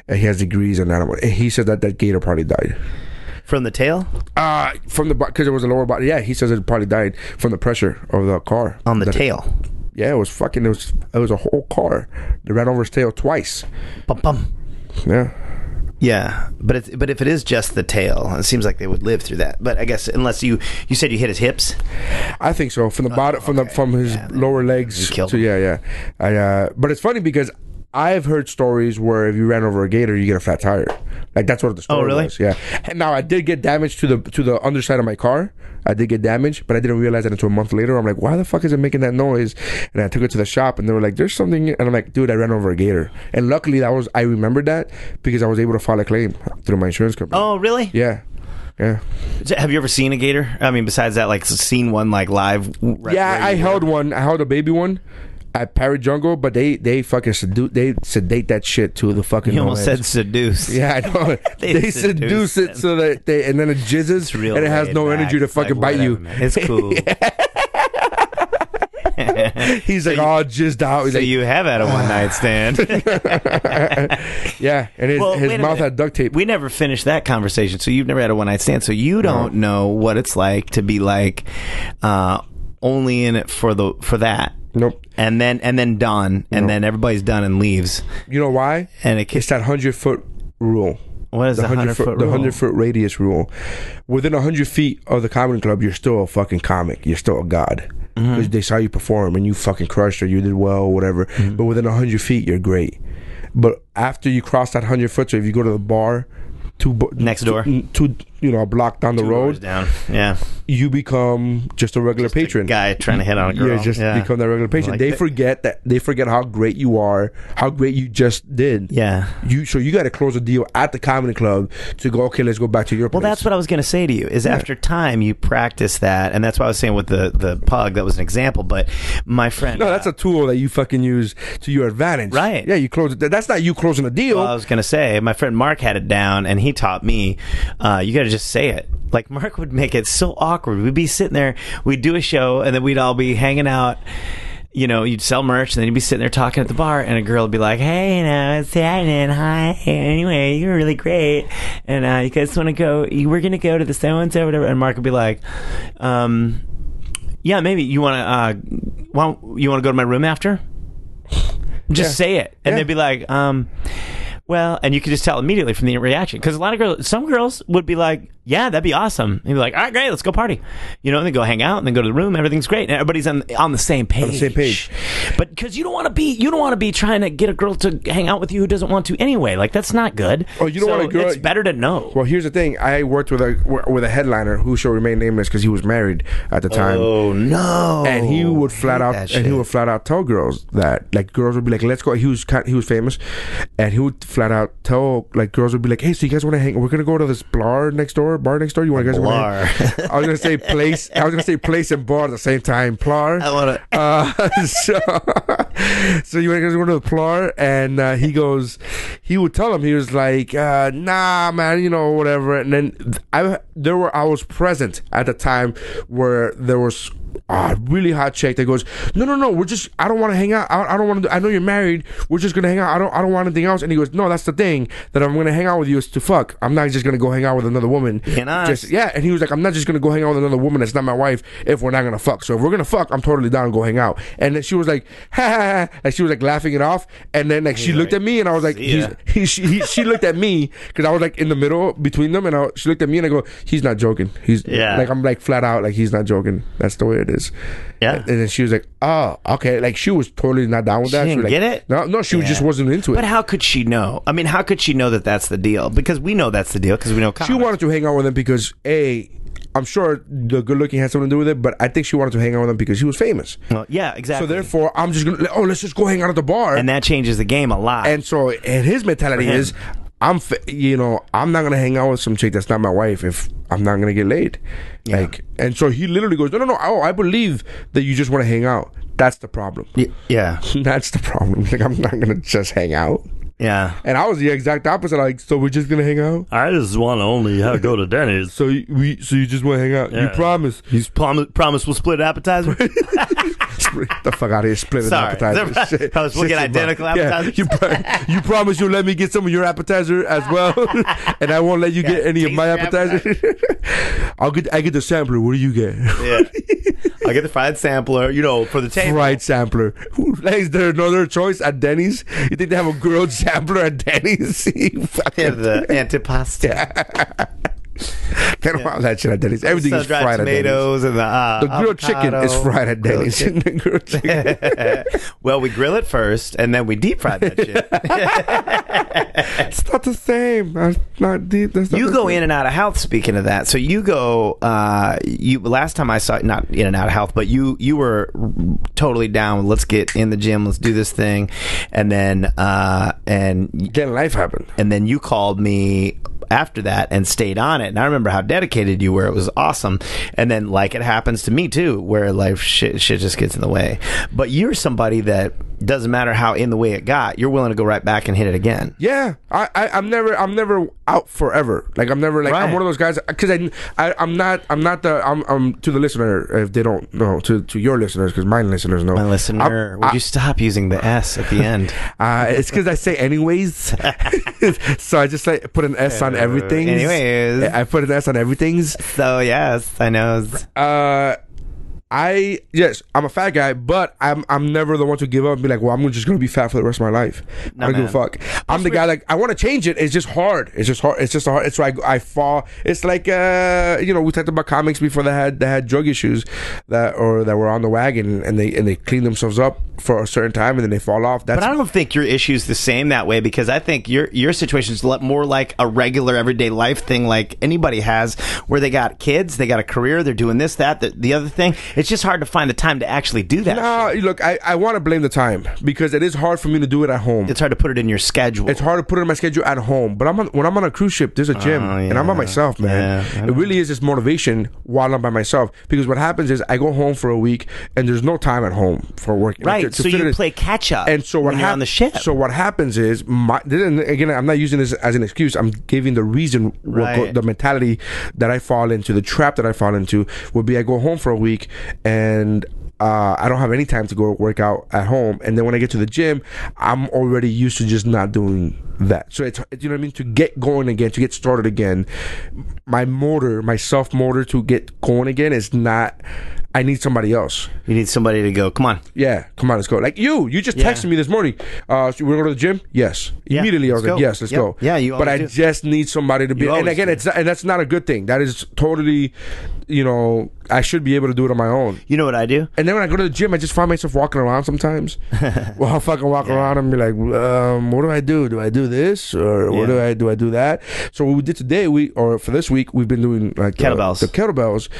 [SPEAKER 1] and he has degrees in animal. And he said that that gator probably died
[SPEAKER 4] From the tail?
[SPEAKER 1] uh, from the because it was a lower body. Yeah, he says it probably died from the pressure of the car
[SPEAKER 4] On the
[SPEAKER 1] That-
[SPEAKER 4] tail.
[SPEAKER 1] Yeah, it was fucking. It was it was a whole car. They ran over his tail twice.
[SPEAKER 4] Bum, bum.
[SPEAKER 1] Yeah,
[SPEAKER 4] Yeah, but it's, but if it is just the tail, it seems like they would live through that. But I guess unless you you said you hit his hips,
[SPEAKER 1] I think so.
[SPEAKER 4] Oh,
[SPEAKER 1] From the bottom, from the from his lower legs.
[SPEAKER 4] You killed
[SPEAKER 1] to,
[SPEAKER 4] him.
[SPEAKER 1] yeah, yeah. I, uh, but it's funny because I've heard stories where if you ran over a gator, you get a flat tire. Like that's what the story
[SPEAKER 4] Oh, really?
[SPEAKER 1] was. Yeah. And now I did get damage to the to the underside of my car. I did get damage, but I didn't realize that until a month later. I'm like, why the fuck is it making that noise? And I took it to the shop, and they were like, "There's something." And I'm like, "Dude, I ran over a gator." And luckily, that was I remembered that because I was able to file a claim through my insurance company.
[SPEAKER 4] oh really?
[SPEAKER 1] Yeah. Yeah.
[SPEAKER 4] Have you ever seen a gator? I mean, besides that, like seen one like live? right
[SPEAKER 1] yeah,
[SPEAKER 4] where
[SPEAKER 1] I
[SPEAKER 4] you
[SPEAKER 1] held one. I held a baby one at Parrot Jungle, but they they fucking sedu- they sedate that shit to the fucking.
[SPEAKER 4] You almost
[SPEAKER 1] no
[SPEAKER 4] said
[SPEAKER 1] ends. <laughs>
[SPEAKER 4] seduce.
[SPEAKER 1] Yeah, I
[SPEAKER 4] <laughs>
[SPEAKER 1] know. <laughs> they,
[SPEAKER 4] They
[SPEAKER 1] seduce
[SPEAKER 4] seduce
[SPEAKER 1] it so that they, and then it jizzes,
[SPEAKER 4] It's real
[SPEAKER 1] and it has
[SPEAKER 4] laid
[SPEAKER 1] no
[SPEAKER 4] back.
[SPEAKER 1] energy to
[SPEAKER 4] It's
[SPEAKER 1] fucking
[SPEAKER 4] like,
[SPEAKER 1] bite you.
[SPEAKER 4] whatever, man. It's cool.
[SPEAKER 1] <laughs> He's like, all jizzed out. He's
[SPEAKER 4] so
[SPEAKER 1] like,
[SPEAKER 4] you have had a one
[SPEAKER 1] <laughs>
[SPEAKER 4] night stand.
[SPEAKER 1] yeah, and his,
[SPEAKER 4] Well,
[SPEAKER 1] his
[SPEAKER 4] wait a
[SPEAKER 1] mouth
[SPEAKER 4] minute.
[SPEAKER 1] had duct tape.
[SPEAKER 4] we never finished that conversation. So you've never had a one night stand. So you don't know what it's like to be like uh, only in it for the for that.
[SPEAKER 1] nope.
[SPEAKER 4] And then and then done, and then everybody's done and leaves.
[SPEAKER 1] You know why?
[SPEAKER 4] And it
[SPEAKER 1] It's
[SPEAKER 4] kicks.
[SPEAKER 1] that hundred foot rule.
[SPEAKER 4] What is the,
[SPEAKER 1] the hundred foot, the
[SPEAKER 4] rule?
[SPEAKER 1] hundred foot radius rule. Within hundred feet of the comedy club, you're still a fucking comic. You're still a god.
[SPEAKER 4] Mm-hmm.
[SPEAKER 1] 'Cause They saw you perform and you fucking crushed or you did well or whatever.
[SPEAKER 4] Mm-hmm.
[SPEAKER 1] But within hundred feet, you're great. But after you cross that hundred foot, so if you go to the bar, two bo-
[SPEAKER 4] Next door.
[SPEAKER 1] two, two you know a block down the road,
[SPEAKER 4] down. Yeah.
[SPEAKER 1] you become just a regular patron.
[SPEAKER 4] Guy trying to hit on a girl.
[SPEAKER 1] You just
[SPEAKER 4] yeah.
[SPEAKER 1] become that regular patron.
[SPEAKER 4] Like
[SPEAKER 1] they
[SPEAKER 4] the-
[SPEAKER 1] forget that they forget how great you are, how great you just did.
[SPEAKER 4] Yeah.
[SPEAKER 1] You so you got to close a deal at the comedy club to go. Okay, let's go back to your.
[SPEAKER 4] Well, that's what I was going to say to you. Is after time you practice that, and that's why I was saying with the the pug that was an example. But my friend,
[SPEAKER 1] No, that's a tool that you fucking use to your advantage.
[SPEAKER 4] Right.
[SPEAKER 1] Yeah, you close it. That- That's not you closing a deal.
[SPEAKER 4] Well, I was going to say my friend Mark had it down, and he taught me. Uh, you got to just say it. Like Mark would make it so awkward. We'd be sitting there, we'd do a show, and then we'd all be hanging out. You know, you'd sell merch, and then you'd be sitting there talking at the bar, and a girl would be like, "Hey, you know, it's Adnan. Hi. Anyway, you're really great, and uh, you guys want to go? You were going to go to the so and so, whatever." And Mark would be like, um, "Yeah, maybe you want to. Uh, want, you want to go to my room after?" Just
[SPEAKER 1] Yeah.
[SPEAKER 4] say it, and
[SPEAKER 1] Yeah.
[SPEAKER 4] they'd be like, um, well, and you could just tell immediately from the reaction because a lot of girls, some girls would be like, "Yeah, that'd be awesome," and be like, "All right, great, let's go party," you know, and then go hang out and then go to the room. Everything's great, and everybody's on on the same page.
[SPEAKER 1] same page.
[SPEAKER 4] but because you don't want to be, you don't want to be trying to get a girl to hang out with you who doesn't want to anyway. Like that's not good.
[SPEAKER 1] Oh, you don't
[SPEAKER 4] So
[SPEAKER 1] want a girl-
[SPEAKER 4] It's better to know.
[SPEAKER 1] Well, here's the thing. I worked with a with a headliner who shall remain nameless because he was married at
[SPEAKER 4] Oh,
[SPEAKER 1] the time.
[SPEAKER 4] no!
[SPEAKER 1] and he would flat
[SPEAKER 4] Oh, Hate
[SPEAKER 1] out
[SPEAKER 4] that
[SPEAKER 1] and
[SPEAKER 4] shit.
[SPEAKER 1] he would flat out tell girls that like girls would be like let's go he was kind, he was famous and he would flat out tell like girls would be like hey so you guys want to hang we're gonna go to this bar next door bar next door you want guys wanna hang? I was gonna say place I was gonna say place and bar at the same time plar
[SPEAKER 4] <laughs> I wanna-
[SPEAKER 1] uh, <laughs> so so you guys go to the plar and uh, he goes he would tell him he was like uh, nah man you know whatever and then th- I there were I was present at the time where there was a really hot chick that goes no no no we're just I don't want to hang out I, I don't want to I know you're married we're just gonna hang out I don't I don't want anything else and he goes no that's the thing that I'm gonna hang out with you is to fuck I'm not just gonna go hang out with another woman
[SPEAKER 4] Being honest.
[SPEAKER 1] just yeah, and he was like, I'm not just gonna go hang out with another woman that's not my wife if we're not gonna fuck. So if we're gonna fuck, I'm totally down to go hang out. And then she was like, <laughs> ha ha, ha," like she was like laughing it off. And then like she looked at me and I was like,
[SPEAKER 4] "See ya."
[SPEAKER 1] he's, he, she, he, she looked at me because I was like in the middle between them, and I, she looked at me and I go, he's not joking. He's
[SPEAKER 4] Yeah.
[SPEAKER 1] like I'm like flat out like he's not joking. That's the way it is.
[SPEAKER 4] Yeah.
[SPEAKER 1] And then she was like, oh okay, like she was totally not down with
[SPEAKER 4] She
[SPEAKER 1] that.
[SPEAKER 4] didn't
[SPEAKER 1] was like,
[SPEAKER 4] get it?
[SPEAKER 1] No, no, she
[SPEAKER 4] Yeah.
[SPEAKER 1] just wasn't into it.
[SPEAKER 4] But how could she know? I mean, how could she know that that's the deal? Because we know that's the deal because we know.
[SPEAKER 1] She
[SPEAKER 4] comics.
[SPEAKER 1] wanted to hang out with him because a I'm sure the good looking had something to do with it, but I think she wanted to hang out with him because he was famous.
[SPEAKER 4] Well, yeah, exactly.
[SPEAKER 1] So therefore, I'm just gonna oh, let's just go hang out at the bar.
[SPEAKER 4] and that changes the game a lot.
[SPEAKER 1] And so, and his mentality
[SPEAKER 4] For him.
[SPEAKER 1] is, I'm, fa- you know, I'm not gonna hang out with some chick that's not my wife if I'm not gonna get laid. Like, and so he literally goes, no, no, no. Oh, I believe that you just want to hang out. That's the problem.
[SPEAKER 4] yeah,
[SPEAKER 1] <laughs> That's the problem. Like, I'm not gonna just hang out.
[SPEAKER 4] yeah.
[SPEAKER 1] And I was the exact opposite. Like, so we're just gonna hang out.
[SPEAKER 4] I just want to only have, go to Denny's.
[SPEAKER 1] So you- we, so you just want to hang out. You
[SPEAKER 4] Yeah.
[SPEAKER 1] promise.
[SPEAKER 4] He's promi- promise we'll split
[SPEAKER 9] <laughs>
[SPEAKER 4] appetizer.
[SPEAKER 1] Split <laughs> the fuck out of here. Split an
[SPEAKER 4] Sorry.
[SPEAKER 1] appetizer.
[SPEAKER 4] Is
[SPEAKER 9] <laughs>
[SPEAKER 4] that right? I was looking
[SPEAKER 1] Shit's
[SPEAKER 4] at identical
[SPEAKER 1] about-
[SPEAKER 4] appetizers.
[SPEAKER 1] Yeah, you, pro- you promise you'll let me get some of your appetizer as
[SPEAKER 9] <laughs>
[SPEAKER 1] well, and I won't let you get any of
[SPEAKER 4] taste
[SPEAKER 1] my
[SPEAKER 4] your
[SPEAKER 1] appetizer. <laughs> I'll get I get the sampler. What do you get?
[SPEAKER 4] yeah.
[SPEAKER 9] I get the fried sampler, you know, for the table.
[SPEAKER 1] Fried sampler. <laughs> Like, is there another choice at Denny's? You think they have a grilled <laughs> sampler at Denny's? <laughs> You fucking-
[SPEAKER 9] Yeah, the antipasto,
[SPEAKER 1] they don't have that shit at Denny's. Everything
[SPEAKER 9] sun
[SPEAKER 1] is
[SPEAKER 9] dried
[SPEAKER 1] fried at Denny's.
[SPEAKER 9] tomatoes, and the uh,
[SPEAKER 1] The grilled chicken is
[SPEAKER 9] avocado.
[SPEAKER 1] fried at
[SPEAKER 9] Grilled
[SPEAKER 1] Denny's. <laughs>
[SPEAKER 9] chicken.
[SPEAKER 1] The grilled chicken.
[SPEAKER 9] <laughs>
[SPEAKER 1] <laughs>
[SPEAKER 9] well, we grill it first, and then we deep fry that shit.
[SPEAKER 1] It's not the same. I'm not deep. That's not
[SPEAKER 9] you
[SPEAKER 1] the
[SPEAKER 9] go
[SPEAKER 1] same.
[SPEAKER 9] in and out of health. Speaking of that, so you go. Uh, you last time I saw not in and out of health, but you you were totally down. with, Let's get in the gym. Let's do this thing, and then uh, and
[SPEAKER 1] Again, life happened.
[SPEAKER 9] and then you called me after that and stayed on it and i remember how dedicated you were it was awesome and then like it happens to me too where life shit, shit just gets in the way but you're somebody that doesn't matter how in the way it got you're willing to go right back and hit it again
[SPEAKER 1] Yeah, I, I I'm never I'm never out forever. Like I'm never like I'm
[SPEAKER 9] Right.
[SPEAKER 1] one of those guys because I, I I'm not I'm not the I'm, I'm to the listener if they don't know to to your listeners because my listeners know
[SPEAKER 9] my listener
[SPEAKER 1] I'm-
[SPEAKER 9] would you stop using the s at the end
[SPEAKER 1] Uh, it's because I say
[SPEAKER 9] <laughs>
[SPEAKER 1] anyways, <laughs> so I just like put an S on everything.
[SPEAKER 9] Uh, anyways.
[SPEAKER 1] I put an S on everything's.
[SPEAKER 9] so yes i know
[SPEAKER 1] Uh, I yes, I'm a fat guy, but I'm I'm never the one to give up and be like, well, I'm just gonna be fat for the rest of my life. I don't give a
[SPEAKER 9] man.
[SPEAKER 1] fuck. I'm the guy like I want to change it. It's just hard. It's just hard. It's just hard. It's why I, I fall. It's like uh, you know, we talked about comics before that had that had drug issues that or that were on the wagon and they and they clean themselves up for a certain time and then they fall off. That's
[SPEAKER 9] But I don't think your issue's the same that way because I think your your situation's a lot more like a regular everyday life thing, like anybody has, where they got kids, they got a career, they're doing this, that, the, the other thing. It's just hard to find the time to actually do that.
[SPEAKER 1] no, look, I, I want to blame the time because it is hard for me to do it at home.
[SPEAKER 9] It's hard to put it in your schedule.
[SPEAKER 1] It's hard to put it in my schedule at home, but I'm on, when I'm on a cruise ship, there's a gym, and I'm by
[SPEAKER 9] Oh, yeah.
[SPEAKER 1] myself, man.
[SPEAKER 9] Yeah, I
[SPEAKER 1] it really is just motivation while I'm by myself because what happens is I go home for a week and there's no time at home for work.
[SPEAKER 9] Right,
[SPEAKER 1] To- to
[SPEAKER 9] so
[SPEAKER 1] fit
[SPEAKER 9] you
[SPEAKER 1] it in.
[SPEAKER 9] play catch up
[SPEAKER 1] And so what
[SPEAKER 9] when you're
[SPEAKER 1] hap-
[SPEAKER 9] on the ship.
[SPEAKER 1] So what happens is my this, and again, I'm not using this as an excuse. I'm giving the reason what go,
[SPEAKER 9] Right.
[SPEAKER 1] the mentality that I fall into, the trap that I fall into would be I go home for a week and uh, I don't have any time to go work out at home, and then when I get to the gym, I'm already used to just not doing that. So it's you know what I mean to get going again, to get started again. My motor, my self motor to get going again is not. I need somebody else.
[SPEAKER 9] you need somebody to go, come on.
[SPEAKER 1] Yeah, come on, let's go. Like you, you just
[SPEAKER 9] Yeah.
[SPEAKER 1] texted me this morning. Uh, so we're going to the gym. Yes,
[SPEAKER 9] Yeah,
[SPEAKER 1] immediately I was
[SPEAKER 9] let's
[SPEAKER 1] like,
[SPEAKER 9] go.
[SPEAKER 1] yes, let's
[SPEAKER 9] Yep.
[SPEAKER 1] go.
[SPEAKER 9] Yeah, you
[SPEAKER 1] But I
[SPEAKER 9] always do.
[SPEAKER 1] just need somebody to be.
[SPEAKER 9] You
[SPEAKER 1] and
[SPEAKER 9] always
[SPEAKER 1] again,
[SPEAKER 9] do.
[SPEAKER 1] it's and that's not a good thing. That is totally, you know, I should be able to do it on my own.
[SPEAKER 9] You know what I do?
[SPEAKER 1] And then when I go to the gym, I just find myself walking around
[SPEAKER 9] <laughs>
[SPEAKER 1] sometimes. well, I'll fucking walk around and be like, um, what do I do? Do I do this or what do
[SPEAKER 9] Yeah.
[SPEAKER 1] I do? I do that. So what we did today, we or for this week, we've been doing like the-
[SPEAKER 9] Kettlebells.
[SPEAKER 1] The, kettlebells.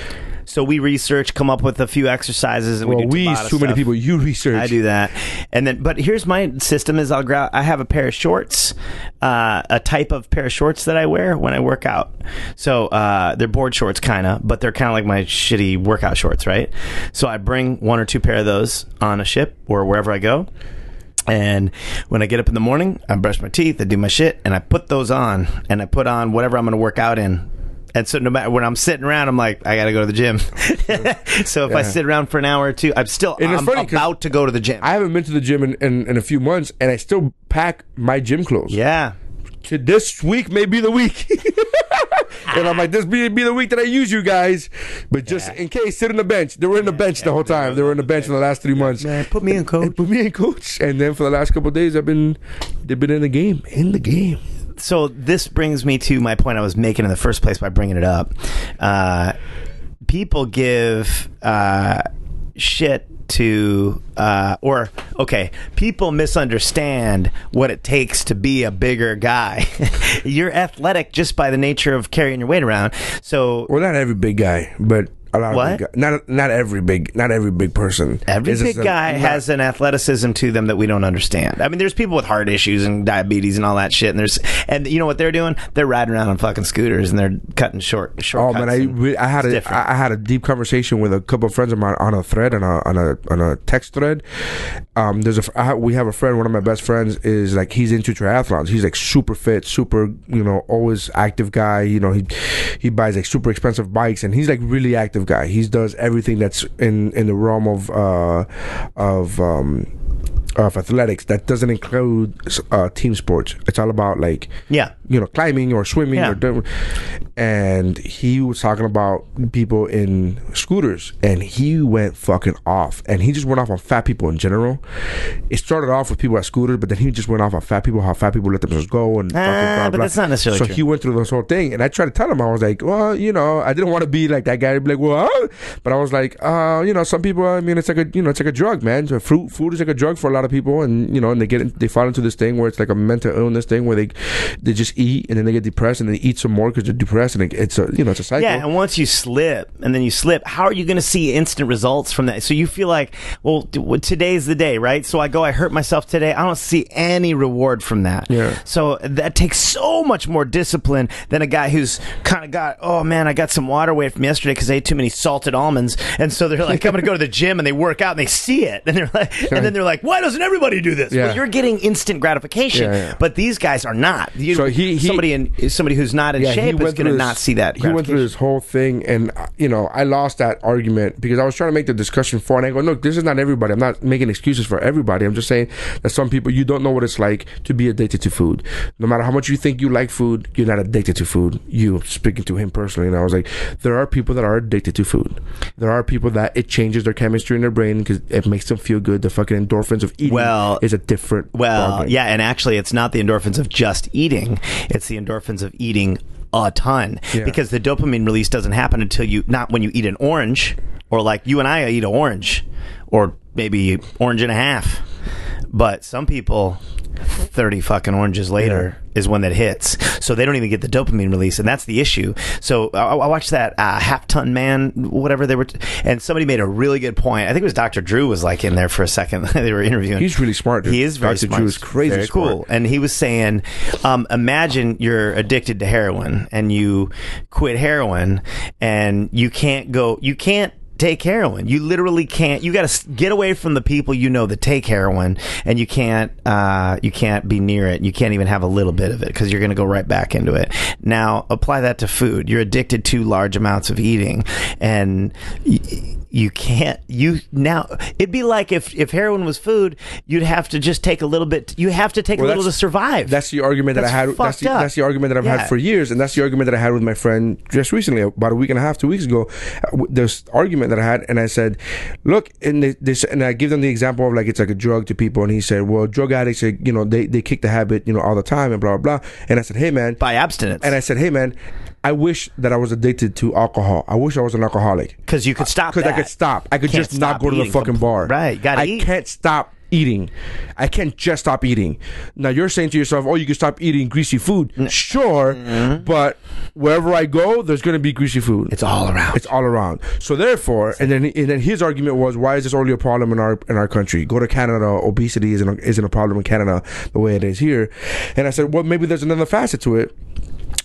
[SPEAKER 9] So we research, come up with a few exercises, and
[SPEAKER 1] well,
[SPEAKER 9] we do
[SPEAKER 1] we
[SPEAKER 9] Tabata
[SPEAKER 1] too many
[SPEAKER 9] stuff.
[SPEAKER 1] people. You research.
[SPEAKER 9] I do that, and then. But here's my system: is I'll grab. I have a pair of shorts, uh, a type of pair of shorts that I wear when I work out. So uh, they're board shorts, kind of, but they're kind of like my shitty workout shorts, right? So I bring one or two pair of those on a ship or wherever I go. And when I get up in the morning, I brush my teeth, I do my shit, and I put those on, and I put on whatever I'm going to work out in. And so, no matter when I'm sitting around, I'm like, I got to go to the gym. <laughs> so if I sit around for an hour or two, I'm still
[SPEAKER 1] And it's
[SPEAKER 9] I'm
[SPEAKER 1] funny 'cause
[SPEAKER 9] about to go to the gym.
[SPEAKER 1] I haven't been to the gym in, in, in a few months, and I still pack my gym clothes.
[SPEAKER 9] yeah.
[SPEAKER 1] To This week may be the week. <laughs> and I'm like, this be, be the week that I use you guys. But just in case, sit on the bench. They were in the bench the whole time. They were in the bench in the last three months.
[SPEAKER 9] Man, put me in, coach.
[SPEAKER 1] And put me in coach. And then for the last couple of days, I've been, they've been in the game. In the game.
[SPEAKER 9] So this brings me to my point I was making in the first place by bringing it up. Uh, people give. Uh, shit to, uh, or okay, people misunderstand what it takes to be a bigger guy. <laughs> You're athletic just by the nature of carrying your weight around. So
[SPEAKER 1] Well, not every big guy, but a lot
[SPEAKER 9] What?
[SPEAKER 1] of big guy. not not every big not every big person.
[SPEAKER 9] Every
[SPEAKER 1] It's
[SPEAKER 9] big
[SPEAKER 1] just a-
[SPEAKER 9] guy
[SPEAKER 1] not-
[SPEAKER 9] has an athleticism to them that we don't understand. I mean, there's people with heart issues and diabetes and all that shit, and there's and you know what they're doing? They're riding around on fucking scooters and they're cutting short
[SPEAKER 1] Oh
[SPEAKER 9] shortcuts.
[SPEAKER 1] man, I
[SPEAKER 9] and
[SPEAKER 1] re- I had
[SPEAKER 9] it's
[SPEAKER 1] a
[SPEAKER 9] different.
[SPEAKER 1] I I had a deep conversation with a couple of friends of mine on a thread on a on a on a text thread. Um, there's a fr- I ha- we have a friend. One of my best friends is like he's into triathlons. He's like super fit, super you know always active guy. You know he he buys like super expensive bikes and he's like really active guy. He does everything that's in in the realm of uh of um of athletics that doesn't include uh, team sports. It's all about like
[SPEAKER 9] Yeah.
[SPEAKER 1] you know, climbing or swimming
[SPEAKER 9] Yeah.
[SPEAKER 1] or doing. And he was talking about people in scooters, and he went fucking off, and he just went off on fat people in general. It started off with people at scooters, but then he just went off on fat people, how fat people let themselves go, and
[SPEAKER 9] Ah,
[SPEAKER 1] fucking blah
[SPEAKER 9] but
[SPEAKER 1] blah.
[SPEAKER 9] that's not necessarily
[SPEAKER 1] so
[SPEAKER 9] true.
[SPEAKER 1] he went through this whole thing, and I tried to tell him, I was like, well, you know, I didn't want to be like that guy, be like, well, but I was like, uh, you know, some people, I mean, it's like a, you know, it's like a drug, man. So Fruit, food is like a drug for a lot of people, and you know, and they get, they fall into this thing where it's like a mental illness thing where they, they just eat and then they get depressed and they eat some more because they're depressed, and it, it's a, you know, it's a cycle.
[SPEAKER 9] yeah, and once you slip, and then you slip, how are you going to see instant results from that? So you feel like, well, t- well, today's the day, right? So I go, I hurt myself today. I don't see any reward from that.
[SPEAKER 1] Yeah.
[SPEAKER 9] So that takes so much more discipline than a guy who's kind of got, oh man, I got some water weight from yesterday because I ate too many salted almonds, and so they're like, I'm going to go to the gym, and they work out, and they see it, and they're like, and then they're like, why doesn't everybody do this?
[SPEAKER 1] Yeah.
[SPEAKER 9] Well, you're getting instant gratification,
[SPEAKER 1] Yeah, yeah.
[SPEAKER 9] but these guys are not. You,
[SPEAKER 1] So he- he-
[SPEAKER 9] somebody in somebody who's not in
[SPEAKER 1] he
[SPEAKER 9] shape is
[SPEAKER 1] went
[SPEAKER 9] going to
[SPEAKER 1] through
[SPEAKER 9] not
[SPEAKER 1] this-
[SPEAKER 9] see that.
[SPEAKER 1] He went through
[SPEAKER 9] gratification.
[SPEAKER 1] this whole thing, and uh, you know, I lost that argument because I was trying to make the discussion for, and I go, look, this is not everybody. I'm not making excuses for everybody. I'm just saying that some people you don't know what it's like to be addicted to food. No matter how much you think you like food, you're not addicted to food. You speaking to him personally, and I was like, there are people that are addicted to food. There are people that it changes their chemistry in their brain because it makes them feel good. The fucking endorphins of eating
[SPEAKER 9] Well-
[SPEAKER 1] is a different
[SPEAKER 9] Well,
[SPEAKER 1] ballgame.
[SPEAKER 9] yeah, and actually, it's not the endorphins of just eating; it's the endorphins of eating a ton
[SPEAKER 1] Yeah.
[SPEAKER 9] because the dopamine release doesn't happen until you not when you eat an orange or like you and I eat an orange or maybe orange and a half. But some people, thirty fucking oranges later is when that hits, so they don't even get the dopamine release, and that's the issue. So I, I watched that uh, half ton man, whatever they were, t- and somebody made a really good point. I think it was Dr. Drew was like in there for a second. <laughs> they were interviewing.
[SPEAKER 1] He's really smart, dude.
[SPEAKER 9] He is very
[SPEAKER 1] Dr. Drew
[SPEAKER 9] smart.
[SPEAKER 1] is crazy
[SPEAKER 9] very
[SPEAKER 1] smart.
[SPEAKER 9] cool. And he was saying, um, imagine you're addicted to heroin and you quit heroin and you can't go, you can't take heroin. You literally can't. You got to get away from the people you know that take heroin, and you can't. Uh, you can't be near it. You can't even have a little bit of it because you're going to go right back into it. Now apply that to food. You're addicted to large amounts of eating, and. Y- you can't you now it'd be like if if heroin was food you'd have to just take a little bit you have to take
[SPEAKER 1] Well,
[SPEAKER 9] a little to
[SPEAKER 1] that's-
[SPEAKER 9] survive
[SPEAKER 1] That's the argument that
[SPEAKER 9] That's
[SPEAKER 1] I had. That's
[SPEAKER 9] fucked
[SPEAKER 1] the,
[SPEAKER 9] up.
[SPEAKER 1] that's the argument that I've
[SPEAKER 9] Yeah.
[SPEAKER 1] had for years, and that's the argument that I had with my friend just recently, about a week and a half, two weeks ago. Uh, w- This argument that I had, and I said, "Look," and they, they said- and I give them the example of like it's like a drug to people, and he said, "Well, drug addicts, uh, you know, they they kick the habit, you know, all the time, and blah blah." blah. And I said, "Hey, man,
[SPEAKER 9] by abstinence
[SPEAKER 1] and I said, "Hey, man." I wish that I was addicted to alcohol. I wish I was an alcoholic
[SPEAKER 9] because you could stop
[SPEAKER 1] because I
[SPEAKER 9] that.
[SPEAKER 1] could stop. I could
[SPEAKER 9] Can't
[SPEAKER 1] just not
[SPEAKER 9] stop
[SPEAKER 1] go to the
[SPEAKER 9] eating
[SPEAKER 1] fucking
[SPEAKER 9] compl-
[SPEAKER 1] bar.
[SPEAKER 9] right gotta
[SPEAKER 1] I
[SPEAKER 9] eat
[SPEAKER 1] can't stop eating. I can't just stop eating. Now you're saying to yourself, "Oh, you can stop eating greasy food." Sure, but wherever I go, there's going to be greasy food.
[SPEAKER 9] Mm-hmm. it's all around
[SPEAKER 1] It's all around. So therefore, and then and then his argument was, why is this only a problem in our in our country? Go to Canada, obesity isn't a, isn't a problem in Canada the way it is here. And I said, well, maybe there's another facet to it.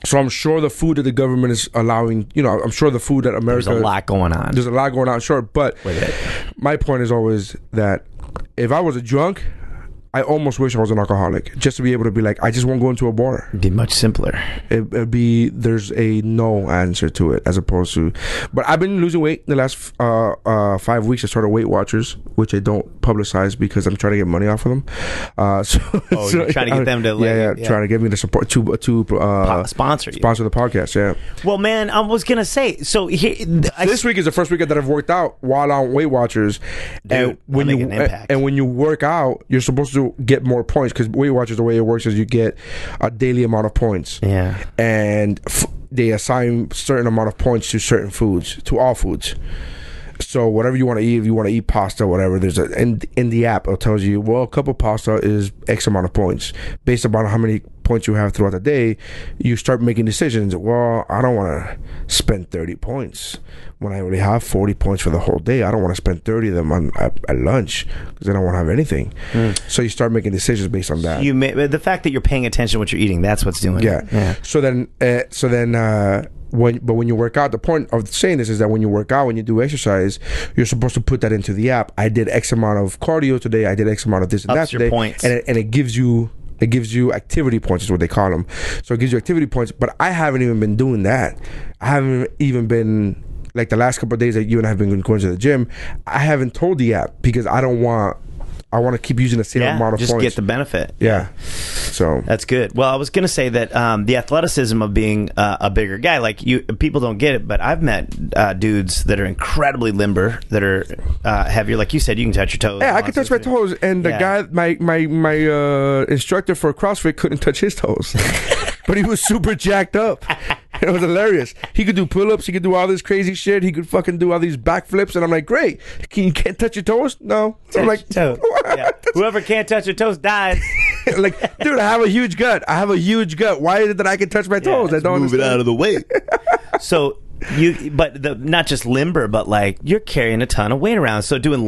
[SPEAKER 1] So I'm sure the food that the government is allowing, you know, I'm sure the food that America
[SPEAKER 9] there's a lot going on
[SPEAKER 1] there's a lot going on sure but my point is always that if i was a drunk i almost wish i was an alcoholic just to be able to be like i just won't go into a bar
[SPEAKER 9] It'd be much simpler
[SPEAKER 1] it, would be there's a no answer to it as opposed to but i've been losing weight the last uh, uh, five weeks i started weight watchers which i don't publicize because i'm trying to get money off of them uh, <laughs> so,
[SPEAKER 9] Oh, you're trying to get them to
[SPEAKER 1] yeah,
[SPEAKER 9] let you-
[SPEAKER 1] yeah,
[SPEAKER 9] yeah.
[SPEAKER 1] trying to get me to support to to uh,
[SPEAKER 9] Po- sponsor you.
[SPEAKER 1] sponsor the podcast yeah
[SPEAKER 9] well man i was gonna say so here
[SPEAKER 1] <laughs>
[SPEAKER 9] I,
[SPEAKER 1] this week is the first weekend that I've worked out while on Weight Watchers.
[SPEAKER 9] Dude, I'm
[SPEAKER 1] you
[SPEAKER 9] making an impact.
[SPEAKER 1] and when you work out, you're supposed to get more points because Weight Watchers, the way it works is you get a daily amount of points.
[SPEAKER 9] Yeah.
[SPEAKER 1] and f- they assign certain amount of points to certain foods, to all foods. So whatever you want to eat, if you want to eat pasta, whatever, there's a in in the app it tells you, well, a cup of pasta is X amount of points. Based upon how many points you have throughout the day, you start making decisions. Well, I don't want to spend 30 points when I already have 40 points for the whole day. I don't want to spend 30 of them on at, at lunch because then I won't have anything. So you start making decisions based on that.
[SPEAKER 9] You may, the fact that you're paying attention to what you're eating, that's what's doing
[SPEAKER 1] Yeah.
[SPEAKER 9] it. Yeah.
[SPEAKER 1] So then, uh, so then, uh, when but when you work out, the point of saying this is that when you work out, when you do exercise, you're supposed to put that into the app. I did X amount of cardio today. I did X amount of this and
[SPEAKER 9] Ups
[SPEAKER 1] that
[SPEAKER 9] your
[SPEAKER 1] today.
[SPEAKER 9] points.
[SPEAKER 1] And it, and it gives you. It gives you activity points, is what they call them. So it gives you activity points, but I haven't even been doing that. I haven't even been like the last couple of days that you and I have been going to the gym. I haven't told the app because I don't want. I want to keep using the same amount of
[SPEAKER 9] just
[SPEAKER 1] points.
[SPEAKER 9] get the benefit.
[SPEAKER 1] yeah. So
[SPEAKER 9] That's good. Well, I was going to say that um, the athleticism of being uh, a bigger guy, like you, people don't get it, but I've met uh, dudes that are incredibly limber, that are uh, heavier. Like you said, you can touch your toes.
[SPEAKER 1] Yeah, I could touch my toes, and the
[SPEAKER 9] Yeah.
[SPEAKER 1] guy, my my my uh, instructor for CrossFit, couldn't touch his
[SPEAKER 9] <laughs>
[SPEAKER 1] toes, but he was super jacked up. It was hilarious. He could do pull-ups. He could do all this crazy shit. He could fucking do all these backflips, and I'm like, great. Can, you can't touch your toes? No. I'm like, <laughs>
[SPEAKER 9] toe. Yeah. Whoever can't touch your toes dies.
[SPEAKER 1] like, dude, I have a huge gut. I have a huge gut. Why is it that I can touch my toes? I don't understand. <laughs>
[SPEAKER 9] of the way. so you, but the, not just limber, but like you're carrying a ton of weight around. So doing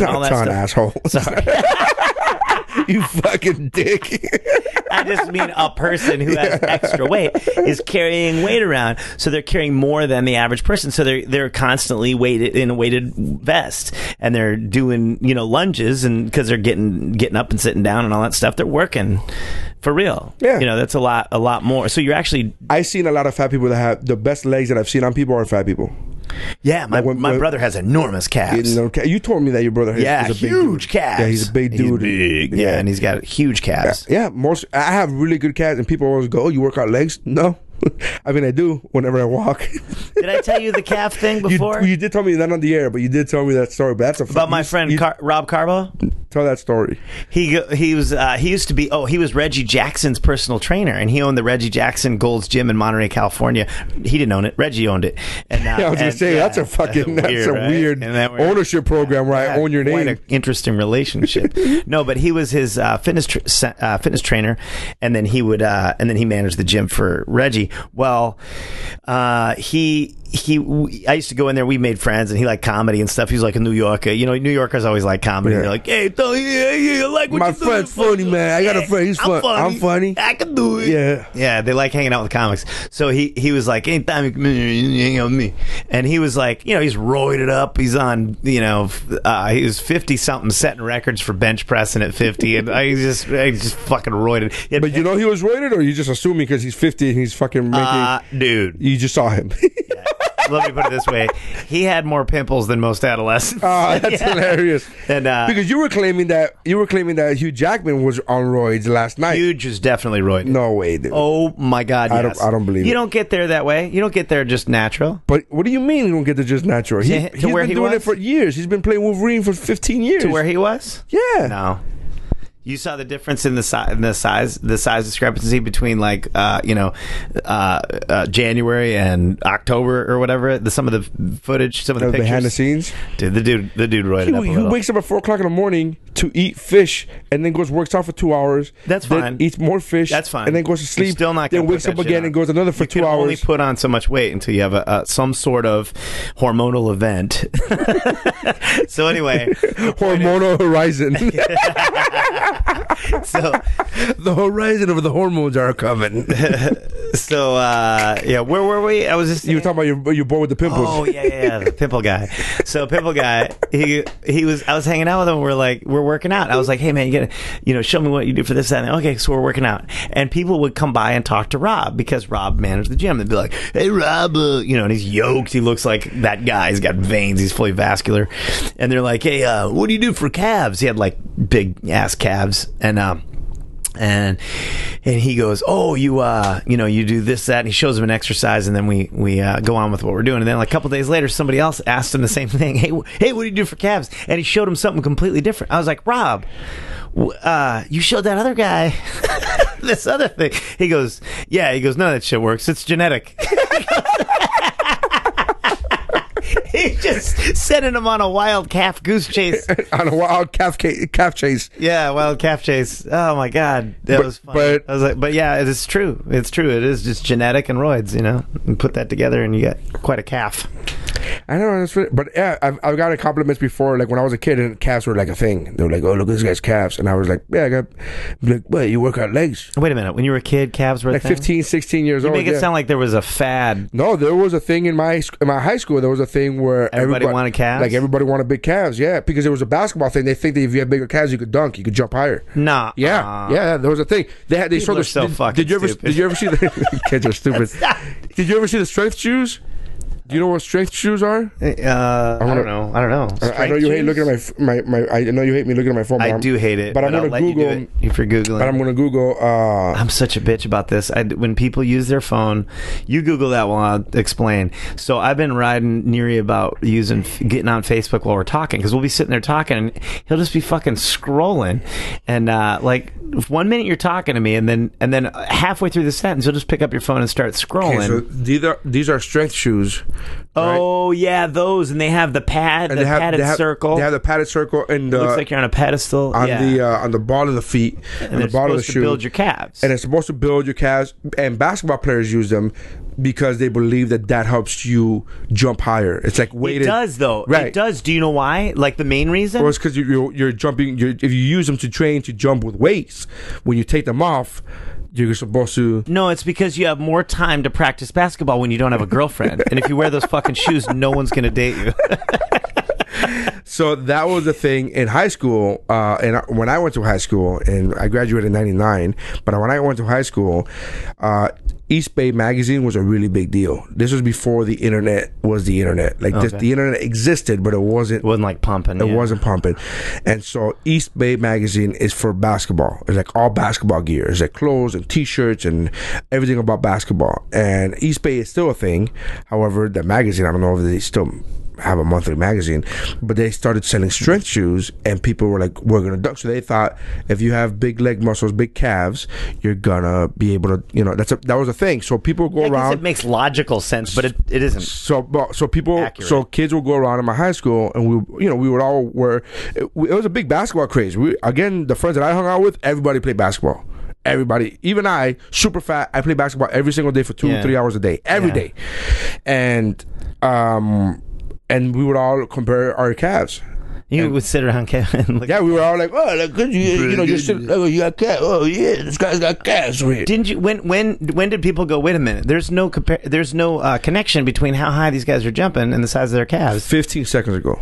[SPEAKER 1] It's
[SPEAKER 9] and
[SPEAKER 1] not
[SPEAKER 9] all
[SPEAKER 1] a
[SPEAKER 9] that
[SPEAKER 1] ton,
[SPEAKER 9] stuff.
[SPEAKER 1] asshole.
[SPEAKER 9] Sorry, <laughs>
[SPEAKER 1] <laughs> you fucking dick. <laughs>
[SPEAKER 9] I just mean a person who has extra weight is carrying weight around, so they're carrying more than the average person. So they're they're constantly weighted in a weighted vest, and they're doing you know lunges, and because they're getting getting up and sitting down and all that stuff, they're working for real.
[SPEAKER 1] Yeah.
[SPEAKER 9] you know that's a lot a lot more. So you're actually
[SPEAKER 1] I've seen a lot of fat people that have the best legs that I've seen on people are fat people.
[SPEAKER 9] yeah. My
[SPEAKER 1] Like when-
[SPEAKER 9] my
[SPEAKER 1] when-
[SPEAKER 9] brother has enormous calves.
[SPEAKER 1] You, know, ca- you told me that your brother has
[SPEAKER 9] yeah,
[SPEAKER 1] is a big
[SPEAKER 9] huge
[SPEAKER 1] dude.
[SPEAKER 9] calves.
[SPEAKER 1] Yeah, he's a big dude.
[SPEAKER 9] big. Yeah, and he's got huge calves.
[SPEAKER 1] yeah. Most I have really good calves, and people always go, "Oh, you work out legs?" No, <laughs> I mean I do whenever I walk. <laughs>
[SPEAKER 9] Did I tell you the calf thing before?
[SPEAKER 1] you, you did tell me that on the air, but you did tell me that story. But that's a
[SPEAKER 9] about my
[SPEAKER 1] you-
[SPEAKER 9] friend
[SPEAKER 1] you
[SPEAKER 9] Car- Rob Carbo?
[SPEAKER 1] tell that story. <laughs>
[SPEAKER 9] He go- he was uh, he used to be oh he was Reggie Jackson's personal trainer and he owned the Reggie Jackson Gold's Gym in Monterey California. He didn't own it. Reggie owned it. And, uh,
[SPEAKER 1] Yeah, <laughs> I was gonna
[SPEAKER 9] and-
[SPEAKER 1] say
[SPEAKER 9] yeah,
[SPEAKER 1] that's a fucking that's a
[SPEAKER 9] right?
[SPEAKER 1] weird
[SPEAKER 9] And then we're-
[SPEAKER 1] ownership program where I
[SPEAKER 9] Yeah,
[SPEAKER 1] own your
[SPEAKER 9] quite
[SPEAKER 1] name.
[SPEAKER 9] an interesting
[SPEAKER 1] <laughs>
[SPEAKER 9] relationship. no, but he was his uh, fitness tr- se- uh, fitness trainer, and then he would uh, and then he managed the gym for Reggie. Well, uh, he he we- I used to go in there. We made friends, and he liked comedy and stuff. He's like a New Yorker. You know, New Yorkers always like comedy.
[SPEAKER 1] Yeah.
[SPEAKER 9] They're like, hey, th- yeah, yeah, I like what
[SPEAKER 1] My
[SPEAKER 9] you do.
[SPEAKER 1] friend's funny, man. I got a friend. He's
[SPEAKER 9] I'm
[SPEAKER 1] fun- I'm funny.
[SPEAKER 9] <laughs> I can do it.
[SPEAKER 1] Yeah.
[SPEAKER 9] Yeah, they like hanging out with comics. So he he was like, anytime you come in, you hang out with me, and he was like, you know, he's roided up. He's on, you know, f- uh, he was fifty something, setting records for bench pressing at fifty, and I just, I just fucking roided. He had-
[SPEAKER 1] But you know he was rated, or you just assuming because he's fifty and he's fucking making.
[SPEAKER 9] uh, dude,
[SPEAKER 1] you just saw him. <laughs>
[SPEAKER 9] let me put it this way: he had more pimples than most adolescents.
[SPEAKER 1] Ah, that's
[SPEAKER 9] <laughs> Yeah.
[SPEAKER 1] hilarious.
[SPEAKER 9] And, uh,
[SPEAKER 1] because you were claiming that you were claiming that Hugh Jackman was on roids last night.
[SPEAKER 9] Huge is definitely roided.
[SPEAKER 1] no way, dude.
[SPEAKER 9] Oh my God!
[SPEAKER 1] I don't-
[SPEAKER 9] yes.
[SPEAKER 1] I don't believe
[SPEAKER 9] you
[SPEAKER 1] it.
[SPEAKER 9] don't get there that way. You don't get there just natural.
[SPEAKER 1] But what do you mean you don't get to just natural? He,
[SPEAKER 9] Yeah,
[SPEAKER 1] has
[SPEAKER 9] to where
[SPEAKER 1] been
[SPEAKER 9] he
[SPEAKER 1] doing
[SPEAKER 9] was?
[SPEAKER 1] it for years. He's been playing Wolverine for 15 years.
[SPEAKER 9] to where he was?
[SPEAKER 1] Yeah.
[SPEAKER 9] No. You saw the difference in the size, in the size, the size discrepancy between like uh, you know uh, uh, January and October or whatever. The some of the f- footage, some of the
[SPEAKER 1] Uh,
[SPEAKER 9] pictures.
[SPEAKER 1] behind the scenes.
[SPEAKER 9] dude, the dude, the dude roided
[SPEAKER 1] He,
[SPEAKER 9] up a
[SPEAKER 1] he
[SPEAKER 9] little.
[SPEAKER 1] wakes up at 4 o'clock in the morning to eat fish and then goes works out for two hours.
[SPEAKER 9] That's
[SPEAKER 1] then
[SPEAKER 9] fine.
[SPEAKER 1] Eats more fish.
[SPEAKER 9] That's fine.
[SPEAKER 1] And then goes to
[SPEAKER 9] You're
[SPEAKER 1] sleep.
[SPEAKER 9] still not.
[SPEAKER 1] Then
[SPEAKER 9] gonna put
[SPEAKER 1] wakes
[SPEAKER 9] that
[SPEAKER 1] up
[SPEAKER 9] shit
[SPEAKER 1] again
[SPEAKER 9] on.
[SPEAKER 1] and goes another for
[SPEAKER 9] You
[SPEAKER 1] two
[SPEAKER 9] can
[SPEAKER 1] hours. <laughs>
[SPEAKER 9] Only put on so much weight until you have a, a some sort of hormonal event. <laughs> so anyway, <laughs>
[SPEAKER 1] Hormonal horizon.
[SPEAKER 9] so
[SPEAKER 1] <laughs> the horizon of the hormones are
[SPEAKER 9] <laughs>
[SPEAKER 1] coming.
[SPEAKER 9] so uh, yeah, where were we? I was just
[SPEAKER 1] you were
[SPEAKER 9] saying-
[SPEAKER 1] talking about your, your boy with the pimples.
[SPEAKER 9] Oh yeah, yeah, yeah, the pimple guy. So pimple guy, he he was. I was hanging out with him. We're like, we're working out. I was like, hey man, you gotta, you know, show me what you do for this that, and that. Okay, so we're working out, and people would come by and talk to Rob because Rob managed the gym. They'd be like, hey Rob, uh, you know, and he's yoked. He looks like that guy. He's got veins. He's fully vascular, and they're like, hey, uh, what do you do for calves? He had like big ass calves, and um and and he goes, "Oh, you uh, you know, you do this that." And he shows him an exercise, and then we we uh, go on with what we're doing. And then like, a couple days later, somebody else asked him the same <laughs> thing. Hey, wh- hey, what do you do for calves? And he showed him something completely different. I was like, Rob, w- uh, you showed that other guy <laughs> this other thing. He goes, "Yeah." He goes, "No, that shit works. It's genetic." He
[SPEAKER 4] <laughs> just sending him on a wild calf goose chase.
[SPEAKER 1] on a wild calf, ca- calf chase.
[SPEAKER 4] Yeah, wild calf chase. Oh my god, that
[SPEAKER 1] But-
[SPEAKER 4] was fun.
[SPEAKER 1] but-
[SPEAKER 4] I was like, but yeah, it is true. It's true. It is just genetic and roids. You know, you put that together and you get quite a calf.
[SPEAKER 1] I don't know, it's really, but yeah, I've, I've gotten compliments before. Like when I was a kid, and calves were like a thing. They were like, "Oh, look at this guy's calves," and I was like, "Yeah, I got like, wait, you work out legs?"
[SPEAKER 4] Wait a minute. When you were a kid, calves were a
[SPEAKER 1] Like
[SPEAKER 4] thing?
[SPEAKER 1] 15, 16 years
[SPEAKER 4] You
[SPEAKER 1] old.
[SPEAKER 4] make it
[SPEAKER 1] yeah.
[SPEAKER 4] sound like there was a fad.
[SPEAKER 1] no, there was a thing in my sc- in my high school. There was a thing where
[SPEAKER 4] Everybody wanted calves?
[SPEAKER 1] Like everybody wanted big calves, yeah, because there was a basketball thing. They think that if you had bigger calves, you could dunk, you could jump higher.
[SPEAKER 4] Nah.
[SPEAKER 1] Yeah, yeah, there was a thing. They had they showed
[SPEAKER 4] Uh-huh. People are
[SPEAKER 1] the
[SPEAKER 4] so
[SPEAKER 1] did,
[SPEAKER 4] fucking
[SPEAKER 1] did you ever
[SPEAKER 4] stupid.
[SPEAKER 1] did you ever see the <laughs> kids are
[SPEAKER 4] <laughs>
[SPEAKER 1] stupid? Did you ever see the strength shoes? Do you know what strength shoes are?
[SPEAKER 4] Uh, I,
[SPEAKER 1] wanna-
[SPEAKER 4] don't know. I don't know.
[SPEAKER 1] I- I know you hate looking at my f- my my. I know you hate me looking at my phone. but
[SPEAKER 4] I
[SPEAKER 1] I'm-
[SPEAKER 4] do hate it,
[SPEAKER 1] but I'm
[SPEAKER 4] I'll
[SPEAKER 1] gonna
[SPEAKER 4] let you do
[SPEAKER 1] Google-
[SPEAKER 4] it if you're googling.
[SPEAKER 1] But I'm gonna Google. Uh,
[SPEAKER 4] I'm such a bitch about this. I, when people use their phone, you Google that while I'll explain. So I've been riding Neary about using getting on Facebook while we're talking because we'll be sitting there talking and he'll just be fucking scrolling, and uh, like if one minute you're talking to me and then and then halfway through the sentence you'll just pick up your phone and start scrolling.
[SPEAKER 1] okay, so these are these are strength shoes. right?
[SPEAKER 4] oh yeah, those and they have the pad, the padded
[SPEAKER 1] they have,
[SPEAKER 4] circle.
[SPEAKER 1] They have the padded circle and the,
[SPEAKER 4] Looks like you're on a pedestal.
[SPEAKER 1] on
[SPEAKER 4] yeah.
[SPEAKER 1] the uh, on the ball of the feet
[SPEAKER 4] and
[SPEAKER 1] on the
[SPEAKER 4] they're
[SPEAKER 1] bottom of the
[SPEAKER 4] supposed
[SPEAKER 1] shoe.
[SPEAKER 4] to build your calves.
[SPEAKER 1] and it's supposed to build your calves. And basketball players use them because they believe that that helps you jump higher. It's like weighted.
[SPEAKER 4] It does though.
[SPEAKER 1] Right.
[SPEAKER 4] It does. Do you know why? Like the main reason?
[SPEAKER 1] Or it's because you, you're, you're jumping. You're, if you use them to train to jump with weights, when you take them off, you're supposed to.
[SPEAKER 4] no, it's because you have more time to practice basketball when you don't have a girlfriend. and if you wear those
[SPEAKER 1] <laughs>
[SPEAKER 4] fucking shoes, no one's gonna date you. <laughs>
[SPEAKER 1] So that was the thing in high school. Uh, and I, when I went to high school, and I graduated in '99, but when I went to high school, uh, East Bay magazine was a really big deal. This was before the internet was the internet. Like this, the internet existed, but it wasn't.
[SPEAKER 4] It wasn't like pumping.
[SPEAKER 1] It wasn't pumping. And so East Bay magazine is for basketball. It's like all basketball gear. It's like clothes and t-shirts and everything about basketball. And East Bay is still a thing. However, the magazine, I don't know if they still have a monthly magazine, but they started selling strength shoes and people were like, We're gonna dunk. So they thought if you have big leg muscles, big calves, you're gonna be able to you know, that's a that was a thing. So people go
[SPEAKER 4] I guess
[SPEAKER 1] around
[SPEAKER 4] it makes logical sense, but it, it isn't.
[SPEAKER 1] so but- so people
[SPEAKER 4] Accurate.
[SPEAKER 1] so kids would go around in my high school and we you know we would all wear it, it was a big basketball craze we again the friends that i hung out with everybody played basketball everybody even i super fat i play basketball every single day for two
[SPEAKER 4] Yeah.
[SPEAKER 1] three hours a day every
[SPEAKER 4] Yeah.
[SPEAKER 1] day, and um and we would all compare our calves
[SPEAKER 4] You would sit around Kevin <laughs> and look
[SPEAKER 1] yeah we were all like oh look good you, you know you're still, oh, you got calves oh yeah this guy's got calves over here
[SPEAKER 4] didn't you when when when did people go wait a minute there's no compare there's no uh, connection between how high these guys are jumping and the size of their calves
[SPEAKER 1] 15 seconds
[SPEAKER 4] <laughs>
[SPEAKER 1] ago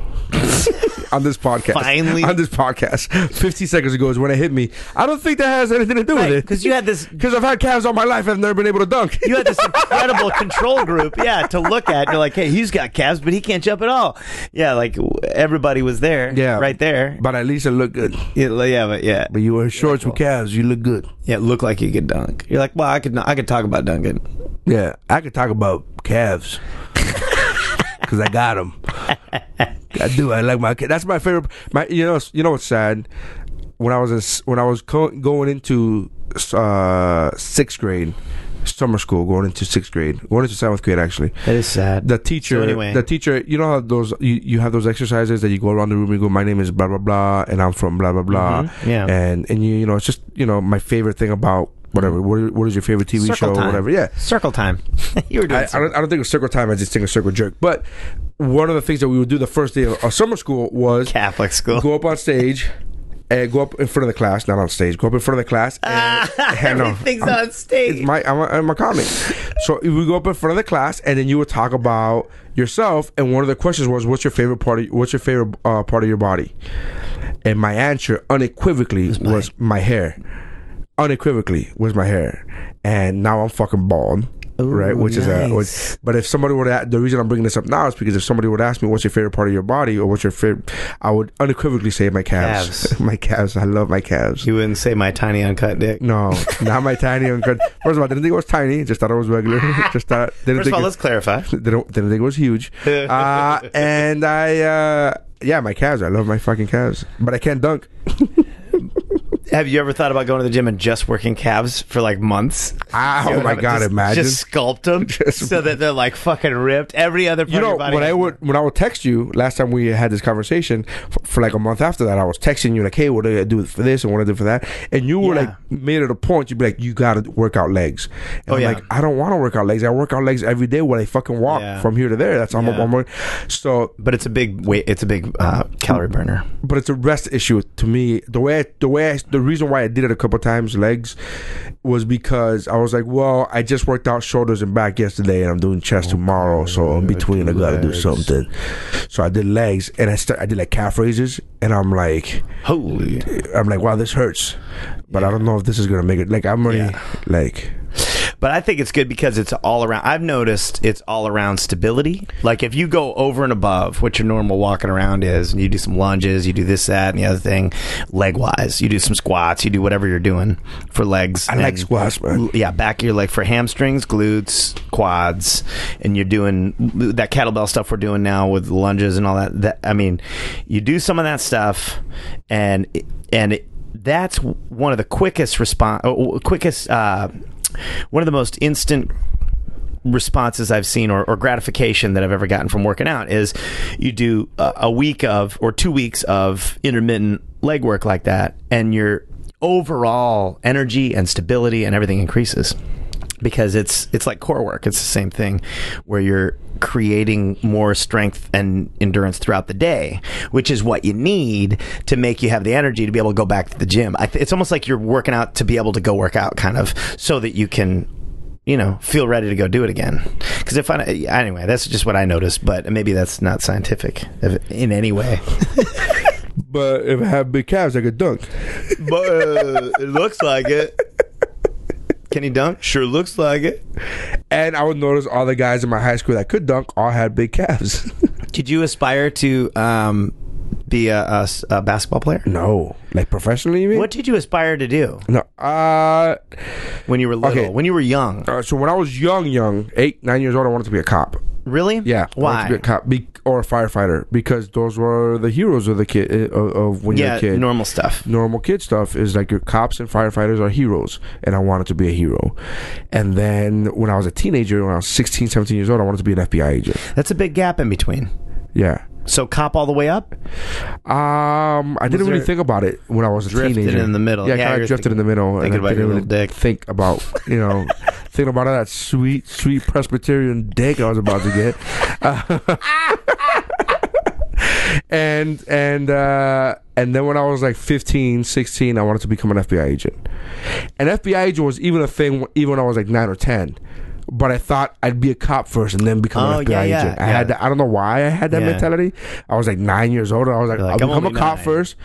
[SPEAKER 1] on this podcast.
[SPEAKER 4] Finally.
[SPEAKER 1] On this podcast. 15 seconds ago is when it hit me. I don't think that has anything to do with it.
[SPEAKER 4] because you had this
[SPEAKER 1] Because I've had calves all my life. I've never been able to dunk.
[SPEAKER 4] you had this
[SPEAKER 1] <laughs>
[SPEAKER 4] incredible control group, yeah, to look at. You're like, hey, he's got calves, but he can't jump at all. Yeah, like w- everybody was there,
[SPEAKER 1] Yeah.
[SPEAKER 4] right there.
[SPEAKER 1] But at least I look good.
[SPEAKER 4] <laughs> Yeah, li- yeah, but yeah,
[SPEAKER 1] But you wear shorts with calves. You look good.
[SPEAKER 4] yeah, look like you could dunk. You're like, well, I could, I could talk about dunking.
[SPEAKER 1] Yeah. I could talk about
[SPEAKER 4] <laughs>
[SPEAKER 1] calves. Because I got them. I do. I like my. ca- That's my favorite. My, you know, you know what's sad. When I was in, s- when I was co- going into uh, sixth grade, summer school, going into sixth grade, going into seventh grade actually.
[SPEAKER 4] That is sad.
[SPEAKER 1] the teacher
[SPEAKER 4] So anyway.
[SPEAKER 1] the teacher you know how those you, you have those exercises that you go around the room and go my name is blah blah blah and i'm from blah blah blah
[SPEAKER 4] Mhm. Yeah.
[SPEAKER 1] and and you you know it's just you know my favorite thing about whatever what, what is your favorite tv
[SPEAKER 4] Mm. circle
[SPEAKER 1] show
[SPEAKER 4] time.
[SPEAKER 1] whatever yeah
[SPEAKER 4] circle time. <laughs> you were doing.
[SPEAKER 1] I, I, don't, I don't think of circle time. I just think of circle jerk. But one of the things that we would do the first day of, of summer school was
[SPEAKER 4] Catholic school. <laughs>
[SPEAKER 1] go up on stage, and go up in front of the class, not on stage. Go up in front of the class. And, and, uh,
[SPEAKER 4] Everything's
[SPEAKER 1] I'm-
[SPEAKER 4] on stage.
[SPEAKER 1] it's my I'm a, I'm a comic. so we would go up in front of the class, and then you would talk about yourself. And one of the questions was, "What's your favorite part? Of, what's your favorite uh, part of your body?" And my answer unequivocally was my, hair. Unequivocally was my hair, and now I'm fucking bald. right, which is a,
[SPEAKER 4] nice.
[SPEAKER 1] which, but if somebody would, a- the reason I'm bringing this up now is because if somebody would ask me what's your favorite part of your body or what's your favorite, I would unequivocally say my calves, <laughs>
[SPEAKER 4] Calves.
[SPEAKER 1] my calves. I love my calves.
[SPEAKER 4] you wouldn't say my tiny uncut dick.
[SPEAKER 1] No, not my tiny uncut. First of all, didn't think it was tiny. Just thought it was
[SPEAKER 4] <laughs>
[SPEAKER 1] regular. just thought didn't
[SPEAKER 4] First
[SPEAKER 1] think
[SPEAKER 4] of all,
[SPEAKER 1] it,
[SPEAKER 4] let's clarify.
[SPEAKER 1] didn't, didn't think it was <laughs> huge. uh, and I, uh, yeah, my calves. I love my fucking calves, but I can't dunk.
[SPEAKER 9] have you ever thought about going to the gym and just working calves for like months?
[SPEAKER 1] Ah,
[SPEAKER 9] You
[SPEAKER 1] oh
[SPEAKER 9] know,
[SPEAKER 1] my
[SPEAKER 9] just-
[SPEAKER 1] god! imagine
[SPEAKER 9] just
[SPEAKER 1] <laughs>
[SPEAKER 9] sculpt them so that they're like fucking ripped. Every other part
[SPEAKER 1] you
[SPEAKER 9] of
[SPEAKER 1] know
[SPEAKER 9] your body
[SPEAKER 1] when I
[SPEAKER 9] has-
[SPEAKER 1] would when I would text you last time we had this conversation for, for like a month after that I was texting you like hey what do I do for this and what do I do for that and you were
[SPEAKER 9] Yeah.
[SPEAKER 1] like made it a point you'd be like you gotta work out legs and
[SPEAKER 9] Oh,
[SPEAKER 1] I'm
[SPEAKER 9] yeah.
[SPEAKER 1] like I don't want to work out legs I work out legs every day when I fucking walk
[SPEAKER 9] Yeah.
[SPEAKER 1] from here to there that's how I'm,
[SPEAKER 9] Yeah.
[SPEAKER 1] I'm working. so
[SPEAKER 9] but it's a big weight. It's a big uh, calorie burner.
[SPEAKER 1] but it's a rest issue to me. The way I, the way I, the reason why I did it a couple times legs was because I was like, well, I just worked out shoulders and back yesterday, and I'm doing chest tomorrow, so in between I gotta do something. So I did legs, and I start I did like calf raises, and I'm like,
[SPEAKER 9] Holy.
[SPEAKER 1] I'm like, wow, this hurts, but I don't know if this is gonna make it. Like I'm already
[SPEAKER 9] Yeah.
[SPEAKER 1] like.
[SPEAKER 9] But I think it's good because it's all around. I've noticed it's all around stability. Like if you go over and above what your normal walking around is, and you do some lunges, you do this, that, and the other thing, leg wise, you do some squats, you do whatever you're doing for legs.
[SPEAKER 1] I like
[SPEAKER 9] and-
[SPEAKER 1] squats, man.
[SPEAKER 9] Yeah, back of your leg for hamstrings, glutes, quads, and you're doing that kettlebell stuff we're doing now with lunges and all that. That I mean, you do some of that stuff, and and it, that's one of the quickest response, quickest, uh, one of the most instant responses I've seen or, or gratification that I've ever gotten from working out is you do a, a week of or two weeks of intermittent leg work like that, and your overall energy and stability and everything increases because it's it's like core work. It's the same thing where you're creating more strength and endurance throughout the day, which is what you need to make you have the energy to be able to go back to the gym. I th- it's almost like you're working out to be able to go work out, kind of, so that you can you know, feel ready to go do it again. Because if I, anyway, that's just what I noticed, but maybe that's not scientific if- in any way.
[SPEAKER 1] But if I have big calves, I could dunk.
[SPEAKER 9] but uh, it looks like it. <laughs> Can he dunk? Sure looks like it.
[SPEAKER 1] And I would notice all the guys in my high school that could dunk all had big calves. <laughs>
[SPEAKER 9] Did you aspire to um, be a, a s- a basketball player?
[SPEAKER 1] no, like professionally, you mean?
[SPEAKER 9] What did you aspire to do
[SPEAKER 1] No. Uh,
[SPEAKER 9] when you were little?
[SPEAKER 1] Okay.
[SPEAKER 9] When you were young?
[SPEAKER 1] Uh, so when I was young, young, eight, nine years old, I wanted to be a cop.
[SPEAKER 9] Really?
[SPEAKER 1] Yeah, I wanted
[SPEAKER 9] Why?
[SPEAKER 1] to be a cop be- or a firefighter because those were the heroes of the kid uh, of, of when you're
[SPEAKER 9] yeah,
[SPEAKER 1] a kid.
[SPEAKER 9] normal stuff.
[SPEAKER 1] Normal kid stuff is like your cops and firefighters are heroes, and I wanted to be a hero. And then when I was a teenager, when I was 16, 17 years old, I wanted to be an FBI agent.
[SPEAKER 9] That's a big gap in between.
[SPEAKER 1] Yeah.
[SPEAKER 9] So cop all the way up.
[SPEAKER 1] Um, I didn't
[SPEAKER 9] there-
[SPEAKER 1] really think about it when I was a
[SPEAKER 9] Drifted
[SPEAKER 1] teenager.
[SPEAKER 9] in the middle.
[SPEAKER 1] Yeah,
[SPEAKER 9] Yeah,
[SPEAKER 1] kind
[SPEAKER 9] you're
[SPEAKER 1] of drifted in the
[SPEAKER 9] thinking-
[SPEAKER 1] middle.
[SPEAKER 9] thinking
[SPEAKER 1] I
[SPEAKER 9] about your
[SPEAKER 1] didn't
[SPEAKER 9] little dick.
[SPEAKER 1] Think about you
[SPEAKER 9] <laughs>
[SPEAKER 1] know, thinking about all that sweet, sweet Presbyterian dick I was about to get. <laughs> Uh, and and uh, and then when I was like 15, 16, I wanted to become an FBI agent. An FBI agent was even a thing even when I was like nine or ten. But I thought I'd be a cop first and then become
[SPEAKER 9] Oh,
[SPEAKER 1] an FBI
[SPEAKER 9] yeah, yeah,
[SPEAKER 1] agent. I
[SPEAKER 9] yeah.
[SPEAKER 1] had that, I don't know why I had that
[SPEAKER 9] Yeah.
[SPEAKER 1] mentality. I was like nine years old. And I was like,
[SPEAKER 9] You're like,
[SPEAKER 1] I'll
[SPEAKER 9] I'm
[SPEAKER 1] become a
[SPEAKER 9] only
[SPEAKER 1] cop
[SPEAKER 9] nine.
[SPEAKER 1] first,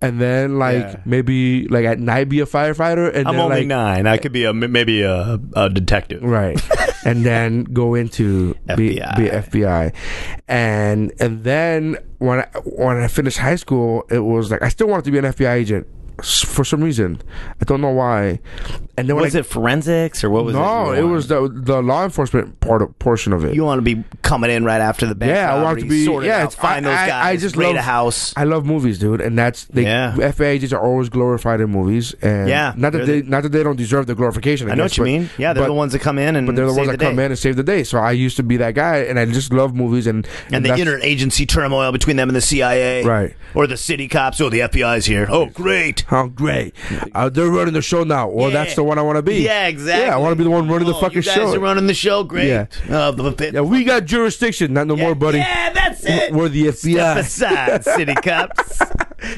[SPEAKER 1] and then like
[SPEAKER 9] Yeah.
[SPEAKER 1] maybe like at night be a firefighter, and
[SPEAKER 9] I'm
[SPEAKER 1] then
[SPEAKER 9] only
[SPEAKER 1] like
[SPEAKER 9] nine. I could be a maybe a, a detective. <laughs>
[SPEAKER 1] right, and then go into be, be
[SPEAKER 9] FBI.
[SPEAKER 1] FBI, and and then when I, when I finished high school, it was like I still wanted to be an FBI agent s- for some reason. I don't know why. And then when
[SPEAKER 9] Was
[SPEAKER 1] I,
[SPEAKER 9] it forensics or what was
[SPEAKER 1] no,
[SPEAKER 9] it?
[SPEAKER 1] it was the the law enforcement part of, portion of it.
[SPEAKER 9] You want to be coming in right after the bank.
[SPEAKER 1] Yeah, I want
[SPEAKER 9] robbery,
[SPEAKER 1] to be.
[SPEAKER 9] sort it
[SPEAKER 1] yeah,
[SPEAKER 9] out,
[SPEAKER 1] it's
[SPEAKER 9] find
[SPEAKER 1] I,
[SPEAKER 9] those
[SPEAKER 1] I-
[SPEAKER 9] guys.
[SPEAKER 1] I, just
[SPEAKER 9] raid
[SPEAKER 1] love
[SPEAKER 9] a house.
[SPEAKER 1] I love movies, dude, and that's they.
[SPEAKER 9] Yeah.
[SPEAKER 1] FA agents are always glorified in movies, and
[SPEAKER 9] Yeah,
[SPEAKER 1] not that
[SPEAKER 9] they're
[SPEAKER 1] they
[SPEAKER 9] the-
[SPEAKER 1] not that they don't deserve the glorification. I,
[SPEAKER 9] I know
[SPEAKER 1] guess,
[SPEAKER 9] what you
[SPEAKER 1] but-
[SPEAKER 9] mean. Yeah, they're
[SPEAKER 1] but-
[SPEAKER 9] the ones that come in and
[SPEAKER 1] But they're the
[SPEAKER 9] save
[SPEAKER 1] ones that come
[SPEAKER 9] day.
[SPEAKER 1] in and save the day. So I used to be that guy, and I just love movies and
[SPEAKER 9] And the
[SPEAKER 1] that's-
[SPEAKER 9] interagency turmoil between them and the CIA,
[SPEAKER 1] Right.
[SPEAKER 9] Or the city cops. Oh, the FBI's here. Oh, great.
[SPEAKER 1] Oh great! Uh, they're running the show now. Well,
[SPEAKER 9] Yeah.
[SPEAKER 1] that's the one I want to be.
[SPEAKER 9] Yeah, exactly.
[SPEAKER 1] Yeah, I want to be the one running the
[SPEAKER 9] Oh,
[SPEAKER 1] fucking
[SPEAKER 9] you guys
[SPEAKER 1] show.
[SPEAKER 9] Are running the show, great.
[SPEAKER 1] Yeah.
[SPEAKER 9] Oh, the- the-
[SPEAKER 1] yeah, we got jurisdiction. Not no more, buddy.
[SPEAKER 9] Yeah, that's it.
[SPEAKER 1] We're the
[SPEAKER 9] Step
[SPEAKER 1] FBI.
[SPEAKER 9] aside,
[SPEAKER 1] <laughs>
[SPEAKER 9] city cops.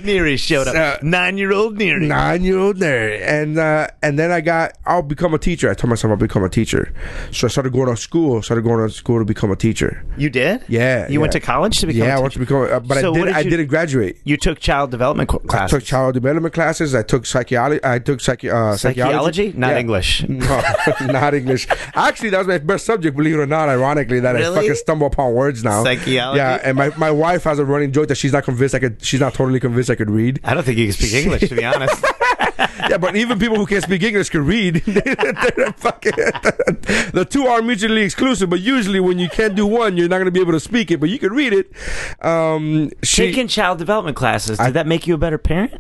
[SPEAKER 9] Neary showed up.
[SPEAKER 1] So-
[SPEAKER 9] Nine-year-old Neary.
[SPEAKER 1] nine year old nerd. And uh, and then I got I'll become a teacher. I told myself I'll become a teacher. So I started going to school. Started going to school to become a teacher.
[SPEAKER 9] You did?
[SPEAKER 1] Yeah,
[SPEAKER 9] You went
[SPEAKER 1] yeah.
[SPEAKER 9] to college to become.
[SPEAKER 1] yeah,
[SPEAKER 9] a
[SPEAKER 1] I want to
[SPEAKER 9] teacher?
[SPEAKER 1] become, uh, but
[SPEAKER 9] So
[SPEAKER 1] I
[SPEAKER 9] what
[SPEAKER 1] didn't.
[SPEAKER 9] did
[SPEAKER 1] I
[SPEAKER 9] you-
[SPEAKER 1] didn't graduate.
[SPEAKER 9] You took child development co-
[SPEAKER 1] I
[SPEAKER 9] classes.
[SPEAKER 1] took child development classes. I took psychiatry. I took psychi- uh, psychology,
[SPEAKER 9] Psychology? Not
[SPEAKER 1] Yeah.
[SPEAKER 9] English.
[SPEAKER 1] <laughs>
[SPEAKER 9] <laughs>
[SPEAKER 1] No, not English. Actually, that was my best subject, believe it or not, ironically, that
[SPEAKER 9] Really?
[SPEAKER 1] I fucking stumble upon words now.
[SPEAKER 9] Psychology?
[SPEAKER 1] Yeah, and my, my wife has a running joke that she's not convinced I could, she's not totally convinced I could read.
[SPEAKER 9] I don't think you can
[SPEAKER 1] <laughs>
[SPEAKER 9] speak English, to be honest.
[SPEAKER 1] yeah, but even people who can't speak English can read. <laughs> They're fucking- <laughs> the two are mutually exclusive, but usually when you can't do one, you're not going to be able to speak it, but you can read it. Um, she,
[SPEAKER 4] Taking child development classes, did that make you a better parent?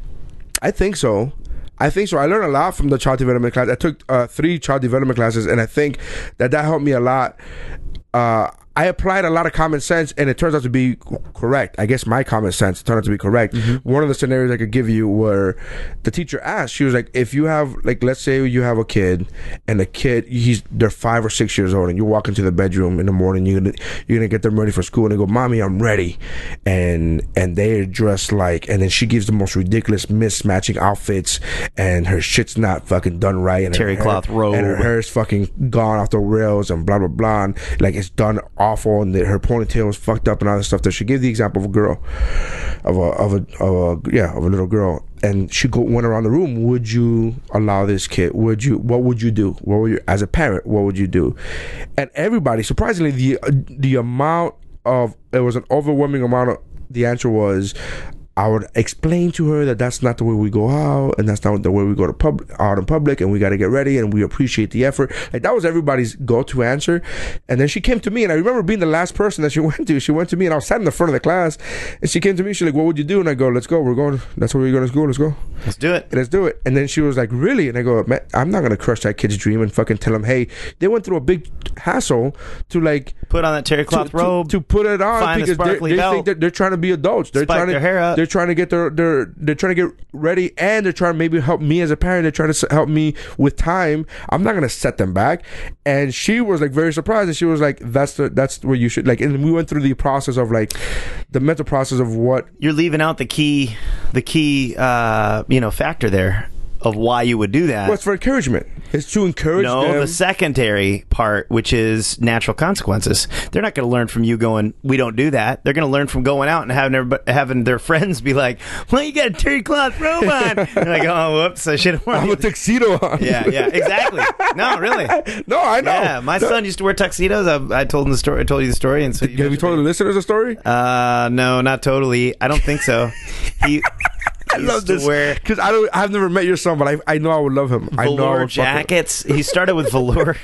[SPEAKER 1] I think so. I think so. I learned a lot from the child development class. I took uh, three child development classes, and I think that that helped me a lot. Uh, I applied a lot of common sense, and it turns out to be c- correct. I guess my common sense turned out to be correct. One of the scenarios I could give you where the teacher asked, she was like, "If you have, like, let's say you have a kid, and the kid he's they're five or six years old, and you walk into the bedroom in the morning, you're gonna you're gonna get them ready for school, and they go, "Mommy, I'm ready," and and they're dressed like, and then she gives the most ridiculous mismatching outfits, and her shit's not fucking done right, and her
[SPEAKER 4] Terry
[SPEAKER 1] hair-
[SPEAKER 4] cloth robe.
[SPEAKER 1] and her hair is fucking gone off the rails and blah blah blah and like it's done awful and that her ponytail is fucked up and all this stuff that she gave the example of a girl of a of a, of a yeah of a little girl and she go, went around the room would you allow this kid would you what would you do what would you as a parent what would you do and everybody surprisingly the the amount of it was an overwhelming amount of the answer was I would explain to her that that's not the way we go out, and that's not the way we go to pub out in public, and we got to get ready, and we appreciate the effort. Like that was everybody's go-to answer, and then she came to me, and I remember being the last person that she <laughs> went to. She went to me, and I was sat in the front of the class, and she came to me. She's like, "What would you do?" And I go, "Let's go. We're going. That's where we're going to school. Let's go."
[SPEAKER 9] Let's do it.
[SPEAKER 1] let's do it. And then she was like, really? And I go, man, I'm not gonna crush that kid's dream and fucking tell him, hey, they went through a big hassle to like
[SPEAKER 9] Put on that terry cloth
[SPEAKER 1] to,
[SPEAKER 9] robe.
[SPEAKER 1] to, to put it on
[SPEAKER 9] find a
[SPEAKER 1] because they're-
[SPEAKER 9] sparkly
[SPEAKER 1] they
[SPEAKER 9] belt.
[SPEAKER 1] think that they're trying to be adults. They're
[SPEAKER 9] Spike
[SPEAKER 1] trying to
[SPEAKER 9] their hair up.
[SPEAKER 1] they're trying to get their their they're trying to get ready and they're trying to maybe help me as a parent. They're trying to s- help me with time. I'm not gonna set them back. And she was like very surprised and she was like, "That's the that's where you should like." And we went through the process of like the mental process of what
[SPEAKER 9] You're leaving out the key, the key, uh, you know, factor there of why you would do that.
[SPEAKER 1] what's for encouragement. It's to encourage
[SPEAKER 9] no,
[SPEAKER 1] them.
[SPEAKER 9] the secondary part, which is natural consequences. They're not going to learn from you going, "We don't do that." They're going to learn from going out and having everybody, having their <laughs> friends be like, "Well, you got a terry cloth robe
[SPEAKER 1] <laughs>
[SPEAKER 9] on." and like, "Oh, whoops, I should have worn."
[SPEAKER 1] I have a
[SPEAKER 9] these."
[SPEAKER 1] <laughs> tuxedo on.
[SPEAKER 9] yeah, yeah, exactly. No, really.
[SPEAKER 1] <laughs> No, I know.
[SPEAKER 9] Yeah, my son used to wear tuxedos. I, I told him the story. I told you the story, and so you
[SPEAKER 1] Have you told the listeners a story?
[SPEAKER 9] Uh, no, not totally. I don't think
[SPEAKER 1] <laughs>
[SPEAKER 9] so. He. I
[SPEAKER 1] love this because I don't. I've never met your son, but I, I know I would love him. I know I
[SPEAKER 9] velour
[SPEAKER 1] would fuck him.
[SPEAKER 9] jackets. He started with
[SPEAKER 1] <laughs>
[SPEAKER 9] velour.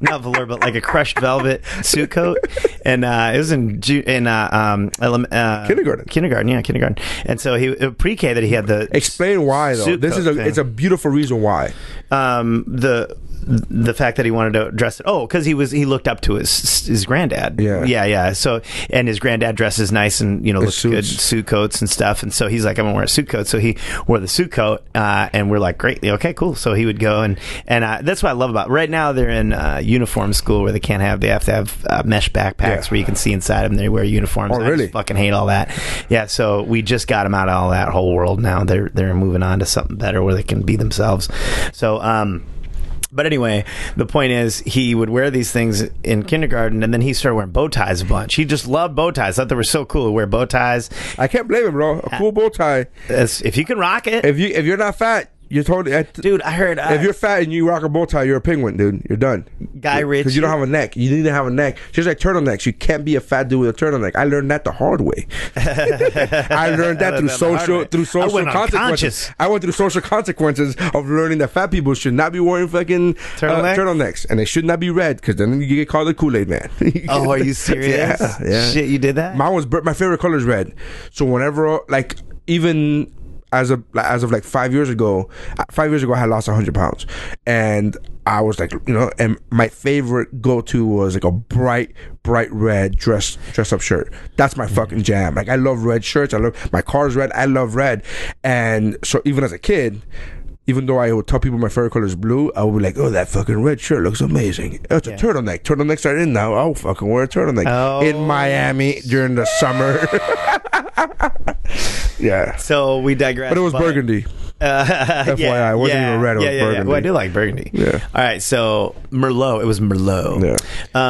[SPEAKER 9] Not velour, but like a crushed velvet suit coat, and uh, it was in ju- in uh, um, elem- uh,
[SPEAKER 1] Kindergarten.
[SPEAKER 9] kindergarten, yeah, kindergarten. And so he uh, pre-K that he had the
[SPEAKER 1] Explain why though.
[SPEAKER 9] Suit
[SPEAKER 1] This
[SPEAKER 9] coat
[SPEAKER 1] is a
[SPEAKER 9] thing.
[SPEAKER 1] it's a beautiful reason why.
[SPEAKER 9] um, the the fact that he wanted to dress it. Oh, because he was he looked up to his his granddad.
[SPEAKER 1] Yeah.
[SPEAKER 9] yeah, yeah. So and his granddad dresses nice and you know looks good
[SPEAKER 1] suits.
[SPEAKER 9] suit coats and stuff. And so he's like, I'm gonna wear a suit coat. So he wore the suit coat, uh, and we're like, great, okay, cool. So he would go and and uh, that's what I love about right now. They're in uh, uniform school where they can't have they have to have uh, mesh backpacks
[SPEAKER 1] Yeah.
[SPEAKER 9] where you can see inside them. They wear uniforms.
[SPEAKER 1] Oh,
[SPEAKER 9] I just
[SPEAKER 1] really?
[SPEAKER 9] fucking hate all that. Yeah, so we just got them out of all that whole world. Now they're they're moving on to something better where they can be themselves. So um but anyway, the point is he would wear these things in kindergarten and then he started wearing bow ties a bunch. He just loved bow ties. Thought they were so cool to wear bow ties.
[SPEAKER 1] I can't blame him, bro. A cool bow tie.
[SPEAKER 9] As- if you can rock it.
[SPEAKER 1] If you if you're not fat, you're totally. I-
[SPEAKER 9] dude, I heard uh,
[SPEAKER 1] if you're fat and you rock a bow tie, you're a penguin, dude. You're done.
[SPEAKER 9] Guy Ritchie.
[SPEAKER 1] Because you don't have a neck. You need to have a neck. Just like turtlenecks. You can't be a fat dude with a turtleneck. I learned that the hard
[SPEAKER 9] <laughs>
[SPEAKER 1] way. I learned that through
[SPEAKER 9] Learned that the hard
[SPEAKER 1] social
[SPEAKER 9] way.
[SPEAKER 1] through
[SPEAKER 9] I
[SPEAKER 1] social
[SPEAKER 9] went
[SPEAKER 1] consequences.
[SPEAKER 9] unconscious.
[SPEAKER 1] I went through social consequences of learning that fat people should not be wearing fucking turtlenecks,
[SPEAKER 9] Turtlenecks?
[SPEAKER 1] turtlenecks and they should not be red because then you get called the Kool Aid man. <laughs>
[SPEAKER 9] Oh, <laughs> are you serious?
[SPEAKER 1] Yeah, yeah.
[SPEAKER 9] Shit, you did that?
[SPEAKER 1] Mine was bur- my favorite color is red. So whenever like even as of as of like five years ago, uh, five years ago I had lost hundred pounds, and I was like you know, and my favorite go to was like a bright bright red dress dress up shirt. That's my fucking jam. Like I love red shirts. I love my car's red. I love red, and so even as a kid. Even though I would tell people my favorite color is blue, I would be like, "Oh, that fucking red shirt looks amazing." Oh, it's a turtleneck. Turtlenecks are in now. I'll fucking wear a turtleneck
[SPEAKER 9] Oh,
[SPEAKER 1] in Miami during the summer. <laughs> yeah.
[SPEAKER 9] so we digress.
[SPEAKER 1] But it was
[SPEAKER 9] <laughs>
[SPEAKER 1] burgundy.
[SPEAKER 9] FYI,
[SPEAKER 1] FYI, it wasn't even red, it was
[SPEAKER 9] yeah, yeah,
[SPEAKER 1] burgundy.
[SPEAKER 9] Yeah. Well, I do like burgundy.
[SPEAKER 1] Yeah.
[SPEAKER 9] All right, so Merlot. It was Merlot. Yeah.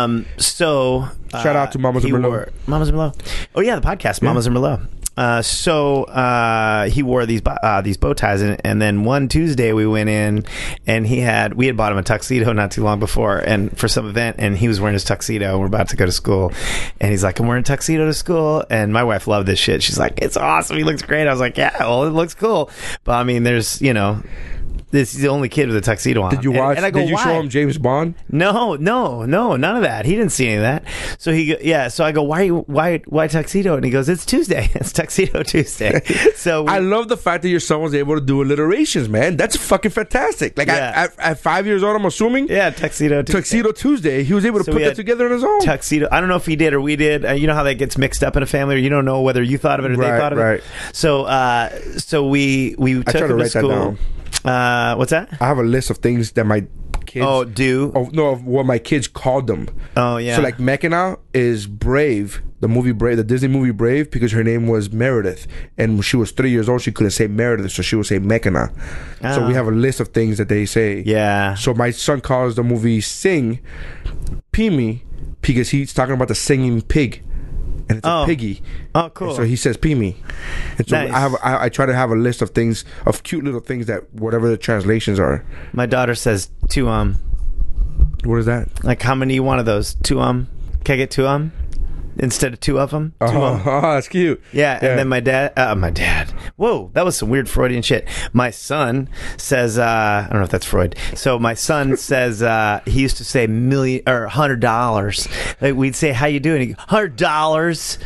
[SPEAKER 9] Um. So uh,
[SPEAKER 1] Shout out to Mamas
[SPEAKER 9] he
[SPEAKER 1] and Merlot.
[SPEAKER 9] wore- Mamas and Merlot. Oh yeah, the podcast Mamas and Merlot. Uh, so uh, he wore these bo- uh, these bow ties, and, and then one Tuesday we went in, and he had we had bought him a tuxedo not too long before, and for some event, and he was wearing his tuxedo. and We're about to go to school, and he's like, "I'm wearing a tuxedo to school," and my wife loved this shit. She's like, "It's awesome. He looks great." I was like, "Yeah, well, it looks cool," but I mean, there's you know This is the only kid with a tuxedo on.
[SPEAKER 1] Did you
[SPEAKER 9] And-
[SPEAKER 1] watch?
[SPEAKER 9] And, I go,
[SPEAKER 1] did you
[SPEAKER 9] "Why?"
[SPEAKER 1] show him James Bond?
[SPEAKER 9] No, no, no, none of that. He didn't see any of that. So he, go- yeah. So I go, why, are you, why, why tuxedo? And he goes, it's Tuesday. <laughs> It's tuxedo Tuesday. So we,
[SPEAKER 1] I love the fact that your son was able to do alliterations, man. That's fucking fantastic. Like
[SPEAKER 9] Yeah.
[SPEAKER 1] at, at, at five years old, I'm assuming
[SPEAKER 9] yeah, tuxedo Tuesday.
[SPEAKER 1] Tuxedo Tuesday, he was able to
[SPEAKER 9] So
[SPEAKER 1] put
[SPEAKER 9] we
[SPEAKER 1] that
[SPEAKER 9] had
[SPEAKER 1] together on his own.
[SPEAKER 9] tuxedo. I don't know if he did or we did. Uh, you know how that gets mixed up in a family, or you don't know whether you thought of it or
[SPEAKER 1] Right,
[SPEAKER 9] they thought of
[SPEAKER 1] right.
[SPEAKER 9] it. So, uh, so we we took
[SPEAKER 1] try to
[SPEAKER 9] him
[SPEAKER 1] write that
[SPEAKER 9] school. Uh, what's that?
[SPEAKER 1] I have a list of things that my kids.
[SPEAKER 9] Oh, do.
[SPEAKER 1] of- no, of what my kids called them.
[SPEAKER 9] Oh, yeah.
[SPEAKER 1] So like Mekina is Brave, the movie Brave, the Disney movie Brave, because her name was Meredith, and when she was three years old, she couldn't say Meredith, so she would say Mekina. So
[SPEAKER 9] Ah.
[SPEAKER 1] we have a list of things that they say.
[SPEAKER 9] Yeah.
[SPEAKER 1] So my son calls the movie Sing, Pimi, because he's talking about the singing pig. And it's a
[SPEAKER 9] Oh.
[SPEAKER 1] piggy.
[SPEAKER 9] Oh,
[SPEAKER 1] And
[SPEAKER 9] cool.
[SPEAKER 1] so he says Pimi. And so
[SPEAKER 9] Nice.
[SPEAKER 1] I have I, I try to have a list of things of cute little things that whatever the translations are.
[SPEAKER 9] My daughter says two um.
[SPEAKER 1] What is that?
[SPEAKER 9] Like how many you want of those? Two um. Can I get two um? Instead of two of them. Two
[SPEAKER 1] <laughs> Oh,
[SPEAKER 9] um.
[SPEAKER 1] oh, that's cute.
[SPEAKER 9] Yeah, and then my dad, uh, my dad. Whoa, that was some weird Freudian shit. My son says, uh, I don't know if that's Freud. So my son says uh, he used to say million or hundred dollars. Like we'd say, "How you doing?" He hundred dollars.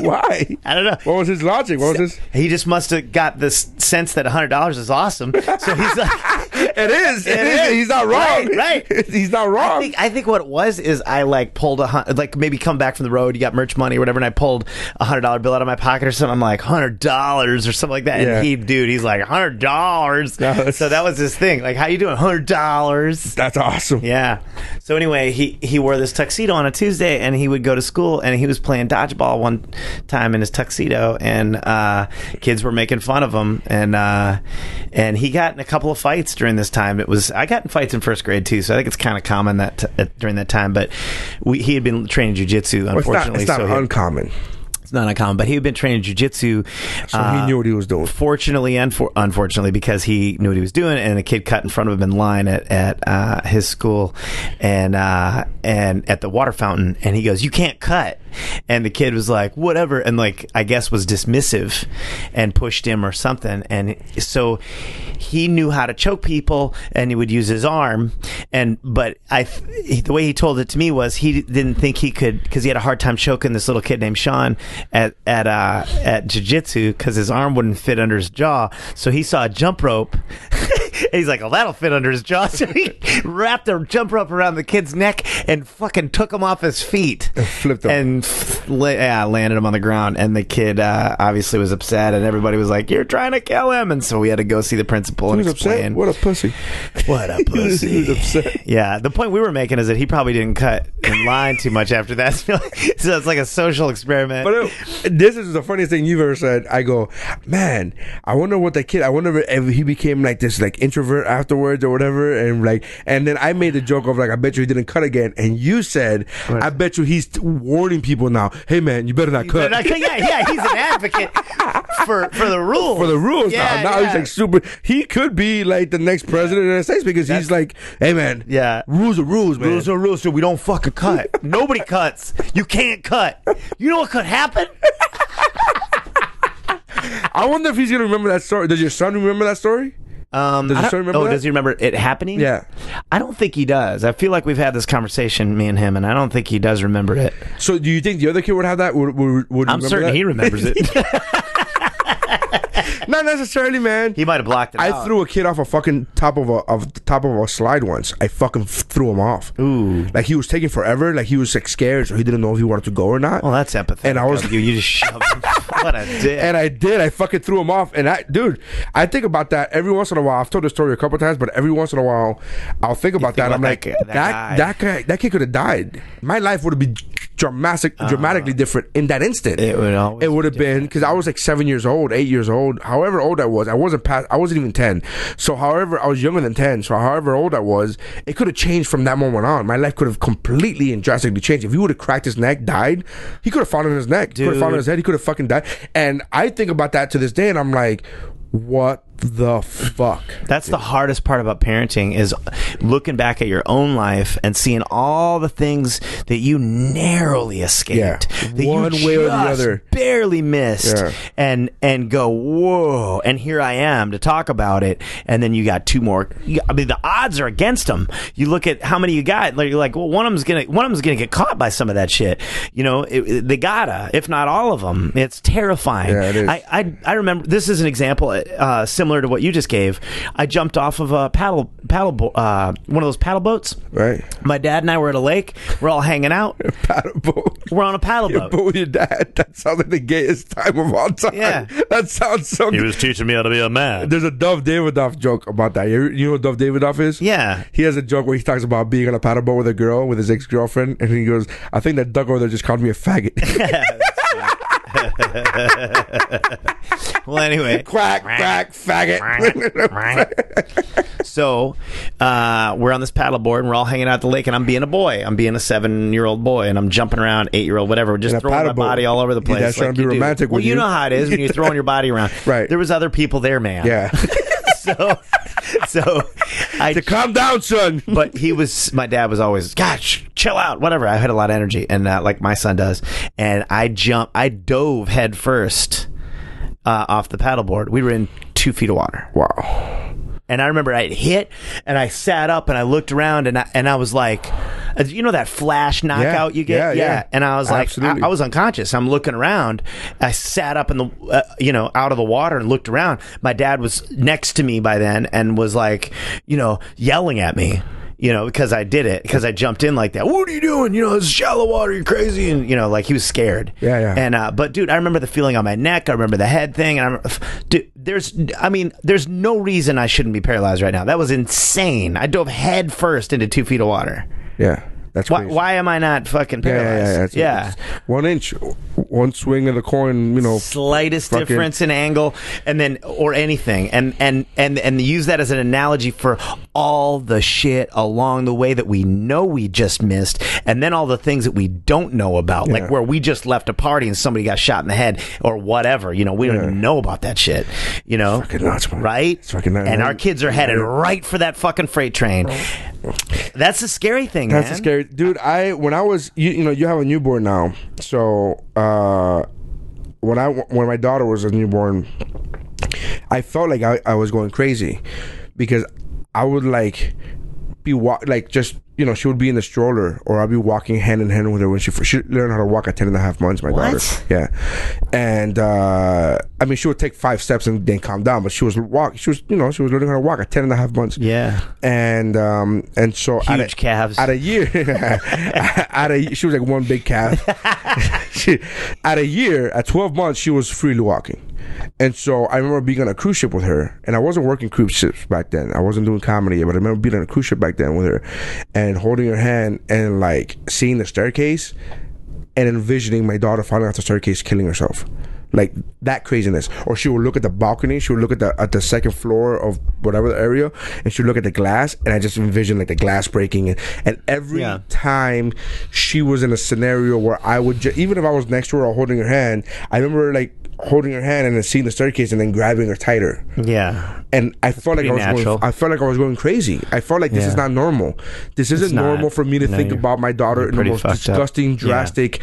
[SPEAKER 1] why?
[SPEAKER 9] I don't know.
[SPEAKER 1] What was his logic? What was his?
[SPEAKER 9] He just must have got this sense that hundred dollars is awesome. So he's like, <laughs>
[SPEAKER 1] <laughs> It is.
[SPEAKER 9] <laughs> It is.
[SPEAKER 1] He's not wrong. <laughs>
[SPEAKER 9] Right, right.
[SPEAKER 1] He's not wrong.
[SPEAKER 9] I think I think what it was is I like pulled a hun- like maybe come back from the road, you got merch money or whatever, and I pulled a hundred dollar bill out of my pocket or something. I'm like hundred dollars or something like that,
[SPEAKER 1] Yeah.
[SPEAKER 9] and he dude, he's like hundred dollars.
[SPEAKER 1] No, it's-
[SPEAKER 9] so <laughs> that was his thing. Like, how you doing? Hundred dollars.
[SPEAKER 1] That's awesome.
[SPEAKER 9] Yeah. So anyway, he he wore this tuxedo on a Tuesday, and he would go to school, and he was playing dodgeball one time in his tuxedo, and uh, kids were making fun of him, and uh, and he got in a couple of fights during this time. It was I got in fights in first grade too, so I think it's kind of common that t- uh, during that time. But we, he had been training jujitsu,
[SPEAKER 1] Well, it's not,
[SPEAKER 9] unfortunately,
[SPEAKER 1] it's not
[SPEAKER 9] so he-
[SPEAKER 1] uncommon.
[SPEAKER 9] it's not uncommon. But he had been training jujitsu,
[SPEAKER 1] So
[SPEAKER 9] Uh,
[SPEAKER 1] he knew what he was doing.
[SPEAKER 9] fortunately and for, unfortunately because he knew what he was doing and a kid cut in front of him in line at, at uh, his school and uh, and at the water fountain and he goes you can't cut and the kid was like whatever and like I guess was dismissive and pushed him or something and so he knew how to choke people and he would use his arm and but I th- he- the way he told it to me was he didn't think he could because he had a hard time choking this little kid named Sean at at uh, at jujitsu because his arm wouldn't fit under his jaw. So he saw a jump rope. <laughs> and he's like, "Well, that'll fit under his jaw." <laughs> So he wrapped a jump rope around the kid's neck and fucking took him off
[SPEAKER 1] <laughs>
[SPEAKER 9] his feet and
[SPEAKER 1] flipped him.
[SPEAKER 9] and f- la- yeah, landed him on the ground. And the kid uh, obviously was upset, and everybody was like, "You're trying to kill him!" And so we had to go see the principal
[SPEAKER 1] He
[SPEAKER 9] and
[SPEAKER 1] was upset.
[SPEAKER 9] explain.
[SPEAKER 1] What a pussy. <laughs>
[SPEAKER 9] <laughs> What a
[SPEAKER 1] He was-
[SPEAKER 9] pussy.
[SPEAKER 1] he was <laughs> upset.
[SPEAKER 9] Yeah, the point we were making is that he probably didn't cut in line too much after that. <laughs> so it's like a social experiment.
[SPEAKER 1] But it, this is the funniest thing you've ever said. I go, man, I wonder what that kid. I wonder if he became like this, like introvert afterwards or whatever. And like, and then I made the joke of like, I bet you he didn't cut again. And you said, I bet you he's warning people now. Hey man, you better not cut.
[SPEAKER 9] But I- yeah, yeah, he's an advocate for for the rules.
[SPEAKER 1] for the rules
[SPEAKER 9] Yeah,
[SPEAKER 1] now. Now he's
[SPEAKER 9] yeah.
[SPEAKER 1] like super. He could be like the next president of the United States because he's like, hey man,
[SPEAKER 9] Yeah.
[SPEAKER 1] rules are rules, man.
[SPEAKER 9] Rules are rules, so we don't fucking
[SPEAKER 1] <laughs>
[SPEAKER 9] cut. Nobody cuts. You can't cut. You know what could happen?
[SPEAKER 1] I wonder if he's gonna remember that story. Does your son remember that story?
[SPEAKER 9] Um,
[SPEAKER 1] Does
[SPEAKER 9] I
[SPEAKER 1] he
[SPEAKER 9] don't-
[SPEAKER 1] still remember
[SPEAKER 9] oh,
[SPEAKER 1] that?
[SPEAKER 9] does he remember it happening?
[SPEAKER 1] Yeah.
[SPEAKER 9] I don't think he does. I feel like we've had this conversation, me and him, and I don't think he does remember it.
[SPEAKER 1] So do you think the other kid would have that? Would, would, would
[SPEAKER 9] I'm
[SPEAKER 1] remember
[SPEAKER 9] certain
[SPEAKER 1] that?
[SPEAKER 9] he
[SPEAKER 1] <laughs>
[SPEAKER 9] remembers it.
[SPEAKER 1] Not necessarily, man.
[SPEAKER 9] he Oh. might have blocked it
[SPEAKER 1] I
[SPEAKER 9] out.
[SPEAKER 1] threw a kid off a fucking top of a of the top of a slide once. I fucking f- threw him off. Ooh. Like he was taking forever. Like he was like scared, so he didn't know if he wanted to go or not.
[SPEAKER 9] Well, that's empathetic.
[SPEAKER 1] And I was-
[SPEAKER 9] of you. You just shoved
[SPEAKER 4] <laughs>
[SPEAKER 9] him. what a dick.
[SPEAKER 1] and I did. I fucking threw him off. And I, dude, I think about that every once in a while. I've told this story a couple times, but every once in a while, I'll think about that.
[SPEAKER 9] about
[SPEAKER 1] I'm
[SPEAKER 9] that
[SPEAKER 1] like,
[SPEAKER 9] guy-
[SPEAKER 1] that
[SPEAKER 9] that
[SPEAKER 1] that,
[SPEAKER 9] guy."
[SPEAKER 1] guy, that kid could have died. My life would have been dramatic, dramatically different in that instant.
[SPEAKER 9] Uh-huh. It would always
[SPEAKER 1] It would have been because I was like seven years old, eight years old, however old I was. I wasn't past. I wasn't even ten. So, however, I was younger than ten. So, however old I was, it could have changed from that moment on. My life could have completely and drastically changed. If he would have cracked his neck, died, he could have fallen on his neck. Could have fallen on his head. He could have fucking died. And I think about that to this day, and I'm like, what the fuck.
[SPEAKER 4] That's the hardest part about parenting is looking back at your own life and seeing all the things that you narrowly escaped,
[SPEAKER 1] Yeah.
[SPEAKER 4] that
[SPEAKER 1] One
[SPEAKER 4] you
[SPEAKER 1] way or the
[SPEAKER 4] just
[SPEAKER 1] other.
[SPEAKER 4] barely missed,
[SPEAKER 1] Yeah.
[SPEAKER 4] and and go whoa, and here I am to talk about it, and then you got two more. you- I mean, the odds are against them. You look at how many you got, like you're like, well, one of them's gonna one of them's gonna get caught by some of that shit. You know, it, it- they gotta, if not all of them. It's terrifying.
[SPEAKER 1] Yeah, it is.
[SPEAKER 4] I, I, I remember this is an example uh, similar to what you just gave. I jumped off of a paddle paddle bo- uh, one of those paddle boats.
[SPEAKER 1] Right?
[SPEAKER 4] My dad and I were at a lake. We're all hanging out.
[SPEAKER 1] <laughs> Paddleboat.
[SPEAKER 4] We're on a paddle
[SPEAKER 1] Your
[SPEAKER 4] boat.
[SPEAKER 1] boat with your dad. That sounds like the gayest time of all time.
[SPEAKER 4] Yeah.
[SPEAKER 1] That sounds so
[SPEAKER 4] was teaching me how to be a man.
[SPEAKER 1] There's a Dove Davidoff joke about that. You, you know what Dove Davidoff is?
[SPEAKER 4] Yeah.
[SPEAKER 1] He has a joke where he talks about being on a paddleboat with a girl, with his ex girlfriend, and he goes, I think that duck over there just called me a
[SPEAKER 4] <laughs>
[SPEAKER 1] faggot. <laughs>
[SPEAKER 4] Well, anyway,
[SPEAKER 1] quack, quack,
[SPEAKER 4] <laughs>
[SPEAKER 1] faggot.
[SPEAKER 4] so uh, we're on this paddleboard and we're all hanging out at the lake, and I'm being a boy. I'm being a seven-year-old boy, and I'm jumping around, eight-year-old, whatever, just
[SPEAKER 1] In a
[SPEAKER 4] throwing my
[SPEAKER 1] paddleboat.
[SPEAKER 4] body all over the
[SPEAKER 1] Your
[SPEAKER 4] place.
[SPEAKER 1] dad's trying to
[SPEAKER 4] you
[SPEAKER 1] be
[SPEAKER 4] do.
[SPEAKER 1] romantic
[SPEAKER 4] Well,
[SPEAKER 1] with
[SPEAKER 4] you,
[SPEAKER 1] you.
[SPEAKER 4] know how it is when you're throwing your body around.
[SPEAKER 1] <laughs> Right.
[SPEAKER 4] There was other <laughs> people there, man.
[SPEAKER 1] yeah. <laughs>
[SPEAKER 4] So, so I
[SPEAKER 1] to calm down, son.
[SPEAKER 4] but he was my dad was always gosh chill out whatever i had a lot of energy and uh, like my son does and i jump i dove head first uh, off the paddleboard we were in two feet of water
[SPEAKER 1] Wow.
[SPEAKER 4] and i remember i hit and i sat up and i looked around and i, and I was like uh, you know that flash knockout you get
[SPEAKER 1] yeah, yeah.
[SPEAKER 4] and i was like I,
[SPEAKER 1] Absolutely.
[SPEAKER 4] I was unconscious i'm looking around i sat up in the uh, you know out of the water and looked around my dad was next to me by then and was like you know yelling at me you know, because I did it, because I jumped in like that. What are you doing? You know, it's shallow water. You're crazy, and you know, like he was scared.
[SPEAKER 1] Yeah, yeah.
[SPEAKER 4] And uh, but dude, I remember the feeling on my neck. I remember the head thing. And I'm, <sighs> dude, there's, I mean, there's no reason I shouldn't be paralyzed right now. That was insane. I dove head first into two feet of water.
[SPEAKER 1] Yeah. That's
[SPEAKER 4] Why,
[SPEAKER 1] crazy.
[SPEAKER 4] why am I not fucking
[SPEAKER 1] Yeah, yeah, yeah.
[SPEAKER 4] paralyzed?
[SPEAKER 1] that's- it's One inch, one swing of the coin, you know.
[SPEAKER 4] slightest
[SPEAKER 1] Fucking-
[SPEAKER 4] difference in angle and then or anything and and and and use that as an analogy for all the shit along the way that we know we just missed and then all the things that we don't know about
[SPEAKER 1] Yeah.
[SPEAKER 4] like where we just left a party and somebody got shot in the head or whatever you know we don't even know about that shit you know
[SPEAKER 1] fucking nuts, man.
[SPEAKER 4] right
[SPEAKER 1] It's fucking nuts,
[SPEAKER 4] and
[SPEAKER 1] man.
[SPEAKER 4] our kids are headed right for that fucking freight train that's the scary thing
[SPEAKER 1] That's
[SPEAKER 4] man.
[SPEAKER 1] a scary dude. I when I was you, you know you have a newborn now, so uh, when I when my daughter was a newborn, I felt like I, I was going crazy because I would like be wa- like just you know she would be in the stroller or I'd be walking hand in hand with her when she first, she learned how to walk at ten and a half months. My daughter, yeah, and uh, I mean she would take five steps and then calm down, but she was walk she was you know she was learning how to walk at ten and a half months.
[SPEAKER 4] Yeah.
[SPEAKER 1] and um and so at
[SPEAKER 4] Huge calves.
[SPEAKER 1] at a year <laughs> at a she was like one big calf <laughs> she, at a year at 12 months she was freely walking and so i remember being on a cruise ship with her and i wasn't working cruise ships back then i wasn't doing comedy yet, but i remember being on a cruise ship back then with her and holding her hand and like seeing the staircase and envisioning my daughter falling off the staircase, killing herself. Like that craziness. Or she would look at the balcony, she would look at the at the second floor of whatever the area, and she would look at the glass, and I just envision like the glass breaking. And, and every
[SPEAKER 4] Yeah.
[SPEAKER 1] time she was in a scenario where I would, ju- even if I was next to her or holding her hand, I remember like holding her hand and then seeing the staircase and then grabbing her tighter
[SPEAKER 4] yeah
[SPEAKER 1] and I felt like I
[SPEAKER 4] pretty
[SPEAKER 1] was
[SPEAKER 4] natural.
[SPEAKER 1] going, I felt like I was going crazy. I felt like this
[SPEAKER 4] Yeah.
[SPEAKER 1] is not normal. This isn't
[SPEAKER 4] not.
[SPEAKER 1] normal for me to
[SPEAKER 4] No,
[SPEAKER 1] think
[SPEAKER 4] you're-
[SPEAKER 1] about my daughter
[SPEAKER 4] you're
[SPEAKER 1] in the
[SPEAKER 4] pretty
[SPEAKER 1] most
[SPEAKER 4] fucked up.
[SPEAKER 1] disgusting,
[SPEAKER 4] Yeah.
[SPEAKER 1] drastic,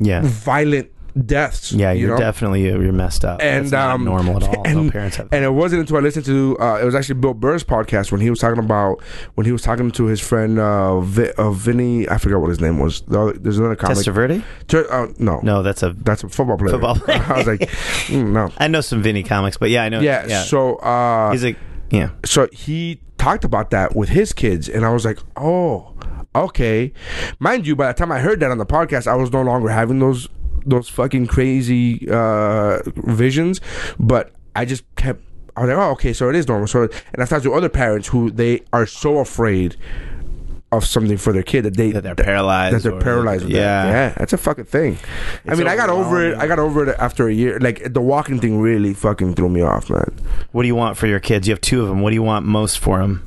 [SPEAKER 4] Yeah.
[SPEAKER 1] violent deaths.
[SPEAKER 4] yeah
[SPEAKER 1] you
[SPEAKER 4] you're
[SPEAKER 1] know?
[SPEAKER 4] definitely you're messed up
[SPEAKER 1] and
[SPEAKER 4] That's not
[SPEAKER 1] um,
[SPEAKER 4] normal at all
[SPEAKER 1] And,
[SPEAKER 4] no parents have
[SPEAKER 1] and it wasn't until I listened to uh, it was actually Bill Burr's podcast when he was talking about when he was talking to his friend uh, Vi- uh Vinny. I forgot what his name was. The other- There's another comic.
[SPEAKER 4] Testaverde?
[SPEAKER 1] Ter- uh, no,
[SPEAKER 4] No, that's a.
[SPEAKER 1] that's a football player.
[SPEAKER 4] Football player.
[SPEAKER 1] <laughs> I was like, mm, no.
[SPEAKER 4] <laughs> I know some Vinny comics, but yeah, I know.
[SPEAKER 1] Yeah, So uh,
[SPEAKER 4] he's like, yeah,
[SPEAKER 1] so he talked about that with his kids and i was like oh okay mind you by the time i heard that on the podcast i was no longer having those those fucking crazy uh visions but i just kept i was like oh okay so it is normal so and i've talked to other parents who they are so afraid of something for their kid that they
[SPEAKER 4] That they're paralyzed
[SPEAKER 1] that they're
[SPEAKER 4] or-
[SPEAKER 1] paralyzed with that.
[SPEAKER 4] yeah.
[SPEAKER 1] yeah that's a fucking thing i mean i got over it i got over it after a year like the walking thing really fucking threw me off man
[SPEAKER 4] what do you want for your kids? You have two of them. What do you want most for them?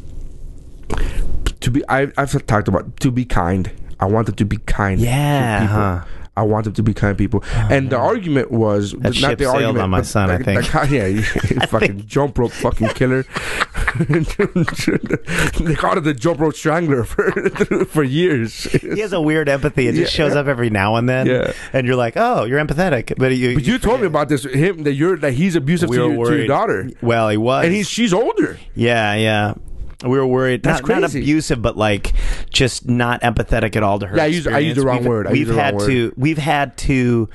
[SPEAKER 1] to be I, I've talked about to be kind. I want them to be kind.
[SPEAKER 4] Yeah,
[SPEAKER 1] to people.
[SPEAKER 4] huh.
[SPEAKER 1] I want them to be kind people. and the argument was not
[SPEAKER 9] Oh, ship
[SPEAKER 1] the
[SPEAKER 9] sailed
[SPEAKER 1] argument.
[SPEAKER 9] on my
[SPEAKER 1] but
[SPEAKER 9] son, I
[SPEAKER 1] the-
[SPEAKER 9] think.
[SPEAKER 1] the con- yeah, you
[SPEAKER 9] <laughs>
[SPEAKER 1] <laughs> fucking jump rope fucking killer. <laughs> they called it the jump rope strangler for for <laughs> years.
[SPEAKER 9] He has a weird empathy. It just
[SPEAKER 1] Yeah.
[SPEAKER 9] shows up every now and then.
[SPEAKER 1] Yeah.
[SPEAKER 9] And you're like, oh, you're empathetic. But you,
[SPEAKER 1] But you told me about this him that you're that he's abusive
[SPEAKER 9] we
[SPEAKER 1] to,
[SPEAKER 9] were
[SPEAKER 1] your, to your
[SPEAKER 9] worried.
[SPEAKER 1] daughter,
[SPEAKER 9] Well, he was.
[SPEAKER 1] and he's she's older.
[SPEAKER 9] yeah, yeah. We were worried.
[SPEAKER 1] That's
[SPEAKER 9] not, not
[SPEAKER 1] crazy.
[SPEAKER 9] abusive, but like just not empathetic at all to her.
[SPEAKER 1] Yeah, I used- I used the
[SPEAKER 9] experience.
[SPEAKER 1] wrong
[SPEAKER 9] We've-
[SPEAKER 1] word. I
[SPEAKER 9] We've
[SPEAKER 1] used the wrong
[SPEAKER 9] had to. We've had to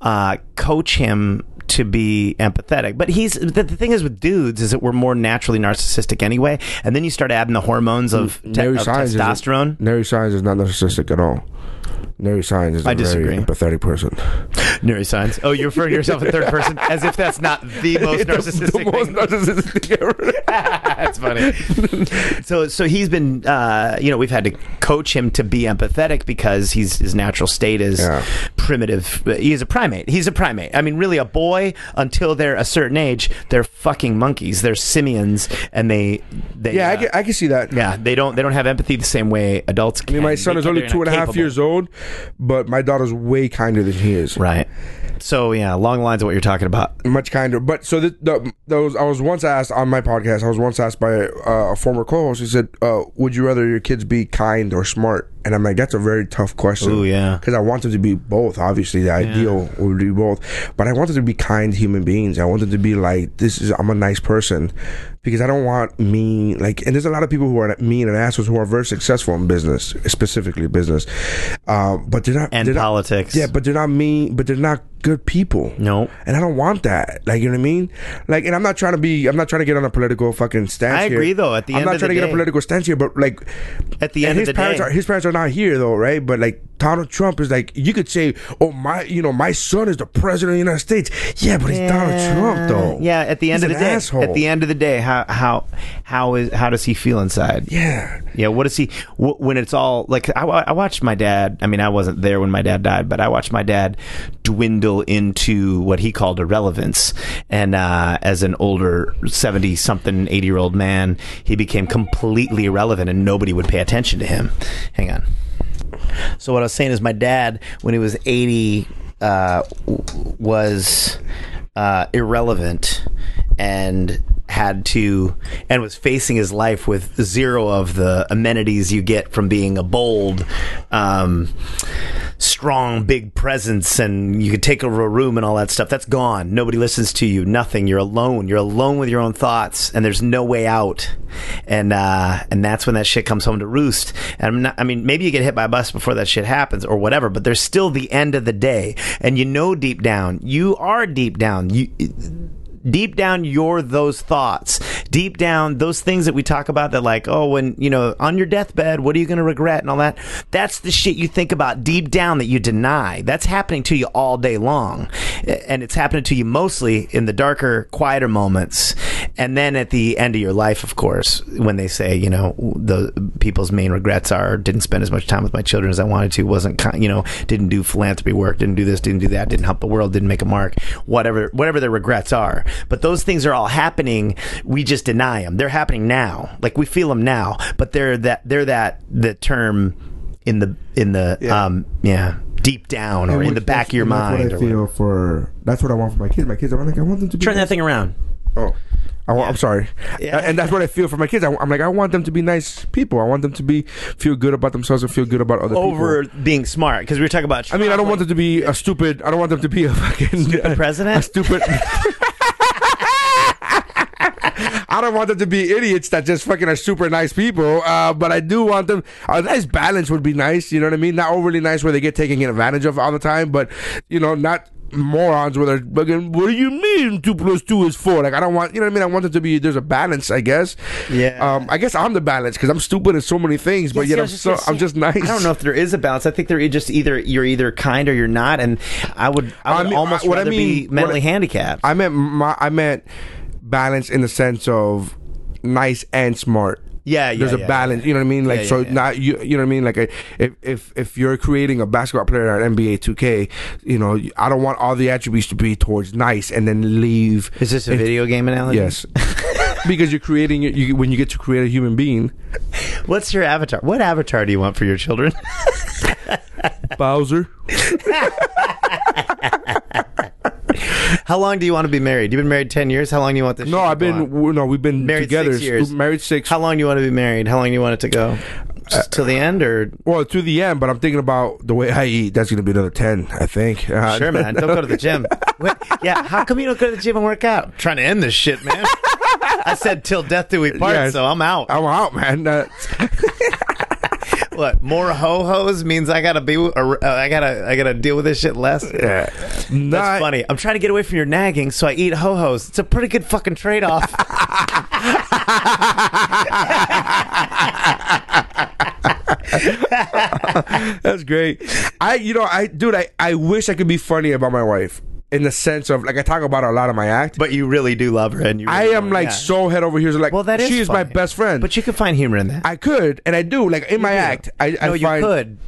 [SPEAKER 9] uh, coach him to be empathetic. But he's the, the thing is with dudes is that we're more naturally narcissistic anyway. And then you start adding the hormones of, te-
[SPEAKER 1] Nary
[SPEAKER 9] of
[SPEAKER 1] Sines is- <laughs>
[SPEAKER 9] testosterone.
[SPEAKER 1] Nary Sines is not narcissistic at all. Nary Sines is a
[SPEAKER 9] I disagree.
[SPEAKER 1] very empathetic person.
[SPEAKER 9] Neuroscience. Oh, you're referring to yourself in third person as if that's not
[SPEAKER 1] <laughs>
[SPEAKER 9] the most narcissistic
[SPEAKER 1] the most
[SPEAKER 9] thing.
[SPEAKER 1] <laughs> narcissistic ever.
[SPEAKER 9] that's funny. <laughs> so, so he's been, uh, you know, we've had to coach him to be empathetic because he's his natural state is
[SPEAKER 1] Yeah.
[SPEAKER 9] primitive. He's a primate. He's a primate. I mean, really, a boy until they're a certain age, they're fucking monkeys. They're simians, and they, they,
[SPEAKER 1] Yeah, I
[SPEAKER 9] uh,
[SPEAKER 1] can, I can see that.
[SPEAKER 9] yeah, they don't, they don't have empathy the same way adults.
[SPEAKER 1] I
[SPEAKER 9] Can.
[SPEAKER 1] mean, my son
[SPEAKER 9] They
[SPEAKER 1] is
[SPEAKER 9] can-
[SPEAKER 1] only
[SPEAKER 9] they're
[SPEAKER 1] two and a half
[SPEAKER 9] incapable.
[SPEAKER 1] years old, but my daughter's way kinder than he is.
[SPEAKER 9] Right. So yeah, along the lines of what you're talking about.
[SPEAKER 1] Much kinder. But so the, the, those, I was once asked on my podcast, I was once asked by uh, a former co host, he said, uh, Would you rather your kids be kind or smart? And I'm like, That's a very tough question.
[SPEAKER 9] Ooh, yeah.
[SPEAKER 1] Because I want them to be both. Obviously, the ideal would be both. But I want them to be kind human beings. I want them to be like, This is, I'm a nice person. Because I don't want mean, like, and there's a lot of people who are mean and assholes who are very successful in business, specifically business. Um, but they're not.
[SPEAKER 9] And
[SPEAKER 1] they're not-
[SPEAKER 9] politics.
[SPEAKER 1] yeah, but they're not mean, but they're not good people.
[SPEAKER 9] No.
[SPEAKER 1] And I don't want that. Like, you know what I mean? Like, and I'm not trying to be, I'm not trying to get on a political fucking stance
[SPEAKER 9] I
[SPEAKER 1] here.
[SPEAKER 9] agree, though. At the
[SPEAKER 1] I'm
[SPEAKER 9] end
[SPEAKER 1] not
[SPEAKER 9] of
[SPEAKER 1] trying
[SPEAKER 9] the
[SPEAKER 1] to get on
[SPEAKER 9] day-
[SPEAKER 1] a political stance here, but like,
[SPEAKER 9] At the
[SPEAKER 1] and
[SPEAKER 9] end of
[SPEAKER 1] his
[SPEAKER 9] the
[SPEAKER 1] parents
[SPEAKER 9] day-
[SPEAKER 1] are his parents are not here though, right? But like Donald Trump is like, you could say, oh my, you know, my son is the president of the United States. Yeah, but he's Donald Trump though.
[SPEAKER 9] Yeah, at the end
[SPEAKER 1] He's
[SPEAKER 9] of the
[SPEAKER 1] an
[SPEAKER 9] day,
[SPEAKER 1] asshole.
[SPEAKER 9] at the end of the day, how how how is how does he feel inside?
[SPEAKER 1] yeah.
[SPEAKER 9] Yeah, what is he wh- when it's all like? I, wa- I watched my dad. I mean, I wasn't there when my dad died, but I watched my dad dwindle into what he called irrelevance. And uh, as an older seventy-something, eighty-year-old man, he became completely irrelevant, and nobody would pay attention to him. Hang on. So what I was saying is, my dad, when he was eighty, uh, w- was uh, irrelevant and had to and was facing his life with zero of the amenities you get from being a bold, um, strong, big presence, and you could take over a room and all that stuff. That's gone. Nobody listens to you. Nothing. You're alone. You're alone with your own thoughts, and there's no way out. And uh, and that's when that shit comes home to roost. And I'm not, I mean, maybe you get hit by a bus before that shit happens or whatever, but there's still the end of the day, and you know deep down, you are deep down. You deep down you're those thoughts deep down those things that we talk about that like oh when you know on your deathbed what are you going to regret and all that that's the shit you think about deep down that you deny that's happening to you all day long and it's happening to you mostly in the darker quieter moments and then at the end of your life of course when they say you know the people's main regrets are didn't spend as much time with my children as I wanted to wasn't kind, you know didn't do philanthropy work didn't do this didn't do that didn't help the world didn't make a mark whatever whatever their regrets are but those things are all happening we just deny them they're happening now like we feel them now but they're that they're that the term in the in the um yeah deep down or in the back of your mind or
[SPEAKER 1] That's what I
[SPEAKER 9] whatever.
[SPEAKER 1] feel for. That's what I want for my kids. My kids, I'm like, I want them to be
[SPEAKER 9] turn that thing around
[SPEAKER 1] Oh, I want, I'm sorry. And that's what I feel for my kids. I, am like, I want them to be nice people. I want them to be feel good about themselves and feel good about other
[SPEAKER 9] over
[SPEAKER 1] people.
[SPEAKER 9] being smart because we were talking about
[SPEAKER 1] I mean, I don't want them to be a stupid. I don't want them to be a fucking
[SPEAKER 9] Stupid
[SPEAKER 1] <laughs>
[SPEAKER 9] president?
[SPEAKER 1] A
[SPEAKER 9] <laughs>
[SPEAKER 1] stupid. I don't want them to be idiots that just fucking are super nice people. Uh, but I do want them. A nice balance would be nice. You know what I mean? Not overly nice where they get taken advantage of all the time, but you know, not morons where they're fucking. What do you mean two plus two is four? Like I don't want. You know what I mean? I want it to be. There's a balance, I guess.
[SPEAKER 9] Yeah.
[SPEAKER 1] Um. I guess I'm the balance because I'm stupid in so many things, but
[SPEAKER 9] Yeah,
[SPEAKER 1] yet
[SPEAKER 9] see,
[SPEAKER 1] I'm
[SPEAKER 9] I was just
[SPEAKER 1] so
[SPEAKER 9] gonna
[SPEAKER 1] I'm
[SPEAKER 9] say,
[SPEAKER 1] just nice.
[SPEAKER 9] I don't know if there is a balance. I think there is just either you're either kind or you're not, and I would I
[SPEAKER 1] I
[SPEAKER 9] would
[SPEAKER 1] mean,
[SPEAKER 9] almost
[SPEAKER 1] I- what I
[SPEAKER 9] rather
[SPEAKER 1] mean-
[SPEAKER 9] be mentally
[SPEAKER 1] what I-
[SPEAKER 9] handicapped.
[SPEAKER 1] I meant my, I meant balance in the sense of nice and smart.
[SPEAKER 9] Yeah, yeah,
[SPEAKER 1] There's a
[SPEAKER 9] yeah,
[SPEAKER 1] balance.
[SPEAKER 9] yeah.
[SPEAKER 1] You know what I mean? Like
[SPEAKER 9] yeah,
[SPEAKER 1] so,
[SPEAKER 9] yeah.
[SPEAKER 1] not you. You know what I mean? Like I- if if if you're creating a basketball player at NBA 2K, you know I don't want all the attributes to be towards nice and then leave.
[SPEAKER 9] is this a
[SPEAKER 1] it-
[SPEAKER 9] video game analogy? <laughs>
[SPEAKER 1] Yes. because you're creating it you, when you get to create a human being.
[SPEAKER 9] What's your avatar? What avatar do you want for your children? <laughs>
[SPEAKER 1] Bowser.
[SPEAKER 9] How long do you want to be married? You've been married ten years. How long do you want this?
[SPEAKER 1] No,
[SPEAKER 9] shit to
[SPEAKER 1] I've
[SPEAKER 9] go
[SPEAKER 1] been
[SPEAKER 9] on?
[SPEAKER 1] w- no, we've been
[SPEAKER 9] Married
[SPEAKER 1] together.
[SPEAKER 9] six years.
[SPEAKER 1] Married six.
[SPEAKER 9] How long do you want to be married? How long do you want it to
[SPEAKER 1] Uh,
[SPEAKER 9] go? Just till the end, or
[SPEAKER 1] well, to the end, but I'm thinking about the way I eat. That's gonna be another ten, I think. Uh,
[SPEAKER 9] sure,
[SPEAKER 1] <laughs>
[SPEAKER 9] man. Don't go to the gym. Wait, yeah, how come you don't go to the gym and work out? trying to end this shit, man. <laughs> I said till death do we part,
[SPEAKER 1] Yeah.
[SPEAKER 9] so I'm out.
[SPEAKER 1] I'm out, man. Uh,
[SPEAKER 9] What more ho hos means I gotta be, or, uh, I gotta, I gotta deal with this shit less.
[SPEAKER 1] yeah.
[SPEAKER 9] <laughs> That's
[SPEAKER 1] Nah,
[SPEAKER 9] funny. I'm trying to get away from your nagging, so I eat ho hos. It's a pretty good fucking trade off.
[SPEAKER 1] That's great. I, you know, I, dude, I, I wish I could be funny about my wife in the sense of like I talk about her a lot of my act.
[SPEAKER 9] <laughs> but you really do love her, and you.
[SPEAKER 1] I
[SPEAKER 9] really
[SPEAKER 1] am
[SPEAKER 9] do,
[SPEAKER 1] like
[SPEAKER 9] yeah.
[SPEAKER 1] so head over heels. Like,
[SPEAKER 9] Well, that is.
[SPEAKER 1] she is my
[SPEAKER 9] funny.
[SPEAKER 1] best friend.
[SPEAKER 9] But you can find humor in that.
[SPEAKER 1] I could, and I do. Like in my act, I, I
[SPEAKER 9] no, you
[SPEAKER 1] find
[SPEAKER 9] could.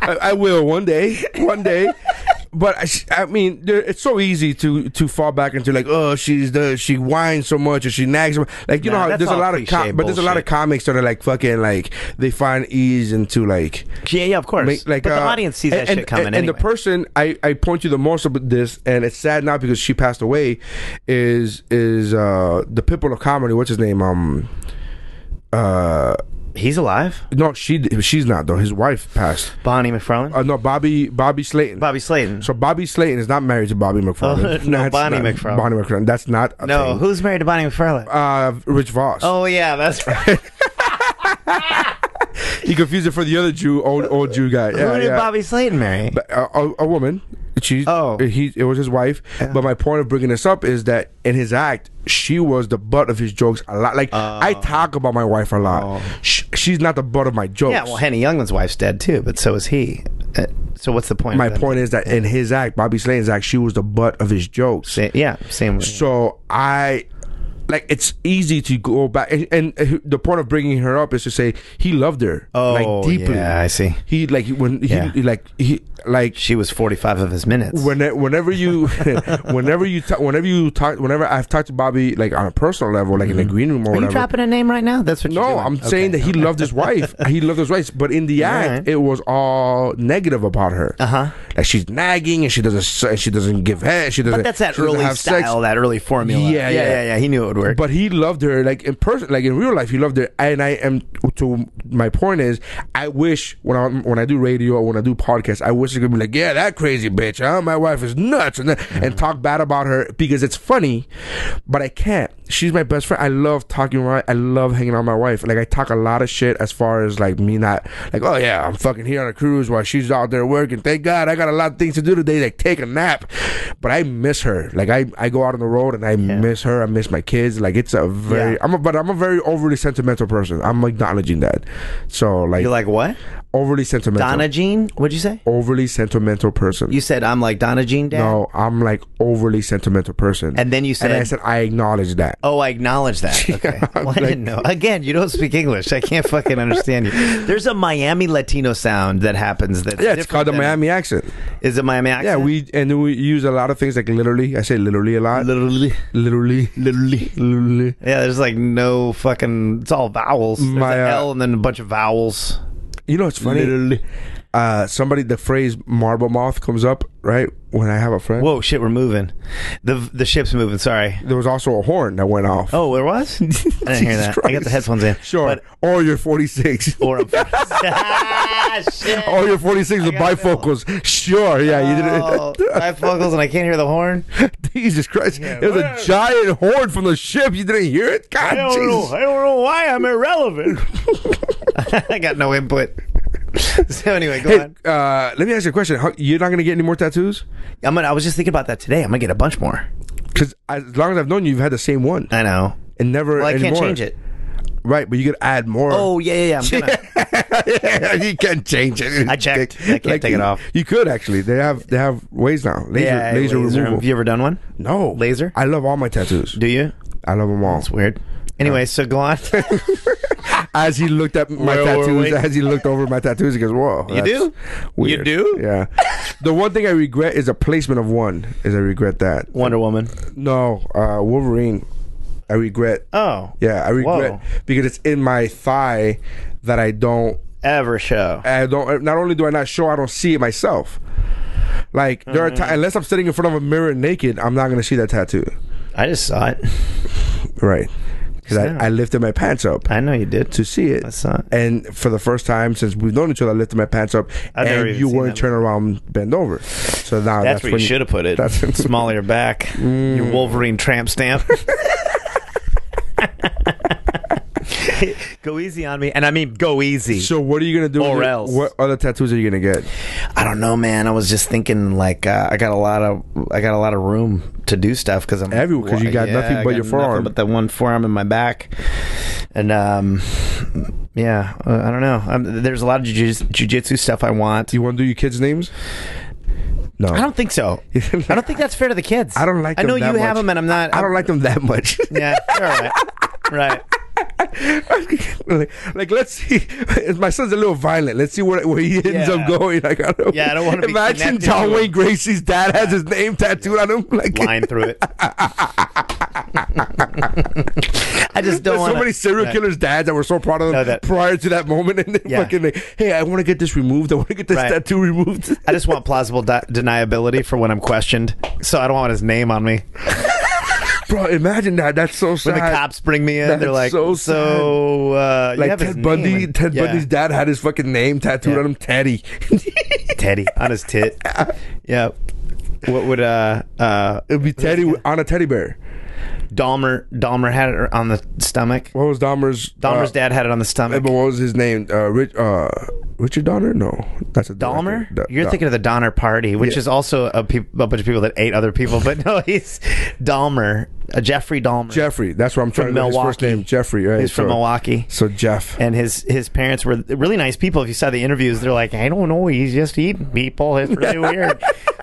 [SPEAKER 1] I, I will one day, one
[SPEAKER 9] <laughs>
[SPEAKER 1] day. But I, sh- I mean, there- it's so easy to to fall back into like, oh, she's the she whines so much and she nags. so much. Like you
[SPEAKER 9] Nah,
[SPEAKER 1] know, how
[SPEAKER 9] that's
[SPEAKER 1] there's a
[SPEAKER 9] all
[SPEAKER 1] lot of
[SPEAKER 9] cliche
[SPEAKER 1] com- but there's a lot of
[SPEAKER 9] bullshit.
[SPEAKER 1] comics that are like fucking like they find ease into like
[SPEAKER 9] Yeah, yeah, of course.
[SPEAKER 1] Make- like
[SPEAKER 9] but the
[SPEAKER 1] uh,
[SPEAKER 9] audience sees that
[SPEAKER 1] and-
[SPEAKER 9] shit coming.
[SPEAKER 1] And, and the
[SPEAKER 9] anyway.
[SPEAKER 1] person I, I point to the most about this, and it's sad now because she passed away, is is uh the Pitbull of comedy. What's his name? Um, uh,
[SPEAKER 9] he's alive.
[SPEAKER 1] no, she she's not though. His wife passed.
[SPEAKER 9] Bonnie McFarlane,
[SPEAKER 1] Uh, no, Bobby Bobby Slayton.
[SPEAKER 9] Bobby Slayton.
[SPEAKER 1] So Bobby Slayton is not married to Bobby McFarlane.
[SPEAKER 9] Oh, <laughs> no,
[SPEAKER 1] That's
[SPEAKER 9] Bonnie
[SPEAKER 1] not-
[SPEAKER 9] McFarlane.
[SPEAKER 1] Bonnie McFarlane. That's not a
[SPEAKER 9] no,
[SPEAKER 1] thing.
[SPEAKER 9] who's married to Bonnie McFarlane?
[SPEAKER 1] Uh, Rich Voss.
[SPEAKER 9] oh yeah, that's right.
[SPEAKER 1] He confused it for the other Jew, old old Jew guy. Yeah,
[SPEAKER 9] Who did
[SPEAKER 1] yeah.
[SPEAKER 9] Bobby Slayton marry?
[SPEAKER 1] But, uh, a, a woman. She. uh,
[SPEAKER 9] Oh.
[SPEAKER 1] He. It was his wife. But my point of bringing this up is that in his act, she was the butt of his jokes a lot. Like I
[SPEAKER 9] Oh.
[SPEAKER 1] talk about my wife a lot. Sh she's not the butt of my jokes.
[SPEAKER 9] yeah, well, Henny Youngman's wife's dead too, but so is he. Uh, so what's the point?
[SPEAKER 1] my
[SPEAKER 9] of that?
[SPEAKER 1] point is that in his act, Bobby Slayton's act, she was the butt of his jokes.
[SPEAKER 9] Sa- yeah, same. with-
[SPEAKER 1] So I like it's easy to go back and, and the point of bringing her up is to say he loved her
[SPEAKER 9] oh,
[SPEAKER 1] like
[SPEAKER 9] yeah, I see.
[SPEAKER 1] He like when he
[SPEAKER 9] Yeah.
[SPEAKER 1] like he like
[SPEAKER 9] She was forty-five of his minutes.
[SPEAKER 1] when, whenever you <laughs> whenever you ta- whenever you talk whenever I've talked to Bobby like on a personal level like in the green room or
[SPEAKER 9] Mm-hmm. Are you
[SPEAKER 1] whatever.
[SPEAKER 9] dropping a name right now? That's what. you're
[SPEAKER 1] no,
[SPEAKER 9] doing.
[SPEAKER 1] I'm
[SPEAKER 9] Okay.
[SPEAKER 1] saying that he loved his
[SPEAKER 9] <laughs>
[SPEAKER 1] wife. He loved his wife, but in the act,
[SPEAKER 9] Alright.
[SPEAKER 1] it was all negative about her. Uh
[SPEAKER 9] Uh-huh.
[SPEAKER 1] huh. Like she's nagging and she doesn't s- she doesn't give head. She doesn't.
[SPEAKER 9] But that's that
[SPEAKER 1] she doesn't
[SPEAKER 9] early style,
[SPEAKER 1] have sex.
[SPEAKER 9] that early formula.
[SPEAKER 1] Yeah,
[SPEAKER 9] yeah,
[SPEAKER 1] yeah.
[SPEAKER 9] yeah, yeah. He knew it would work.
[SPEAKER 1] But he loved her like in person, like in real life. He loved her, and I am. To my point is, I wish when I when I do radio or when I do podcasts, I wish it could be like, yeah, that crazy bitch. Huh? My wife is nuts, and that,
[SPEAKER 9] Mm-hmm.
[SPEAKER 1] and talk bad about her because it's funny. But I can't. She's my best friend. I love talking. Right, I love hanging out with my wife. Like I talk a lot of shit as far as like me not like, oh yeah, I'm fucking here on a cruise while she's out there working. Thank God I got a lot of things to do today. Like take a nap. But I miss her. Like I I go out on the road and I miss her. I miss my kids. Like it's a very.
[SPEAKER 9] Yeah.
[SPEAKER 1] I'm a, but I'm a very overly sentimental person. I'm acknowledging that. So like,
[SPEAKER 9] You're like what?
[SPEAKER 1] overly sentimental.
[SPEAKER 9] Donna Jean? What'd you say?
[SPEAKER 1] overly sentimental person.
[SPEAKER 9] You said I'm like Donna Jean, Dad.
[SPEAKER 1] no, I'm like overly sentimental person.
[SPEAKER 9] And then you said-
[SPEAKER 1] and I said I acknowledge that.
[SPEAKER 9] Oh, I
[SPEAKER 1] <laughs>
[SPEAKER 9] acknowledge that. Okay. Well, I didn't know. Again, you don't speak English. I can't fucking understand you.
[SPEAKER 1] <laughs>
[SPEAKER 9] There's a Miami Latino sound that happens. That's
[SPEAKER 1] yeah, it's called the
[SPEAKER 9] different than-
[SPEAKER 1] Miami accent.
[SPEAKER 9] Is it Miami
[SPEAKER 1] Yeah,
[SPEAKER 9] accent?
[SPEAKER 1] we and then we use a lot of things like literally. I say literally a lot.
[SPEAKER 9] literally.
[SPEAKER 1] Literally, literally, literally.
[SPEAKER 9] Yeah, there's like no fucking. It's all vowels. There's
[SPEAKER 1] My,
[SPEAKER 9] an
[SPEAKER 1] uh,
[SPEAKER 9] L and then a bunch of vowels.
[SPEAKER 1] You know, it's funny.
[SPEAKER 9] Literally.
[SPEAKER 1] Uh, somebody, the phrase "marble mouth" comes up right when I have a friend.
[SPEAKER 9] Whoa, shit, we're moving. The the ship's moving. Sorry.
[SPEAKER 1] There was also a horn that went off.
[SPEAKER 9] Oh, there was. I didn't
[SPEAKER 1] <laughs>
[SPEAKER 9] hear
[SPEAKER 1] Jesus
[SPEAKER 9] that. I got
[SPEAKER 1] Christ.
[SPEAKER 9] the headphones in.
[SPEAKER 1] sure.
[SPEAKER 9] But,
[SPEAKER 1] or you're 46. <laughs>
[SPEAKER 9] <laughs> or I'm. ah, shit.
[SPEAKER 1] or you're 46 with
[SPEAKER 9] got it.
[SPEAKER 1] bifocals. Sure. Yeah, you
[SPEAKER 9] Oh,
[SPEAKER 1] didn't.
[SPEAKER 9] I have vocals and I can't hear the horn.
[SPEAKER 1] <laughs> Jesus Christ! It was a giant horn from the ship. You didn't hear it? God, Jesus.
[SPEAKER 9] don't know why I'm irrelevant. <laughs> I got no input. <laughs> So anyway, go
[SPEAKER 1] Hey,
[SPEAKER 9] on.
[SPEAKER 1] uh, let me ask you a question. How, you're not gonna get any more tattoos?
[SPEAKER 9] I'm gonna, I was just thinking about that today. I'm gonna get a bunch more.
[SPEAKER 1] Because as long as I've known you, you've had the same one
[SPEAKER 9] I know.
[SPEAKER 1] and never.
[SPEAKER 9] Well, I
[SPEAKER 1] anymore.
[SPEAKER 9] can't change it.
[SPEAKER 1] Right, but you could add more.
[SPEAKER 9] Oh yeah, yeah, yeah. I'm
[SPEAKER 1] <laughs>
[SPEAKER 9] gonna,
[SPEAKER 1] you can't change it.
[SPEAKER 9] I checked. I can't take it off.
[SPEAKER 1] You could actually. They have they have ways now. Laser
[SPEAKER 9] yeah,
[SPEAKER 1] laser, removal.
[SPEAKER 9] Have you ever done one?
[SPEAKER 1] no
[SPEAKER 9] Laser?
[SPEAKER 1] I love all my tattoos.
[SPEAKER 9] Do you?
[SPEAKER 1] I love them all.
[SPEAKER 9] It's weird. Anyway, so
[SPEAKER 1] <laughs>
[SPEAKER 9] go on.
[SPEAKER 1] As he looked at my
[SPEAKER 9] Well, we're
[SPEAKER 1] tattoos,
[SPEAKER 9] waiting.
[SPEAKER 1] as he looked over my tattoos, he goes, "Whoa,
[SPEAKER 9] You
[SPEAKER 1] that's
[SPEAKER 9] do?
[SPEAKER 1] Weird.
[SPEAKER 9] You do?
[SPEAKER 1] Yeah. the one thing I regret is the placement of one. Is I regret that.
[SPEAKER 9] Wonder Woman.
[SPEAKER 1] No, uh, Wolverine. I regret.
[SPEAKER 9] Oh
[SPEAKER 1] Yeah, I regret
[SPEAKER 9] Whoa.
[SPEAKER 1] because it's in my thigh that I don't.
[SPEAKER 9] ever show.
[SPEAKER 1] I don't. Not only do I not show, I don't see it myself. Like there are ti
[SPEAKER 9] Mm-hmm.
[SPEAKER 1] unless I'm sitting in front of a mirror naked, I'm not gonna see that tattoo.
[SPEAKER 9] I just saw it.
[SPEAKER 1] Right. Because
[SPEAKER 9] Yeah.
[SPEAKER 1] I, I lifted my pants up
[SPEAKER 9] I know you did.
[SPEAKER 1] to see it.
[SPEAKER 9] I saw it.
[SPEAKER 1] And for the first time since we've known each other, I lifted my pants up
[SPEAKER 9] I've never
[SPEAKER 1] and
[SPEAKER 9] even
[SPEAKER 1] you
[SPEAKER 9] seen
[SPEAKER 1] weren't
[SPEAKER 9] that
[SPEAKER 1] turn around, bend over. So now
[SPEAKER 9] That's,
[SPEAKER 1] that's,
[SPEAKER 9] where you should have put it.
[SPEAKER 1] that's- <laughs>
[SPEAKER 9] Small of your back.
[SPEAKER 1] Mm.
[SPEAKER 9] Your Wolverine tramp stamp. go easy on me, and I mean go easy.
[SPEAKER 1] So what are you gonna do?
[SPEAKER 9] Or
[SPEAKER 1] with your-
[SPEAKER 9] else.
[SPEAKER 1] What other tattoos are you gonna get?
[SPEAKER 9] I don't know, man. I was just thinking, like, uh, I got a lot of, I got a lot of room to do stuff because I'm
[SPEAKER 1] Everywhere, 'cause you got
[SPEAKER 9] Yeah,
[SPEAKER 1] nothing
[SPEAKER 9] I
[SPEAKER 1] but your
[SPEAKER 9] nothing
[SPEAKER 1] forearm.
[SPEAKER 9] but that one forearm in my back, and um, yeah, uh, I don't know. Um there's a lot of jujitsu jujitsu stuff I want.
[SPEAKER 1] Do you want to do your kids' names? No, <laughs>
[SPEAKER 9] I don't think so. I don't think that's fair to the kids.
[SPEAKER 1] I don't like.
[SPEAKER 9] I know
[SPEAKER 1] them that
[SPEAKER 9] you have
[SPEAKER 1] much.
[SPEAKER 9] them, and I'm not.
[SPEAKER 1] I don't like them that
[SPEAKER 9] <laughs>
[SPEAKER 1] much.
[SPEAKER 9] Yeah, you're all right. right.
[SPEAKER 1] <laughs> like, like, let's see. <laughs> My son's a little violent. Let's see where, where he ends
[SPEAKER 9] Yeah.
[SPEAKER 1] up going. Like, I don't,
[SPEAKER 9] Yeah, I don't wanna be
[SPEAKER 1] imagine
[SPEAKER 9] connected
[SPEAKER 1] John
[SPEAKER 9] to
[SPEAKER 1] Wayne
[SPEAKER 9] him.
[SPEAKER 1] Gracie's dad has his name tattooed on him. <laughs> Like,
[SPEAKER 9] Line through it. I just don't
[SPEAKER 1] there's
[SPEAKER 9] want
[SPEAKER 1] so many serial killers' dads that were so proud of them
[SPEAKER 9] No, that-
[SPEAKER 1] prior to that moment, and they
[SPEAKER 9] Yeah.
[SPEAKER 1] fucking like, hey, I want to get this removed. I want to get this
[SPEAKER 9] Right.
[SPEAKER 1] tattoo
[SPEAKER 9] <laughs>
[SPEAKER 1] removed.
[SPEAKER 9] I just want plausible de- deniability for when I'm questioned. So I don't want his name on me.
[SPEAKER 1] Bro, imagine that. That's so sad.
[SPEAKER 9] When the cops bring me in, they're
[SPEAKER 1] That's
[SPEAKER 9] like,
[SPEAKER 1] so
[SPEAKER 9] so, uh, you
[SPEAKER 1] like
[SPEAKER 9] have his
[SPEAKER 1] Ted Bundy,
[SPEAKER 9] name and-
[SPEAKER 1] Ted
[SPEAKER 9] Yeah.
[SPEAKER 1] Bundy's dad had his fucking name tattooed
[SPEAKER 9] Yeah.
[SPEAKER 1] on him, Teddy. <laughs>
[SPEAKER 9] Teddy on his tit. yeah. What would uh uh
[SPEAKER 1] It'd be Teddy with- on a teddy bear.
[SPEAKER 9] Dahmer Dahmer had it on the stomach?
[SPEAKER 1] What was Dahmer's?
[SPEAKER 9] Dahmer's
[SPEAKER 1] uh,
[SPEAKER 9] dad had it on the
[SPEAKER 1] Uh,
[SPEAKER 9] stomach.
[SPEAKER 1] But what was his name? Uh, Rich, uh, Richard Donner? No, that's a
[SPEAKER 9] Dahmer?
[SPEAKER 1] director. Da-
[SPEAKER 9] You're
[SPEAKER 1] Da-
[SPEAKER 9] thinking of the Donner Party, which
[SPEAKER 1] Yeah.
[SPEAKER 9] is also a, peop a bunch of people that ate other people, but no, <laughs> he's Dahmer, uh, Jeffrey Dahmer.
[SPEAKER 1] Jeffrey. That's what I'm trying
[SPEAKER 9] From
[SPEAKER 1] to. His first
[SPEAKER 9] Milwaukee.
[SPEAKER 1] name Jeffrey. Right?
[SPEAKER 9] he's from
[SPEAKER 1] so,
[SPEAKER 9] Milwaukee.
[SPEAKER 1] So Jeff.
[SPEAKER 9] and his his parents were really nice people. If you saw the interviews, they're like, I don't know, he's just eating people. It's
[SPEAKER 1] <laughs>
[SPEAKER 9] really weird.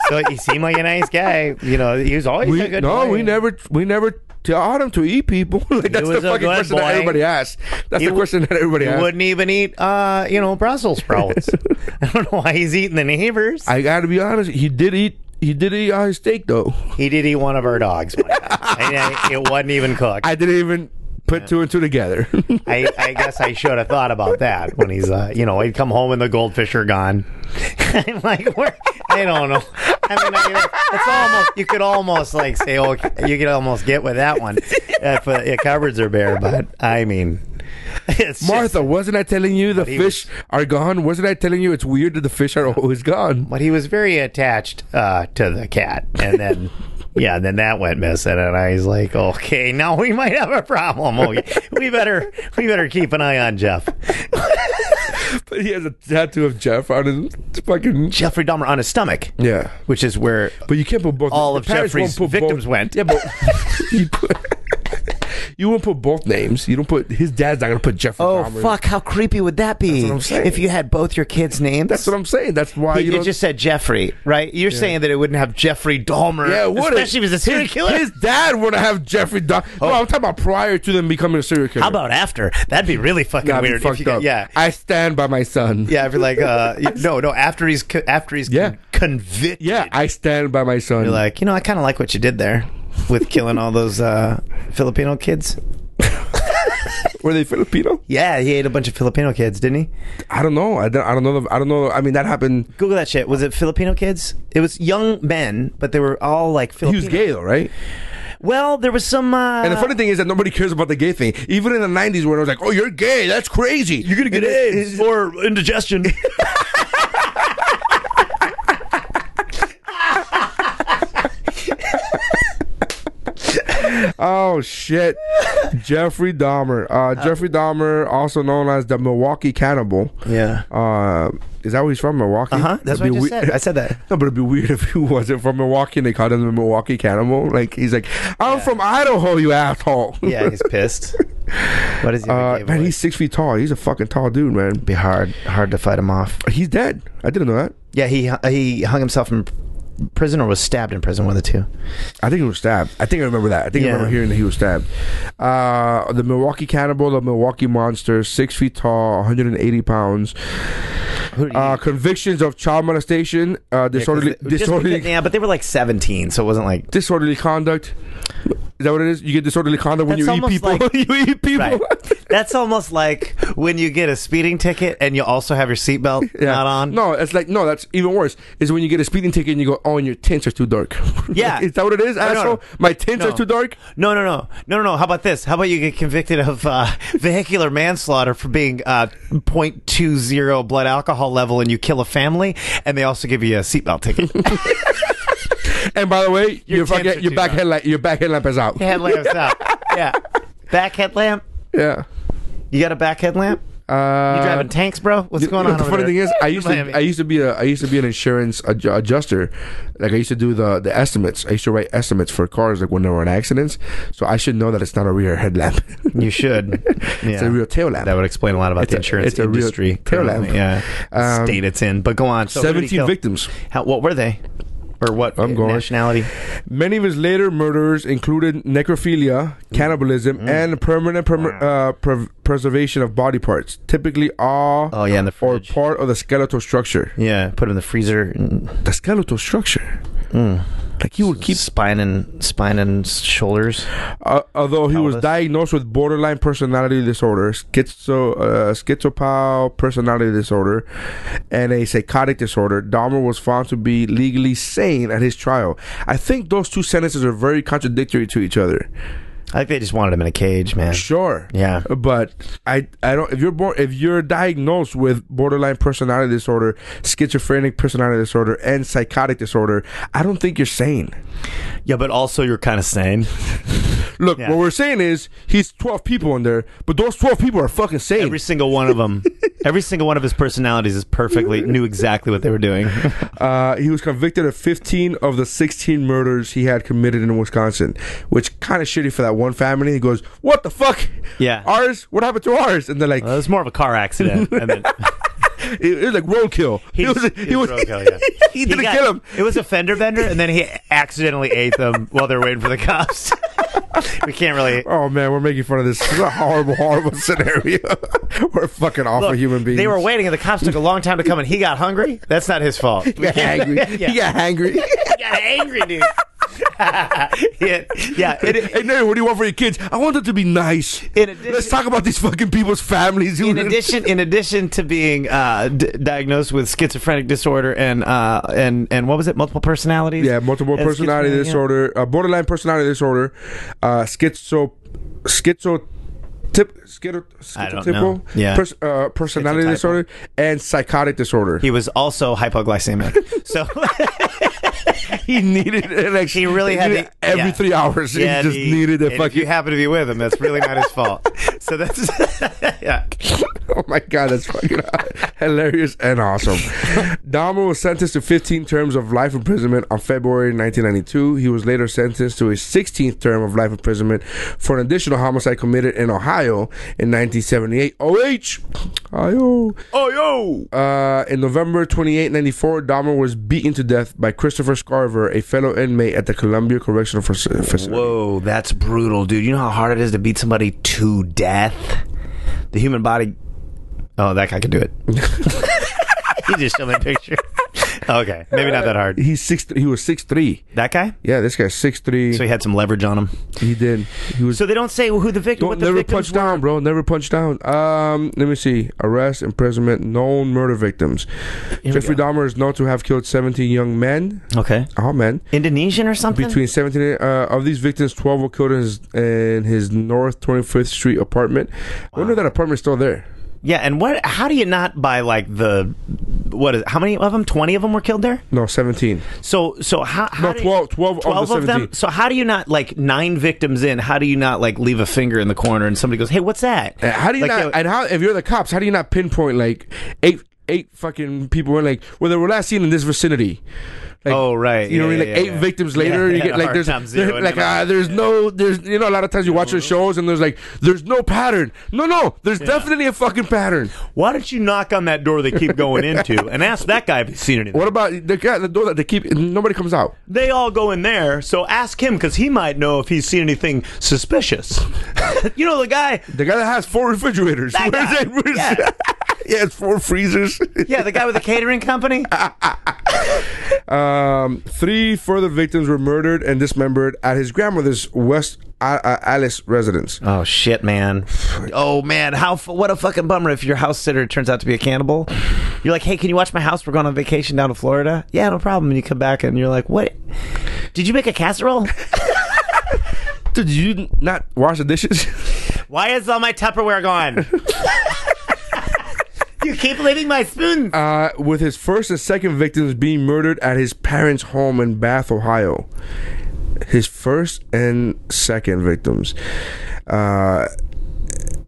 [SPEAKER 9] So he seemed like a nice guy. You know, he was always
[SPEAKER 1] We,
[SPEAKER 9] a good.
[SPEAKER 1] no,
[SPEAKER 9] boy.
[SPEAKER 1] we never we never taught him to eat people. <laughs> like that's the
[SPEAKER 9] was a
[SPEAKER 1] fucking
[SPEAKER 9] good
[SPEAKER 1] question
[SPEAKER 9] boy.
[SPEAKER 1] that everybody asks. That's
[SPEAKER 9] He
[SPEAKER 1] the
[SPEAKER 9] w-
[SPEAKER 1] question that everybody
[SPEAKER 9] He
[SPEAKER 1] asks.
[SPEAKER 9] wouldn't even eat, uh, you know,
[SPEAKER 1] <laughs>
[SPEAKER 9] Brussels sprouts. I don't know why he's eating the neighbors.
[SPEAKER 1] I gotta be honest. He did eat. He did eat uh, his steak though. <laughs>
[SPEAKER 9] he did eat one of our dogs. One time. and I, it wasn't even cooked.
[SPEAKER 1] I
[SPEAKER 9] I,
[SPEAKER 1] didn't even put two and two together. <laughs>
[SPEAKER 9] I, guess I should have thought about that when he's, uh, you know, he'd come home and the goldfish are gone. <laughs> I'm like, where? I don't know. I mean, I mean, it's almost you could almost like say, oh, you could almost get with that one if uh, your cupboards are bare. But I mean, it's just-
[SPEAKER 1] Martha, wasn't I telling you the
[SPEAKER 9] he
[SPEAKER 1] fish are gone? Wasn't I telling you it's weird that the fish are <laughs> always gone?
[SPEAKER 9] but he was very attached uh, to the cat, and then. Yeah, and then that went missing, and I was like, "Okay, now we might have a problem. Okay, we better we better keep an eye on Jeff."
[SPEAKER 1] But he has a tattoo of Jeff on his fucking
[SPEAKER 9] Jeffrey Dahmer on his stomach,
[SPEAKER 1] yeah.
[SPEAKER 9] which is where
[SPEAKER 1] But you can't put both.
[SPEAKER 9] all
[SPEAKER 1] the
[SPEAKER 9] of
[SPEAKER 1] parents won't
[SPEAKER 9] Jeffrey's
[SPEAKER 1] put
[SPEAKER 9] victims
[SPEAKER 1] both-
[SPEAKER 9] went.
[SPEAKER 1] Yeah, but <laughs> you, put, you won't put both names. You don't put his dad's not gonna put Jeffrey.
[SPEAKER 9] Oh
[SPEAKER 1] Dahmer.
[SPEAKER 9] fuck! How creepy would that be?
[SPEAKER 1] what I'm saying.
[SPEAKER 9] E, If you had both your kids' names,
[SPEAKER 1] That's what I'm saying. That's why you
[SPEAKER 9] He- you
[SPEAKER 1] don't.
[SPEAKER 9] just said Jeffrey, right? You're saying that it wouldn't have Jeffrey Dahmer,
[SPEAKER 1] yeah, what
[SPEAKER 9] especially if he's a serial
[SPEAKER 1] his,
[SPEAKER 9] killer.
[SPEAKER 1] His dad would have Jeffrey. Dahmer. No, I'm talking about prior to them becoming a serial killer.
[SPEAKER 9] Oh. how about after? That'd be really fucking
[SPEAKER 1] That'd be
[SPEAKER 9] weird.
[SPEAKER 1] fucked
[SPEAKER 9] if you,
[SPEAKER 1] up.
[SPEAKER 9] Yeah,
[SPEAKER 1] I stand by my son.
[SPEAKER 9] yeah. I'd be like, uh,
[SPEAKER 1] <laughs>
[SPEAKER 9] you- no, no. After he's co- after he's
[SPEAKER 1] Yeah.
[SPEAKER 9] con- convicted,
[SPEAKER 1] Yeah, I stand by my son.
[SPEAKER 9] you're like, you know, I kind of like what you did there with killing all those uh, Filipino kids.
[SPEAKER 1] Were they Filipino?
[SPEAKER 9] Yeah, he ate a bunch of Filipino kids, didn't he?
[SPEAKER 1] I don't know. I don't, I don't know. The, I don't know. I mean, that happened.
[SPEAKER 9] Google that shit. Was it Filipino kids? It was young men, but they were all like
[SPEAKER 1] He
[SPEAKER 9] Filipino.
[SPEAKER 1] was gay though, right?
[SPEAKER 9] Well, there was some. Uh,
[SPEAKER 1] And the funny thing is that nobody cares about the gay thing. Even in the '90s, when it was like, "Oh, you're gay. That's crazy. You're gonna
[SPEAKER 9] or indigestion.
[SPEAKER 1] Oh
[SPEAKER 9] <laughs>
[SPEAKER 1] shit, Jeffrey Dahmer. Uh, Jeffrey Dahmer, also known as the Milwaukee Cannibal.
[SPEAKER 9] <laughs> Yeah.
[SPEAKER 1] Uh, is that where he's from? Milwaukee.
[SPEAKER 9] Uh huh. That's what I
[SPEAKER 1] It'd
[SPEAKER 9] just
[SPEAKER 1] be we-
[SPEAKER 4] <laughs>
[SPEAKER 9] said. I said that.
[SPEAKER 1] <laughs> No, but it'd be weird if he wasn't from Milwaukee and they called him the Milwaukee Cannibal. Like he's like, I'm from Idaho, you asshole.
[SPEAKER 9] Yeah, <laughs> he's pissed. What is he?
[SPEAKER 1] <laughs> Uh, man, he's six feet tall. He's a fucking tall dude, man.
[SPEAKER 9] be hard, hard to fight him off.
[SPEAKER 1] He's dead. I didn't know that.
[SPEAKER 9] Yeah, he he hung himself in prison or was stabbed in prison. One of the two.
[SPEAKER 1] I think he was stabbed. I think I remember that. I think I
[SPEAKER 9] Yeah.
[SPEAKER 1] remember hearing that he was stabbed. Uh, the Milwaukee Cannibal, the Milwaukee Monster, six feet tall, 180 pounds.
[SPEAKER 9] Who do you-
[SPEAKER 1] Uh, convictions of child molestation, uh,
[SPEAKER 9] Yeah, 'cause
[SPEAKER 1] disorderly, <laughs>
[SPEAKER 9] they- just
[SPEAKER 1] disorderly,
[SPEAKER 9] because- yeah, but they were like seventeen, so it wasn't like
[SPEAKER 1] disorderly conduct. Is that what it is? You get disorderly conduct when
[SPEAKER 4] That's
[SPEAKER 1] you eat
[SPEAKER 4] almost
[SPEAKER 1] people. <laughs>
[SPEAKER 4] like-
[SPEAKER 1] you eat people.
[SPEAKER 4] Right. <laughs> That's almost like when you get a speeding ticket and you also have your
[SPEAKER 9] <laughs>
[SPEAKER 4] seatbelt
[SPEAKER 1] <laughs> Yeah.
[SPEAKER 4] not on.
[SPEAKER 1] No, it's like no. That's even worse. Is when you get a speeding ticket and you go, "Oh, and your tints are too dark." <laughs>
[SPEAKER 4] Yeah.
[SPEAKER 1] is that what it is?
[SPEAKER 4] No, no,
[SPEAKER 1] asshole?
[SPEAKER 4] no.
[SPEAKER 1] My tints
[SPEAKER 4] No.
[SPEAKER 1] are too dark.
[SPEAKER 4] No, no, no, no, no, no. How about this? How about you get convicted of uh, vehicular manslaughter for being uh, 0.20 blood alcohol level, and you kill a family, and they also give you a seatbelt ticket.
[SPEAKER 1] And by the way, your,
[SPEAKER 4] tints
[SPEAKER 1] fucking
[SPEAKER 4] are
[SPEAKER 1] your
[SPEAKER 4] too
[SPEAKER 1] back
[SPEAKER 4] dark.
[SPEAKER 1] headlight your back headlamp is out. <laughs>
[SPEAKER 4] Headlamp's out. Yeah, back headlamp.
[SPEAKER 1] Yeah.
[SPEAKER 4] You got a back headlamp?
[SPEAKER 1] Uh,
[SPEAKER 4] You driving tanks, bro? What's going on?
[SPEAKER 1] The
[SPEAKER 4] over
[SPEAKER 1] funny
[SPEAKER 4] there?
[SPEAKER 1] thing is,
[SPEAKER 4] <laughs>
[SPEAKER 1] I used
[SPEAKER 4] Miami.
[SPEAKER 1] to I used to be a I used to be an insurance adju- adjuster. Like I used to do the the estimates. I used to write estimates for cars like when there were in accidents. So I should know that it's not a rear headlamp. <laughs>
[SPEAKER 4] you should.
[SPEAKER 1] it's a real tail lamp.
[SPEAKER 4] That would explain a lot about
[SPEAKER 1] It's
[SPEAKER 4] the
[SPEAKER 1] a-
[SPEAKER 4] insurance
[SPEAKER 1] it's a real
[SPEAKER 4] industry.
[SPEAKER 1] tail lamp.
[SPEAKER 4] currently. Yeah,
[SPEAKER 1] Um,
[SPEAKER 4] state it's in. But go on. So who did he
[SPEAKER 1] Seventeen
[SPEAKER 4] kill?
[SPEAKER 1] victims.
[SPEAKER 4] How, what were they? Or what
[SPEAKER 1] I'm going.
[SPEAKER 4] nationality?
[SPEAKER 1] Many of his later murders included necrophilia, cannibalism, and permanent perma- uh, pre- preservation of body parts, typically all
[SPEAKER 4] Oh yeah, in the
[SPEAKER 1] or
[SPEAKER 4] fridge.
[SPEAKER 1] part of the skeletal structure.
[SPEAKER 4] yeah, put them in the freezer. And
[SPEAKER 1] The skeletal structure. Like he would keep
[SPEAKER 4] keep spine and spine and shoulders.
[SPEAKER 1] Uh, although he was
[SPEAKER 4] Elvis.
[SPEAKER 1] diagnosed with borderline personality disorder, schizo, uh, schizopath personality disorder, and a psychotic disorder, Dahmer was found to be legally sane at his trial. I think those two sentences are very contradictory to each other.
[SPEAKER 4] I think they just wanted him in a cage, man.
[SPEAKER 1] Sure.
[SPEAKER 4] Yeah.
[SPEAKER 1] But I I don't if you're born if you're diagnosed with borderline personality disorder, schizophrenic personality disorder, and psychotic disorder, I don't think you're sane.
[SPEAKER 4] Yeah, but also you're kind of sane.
[SPEAKER 1] Look,
[SPEAKER 4] Yeah.
[SPEAKER 1] what we're saying is he's 12 people in there, but those 12 people are fucking sane.
[SPEAKER 4] Every single one of
[SPEAKER 1] <laughs>
[SPEAKER 4] them, every single one of his personalities is perfectly knew exactly what they
[SPEAKER 1] <laughs>
[SPEAKER 4] were doing.
[SPEAKER 1] Uh, he was convicted of 15 of the 16 murders he had committed in Wisconsin, which kind of shitty for that one family. He goes, "What the fuck?
[SPEAKER 4] Yeah.
[SPEAKER 1] ours. What happened to ours?" And they're like,
[SPEAKER 4] Well, it was more of a
[SPEAKER 1] <laughs>
[SPEAKER 4] car accident. And then
[SPEAKER 1] it, it was like roadkill. He was,
[SPEAKER 4] just-
[SPEAKER 1] he was, <laughs>
[SPEAKER 4] roadkill, yeah.
[SPEAKER 1] he didn't
[SPEAKER 4] got-
[SPEAKER 1] kill him.
[SPEAKER 4] It was a fender bender, and then he accidentally ate
[SPEAKER 1] <laughs>
[SPEAKER 4] them while they were waiting for the cops. <laughs> we can't really.
[SPEAKER 1] Oh man, we're making fun of this. This is a horrible, horrible <laughs> scenario. we're fucking awful
[SPEAKER 4] Look,
[SPEAKER 1] human beings.
[SPEAKER 4] They were waiting, and the cops took a long time to come, and he got hungry. That's not his
[SPEAKER 1] <laughs>
[SPEAKER 4] fault.
[SPEAKER 1] He got angry.
[SPEAKER 4] <laughs> Yeah.
[SPEAKER 1] He got angry.
[SPEAKER 4] He got angry, dude. <laughs> yeah, yeah.
[SPEAKER 1] <laughs>
[SPEAKER 4] It,
[SPEAKER 1] hey, Mary, what do you want for your kids? I want them to be nice.
[SPEAKER 4] In addition-
[SPEAKER 1] Let's talk about these fucking people's families. <laughs>
[SPEAKER 4] in addition, in addition to being uh, d- diagnosed with schizophrenic disorder and uh, and and what was it, multiple personalities?
[SPEAKER 1] Yeah, multiple
[SPEAKER 4] And
[SPEAKER 1] personality
[SPEAKER 4] schizophrenia, yeah.
[SPEAKER 1] disorder, uh, borderline personality disorder, uh, schizo, schizo. Tip, schizo,
[SPEAKER 4] I don't
[SPEAKER 1] schizotypal
[SPEAKER 4] know. Yeah.
[SPEAKER 1] pers- uh, personality
[SPEAKER 4] Schizotypal.
[SPEAKER 1] disorder and psychotic disorder.
[SPEAKER 4] He was also hypoglycemic, so
[SPEAKER 1] <laughs> He needed an ex-
[SPEAKER 4] He really had
[SPEAKER 1] needed
[SPEAKER 4] to-
[SPEAKER 1] every
[SPEAKER 4] yeah.
[SPEAKER 1] three hours. <laughs>
[SPEAKER 4] Yeah,
[SPEAKER 1] he just
[SPEAKER 4] the-
[SPEAKER 1] needed
[SPEAKER 4] and
[SPEAKER 1] a
[SPEAKER 4] If you
[SPEAKER 1] fucking.
[SPEAKER 4] happen to be with him, that's really not his
[SPEAKER 1] <laughs>
[SPEAKER 4] fault. So that's <laughs> yeah.
[SPEAKER 1] oh my god, that's fucking <laughs> hilarious and
[SPEAKER 4] <laughs>
[SPEAKER 1] awesome. Dahmer was sentenced to 15 terms of life imprisonment on February 1992. He was later sentenced to a 16th term of life imprisonment for an additional homicide committed in Ohio in 1978. OH, Ohio.
[SPEAKER 4] Oh yo.
[SPEAKER 1] Uh, in November 28, 94, Dahmer was beaten to death by Christopher Scarver, a fellow inmate at the Columbia Correctional Faci- Facility.
[SPEAKER 4] Whoa, that's brutal, dude. You know how hard it is to beat somebody to death? The human body. Oh, that guy
[SPEAKER 1] <laughs>
[SPEAKER 4] could do it. you just showed me a picture. Okay, maybe not that hard.
[SPEAKER 1] He's six. He was six three.
[SPEAKER 4] That guy?
[SPEAKER 1] Yeah, this guy's six three.
[SPEAKER 4] So he had some leverage on him.
[SPEAKER 1] he did. He was.
[SPEAKER 4] So they don't say who the victim
[SPEAKER 1] Don't
[SPEAKER 4] what the
[SPEAKER 1] never
[SPEAKER 4] victims
[SPEAKER 1] punch down, bro. Never punch down. Um, let me see. Arrest, imprisonment, known murder victims.
[SPEAKER 4] we
[SPEAKER 1] Jeffrey Dahmer is known to have killed 17 young men,
[SPEAKER 4] were. Okay.
[SPEAKER 1] all men.
[SPEAKER 4] Indonesian or something?
[SPEAKER 1] Between 17 and- uh, of these victims, 12 were killed in his, in his North 25th Street apartment. I wonder if that apartment's still there.
[SPEAKER 4] Yeah, and what? How do you not buy like the what is? How many of them? Twenty of them were killed there.
[SPEAKER 1] No, 17.
[SPEAKER 4] So so how? how
[SPEAKER 1] No,
[SPEAKER 4] do you-
[SPEAKER 1] 12, 12 of the
[SPEAKER 4] 12 of them.
[SPEAKER 1] 17.
[SPEAKER 4] So how do you not like nine victims in? How do you not like leave a finger in the corner and somebody goes, "Hey, what's that?"
[SPEAKER 1] And Uh, How do you
[SPEAKER 4] Like,
[SPEAKER 1] not?
[SPEAKER 4] yo-
[SPEAKER 1] and how if you're the cops, how do you not pinpoint like eight eight fucking people in like well they were last seen in this vicinity? Like,
[SPEAKER 4] Oh, right.
[SPEAKER 1] you know, what I mean?
[SPEAKER 4] Yeah,
[SPEAKER 1] like
[SPEAKER 4] yeah,
[SPEAKER 1] eight
[SPEAKER 4] yeah.
[SPEAKER 1] victims later,
[SPEAKER 4] Yeah,
[SPEAKER 1] you
[SPEAKER 4] had a
[SPEAKER 1] get like
[SPEAKER 4] hard
[SPEAKER 1] there's
[SPEAKER 4] time
[SPEAKER 1] there-
[SPEAKER 4] zeroing
[SPEAKER 1] <laughs> like
[SPEAKER 4] them out.
[SPEAKER 1] uh, there's no there's you know a lot of times you watch the shows and there's like there's no pattern. No, no, there's definitely a fucking pattern.
[SPEAKER 4] Why don't you knock on that door they keep going into and ask that guy if he's seen anything?
[SPEAKER 1] What about the guy the door that they keep nobody comes out?
[SPEAKER 4] They all go in there, so ask him because he might know if he's seen anything suspicious. <laughs> you know the guy.
[SPEAKER 1] The guy that has four refrigerators. <laughs>
[SPEAKER 4] That
[SPEAKER 1] Where's <laughs>
[SPEAKER 4] guy.
[SPEAKER 1] that? Where's
[SPEAKER 4] Yeah.
[SPEAKER 11] yeah, it's four freezers.
[SPEAKER 4] Yeah, the guy with the catering company.
[SPEAKER 11] um,
[SPEAKER 1] Three further victims were murdered and dismembered at his grandmother's West A- A- Alice residence.
[SPEAKER 4] Oh shit, man. Oh man, how f- what a fucking bummer if your house sitter turns out to be a cannibal. You're like, "Hey, can you watch my house? We're going on vacation down to Florida." Yeah, no problem. And you come back and you're like, "What? Did you make a casserole?
[SPEAKER 1] Did you not wash the dishes? <laughs>
[SPEAKER 4] Why is all my Tupperware gone?" You keep leaving my spoons.
[SPEAKER 1] uh, with his first and second victims being murdered at his parents' home in Bath, Ohio. His first and second victims. Uh,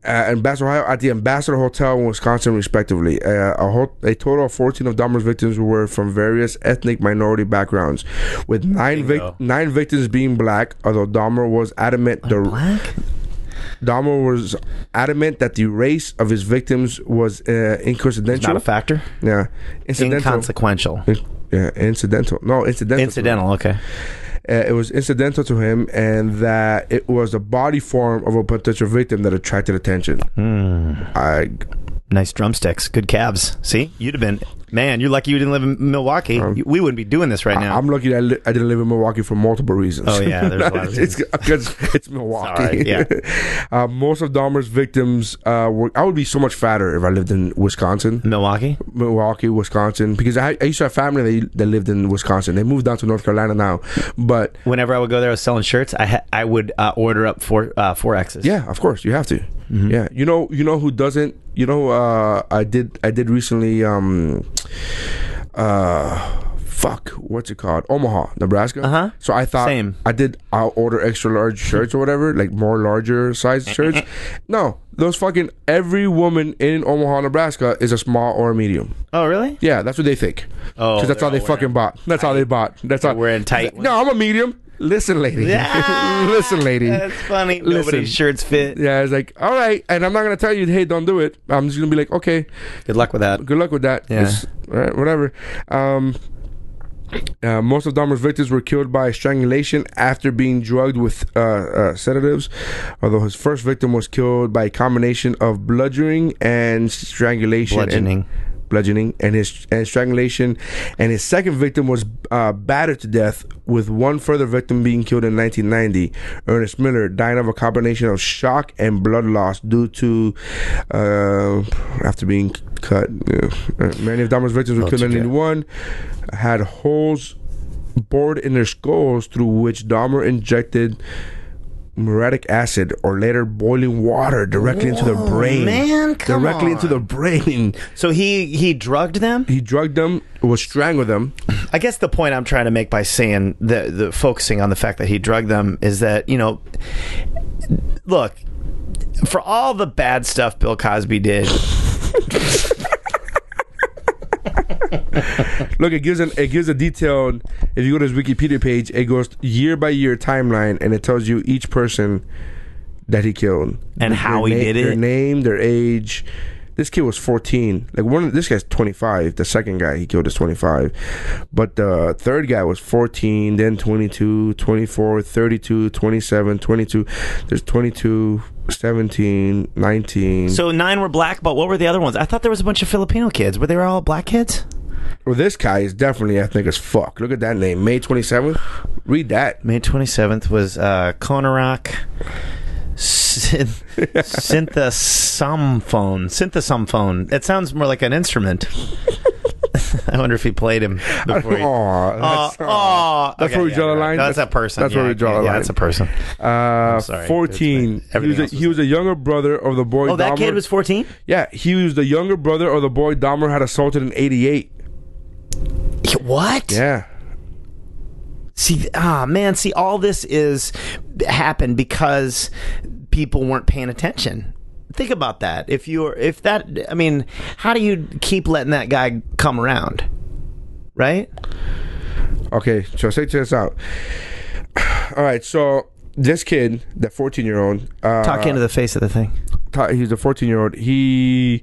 [SPEAKER 1] uh, in Bath, Ohio, at the Ambassador Hotel in Wisconsin, respectively. Uh, a, ho- a total of 14 of Dahmer's victims were from various ethnic minority backgrounds, with nine, vic- nine victims being black, although Dahmer was adamant the Dahmer was adamant that the race of his victims was uh, incoincidental.
[SPEAKER 4] Not a factor.
[SPEAKER 1] Yeah, incidental.
[SPEAKER 4] Inconsequential.
[SPEAKER 1] yeah, incidental. No, incidental.
[SPEAKER 4] Incidental. Okay.
[SPEAKER 1] Uh, it was incidental to him, and that it was the body form of a potential victim that attracted attention.
[SPEAKER 4] Hmm.
[SPEAKER 1] I,
[SPEAKER 4] Nice drumsticks. Good calves. See, you'd have been man. You're lucky you didn't live in Milwaukee. You- we wouldn't be doing this right now.
[SPEAKER 1] I'm lucky that Um, I, li- I didn't live in Milwaukee for multiple reasons.
[SPEAKER 4] Oh, yeah, there's a
[SPEAKER 1] <laughs>
[SPEAKER 4] lot of
[SPEAKER 1] it's, because it's Milwaukee.
[SPEAKER 4] Sorry, yeah.
[SPEAKER 1] <laughs> uh, most of Dahmer's victims uh, were. I would be so much fatter if I lived in Wisconsin.
[SPEAKER 4] Hmm. Milwaukee.
[SPEAKER 1] Milwaukee, Wisconsin, because I, I used to have family that, that lived in Wisconsin. They moved down to North Carolina now, but
[SPEAKER 4] Whenever I would go there, I was selling shirts. I ha- I would uh, order up four uh, four X's.
[SPEAKER 1] yeah, of course you have to.
[SPEAKER 4] Mm-hmm.
[SPEAKER 1] Yeah, you know, you know who doesn't. You know, uh, I did, I did recently. Um, uh, fuck, what's it called? Omaha, Nebraska. Uh
[SPEAKER 4] Uh-huh.
[SPEAKER 1] So I thought
[SPEAKER 4] Same.
[SPEAKER 1] I did. I'll order extra large shirts or whatever, like more larger size shirts. No, those fucking every woman in Omaha, Nebraska is a small or a medium.
[SPEAKER 4] Oh, really?
[SPEAKER 1] Yeah, that's what they think.
[SPEAKER 4] Oh,
[SPEAKER 1] because that's
[SPEAKER 4] they're
[SPEAKER 1] how they
[SPEAKER 4] all
[SPEAKER 1] fucking bought. That's how they bought. That's how
[SPEAKER 4] wearing tight ones.
[SPEAKER 1] No, I'm a medium. Listen,
[SPEAKER 4] <laughs>
[SPEAKER 1] lady. Listen, lady.
[SPEAKER 4] That's funny. Nobody's
[SPEAKER 1] Listen.
[SPEAKER 4] shirts fit.
[SPEAKER 1] Yeah, it's like, all right, and I'm not gonna tell you, hey, don't do it. I'm just gonna be like, okay,
[SPEAKER 4] Good luck with that.
[SPEAKER 1] good luck with that.
[SPEAKER 4] Yeah.
[SPEAKER 1] It's- all right, whatever. Um, uh, most of Dahmer's victims were killed by strangulation after being drugged with uh, uh, sedatives, although his first victim was killed by a combination of bludgeoning and strangulation. and-
[SPEAKER 4] Bludgeoning.
[SPEAKER 1] bludgeoning and his and strangulation, and his second victim was uh, battered to death, with one further victim being killed in 1990. Ernest Miller dying of a combination of shock and blood loss due to uh, after being cut. Uh, many of Dahmer's victims were killed in
[SPEAKER 4] Okay.
[SPEAKER 1] 91, had holes bored in their skulls through which Dahmer injected. Muriatic acid, or later boiling water, directly into the brain.
[SPEAKER 4] man, come
[SPEAKER 1] directly into
[SPEAKER 4] on.
[SPEAKER 1] the brain
[SPEAKER 4] So he he drugged them.
[SPEAKER 1] he drugged them, was strangled them.
[SPEAKER 4] I guess the point I'm trying to make by saying the the focusing on the fact that he drugged them is that you know, look, for all the bad stuff Bill Cosby did,
[SPEAKER 1] Look, it gives an it gives a detailed. If you go to his Wikipedia page, it goes year by year timeline, and it tells you each person that he killed
[SPEAKER 4] And how he did
[SPEAKER 1] Their
[SPEAKER 4] it.
[SPEAKER 1] name, their age. This kid was 14. Like one, of- this guy's 25. The second guy he killed is 25, but the third guy was 14, then 22, 24, 32, 27, 22. There's 22, 17, 19.
[SPEAKER 4] so nine were black, but what were the other ones? I thought there was a bunch of Filipino kids. Were they all black kids?
[SPEAKER 1] Well, this guy is definitely ethnic as fuck. Look at that name, May twenty seventh. Read that.
[SPEAKER 4] May 27th was uh, Konarak synth, synthesomophone. Synthesomophone. That sounds more like an instrument. <laughs> I wonder if he played him before he.
[SPEAKER 1] Aw,
[SPEAKER 4] Uh, Aw,
[SPEAKER 1] that's-
[SPEAKER 4] aw.
[SPEAKER 1] Oh, That's where we draw the
[SPEAKER 4] right.
[SPEAKER 1] line.
[SPEAKER 4] That's,
[SPEAKER 1] That's-
[SPEAKER 4] a person.
[SPEAKER 1] that's where
[SPEAKER 4] Yeah,
[SPEAKER 1] we draw the
[SPEAKER 4] yeah,
[SPEAKER 1] line.
[SPEAKER 4] That's a person.
[SPEAKER 1] uh,
[SPEAKER 4] sorry.
[SPEAKER 1] fourteen.
[SPEAKER 4] It's-
[SPEAKER 1] He
[SPEAKER 4] everything
[SPEAKER 1] was, a,
[SPEAKER 4] else was-
[SPEAKER 1] he was a younger brother of the boy.
[SPEAKER 4] Oh, that
[SPEAKER 1] Dahmer-
[SPEAKER 4] kid was 14?
[SPEAKER 1] Yeah, he was the younger brother of the boy Dahmer had assaulted in eighty eight.
[SPEAKER 4] What?
[SPEAKER 1] Yeah.
[SPEAKER 4] See, ah, man, see, all this is happened because people weren't paying attention. Think about that. If you're, if that, I mean, how do you keep letting that guy come around? Right?
[SPEAKER 1] Okay, so check this out. <sighs> All right, so this kid, that fourteen year old, uh,
[SPEAKER 4] Talk into the face of the thing.
[SPEAKER 1] t- he's a 14 year old. He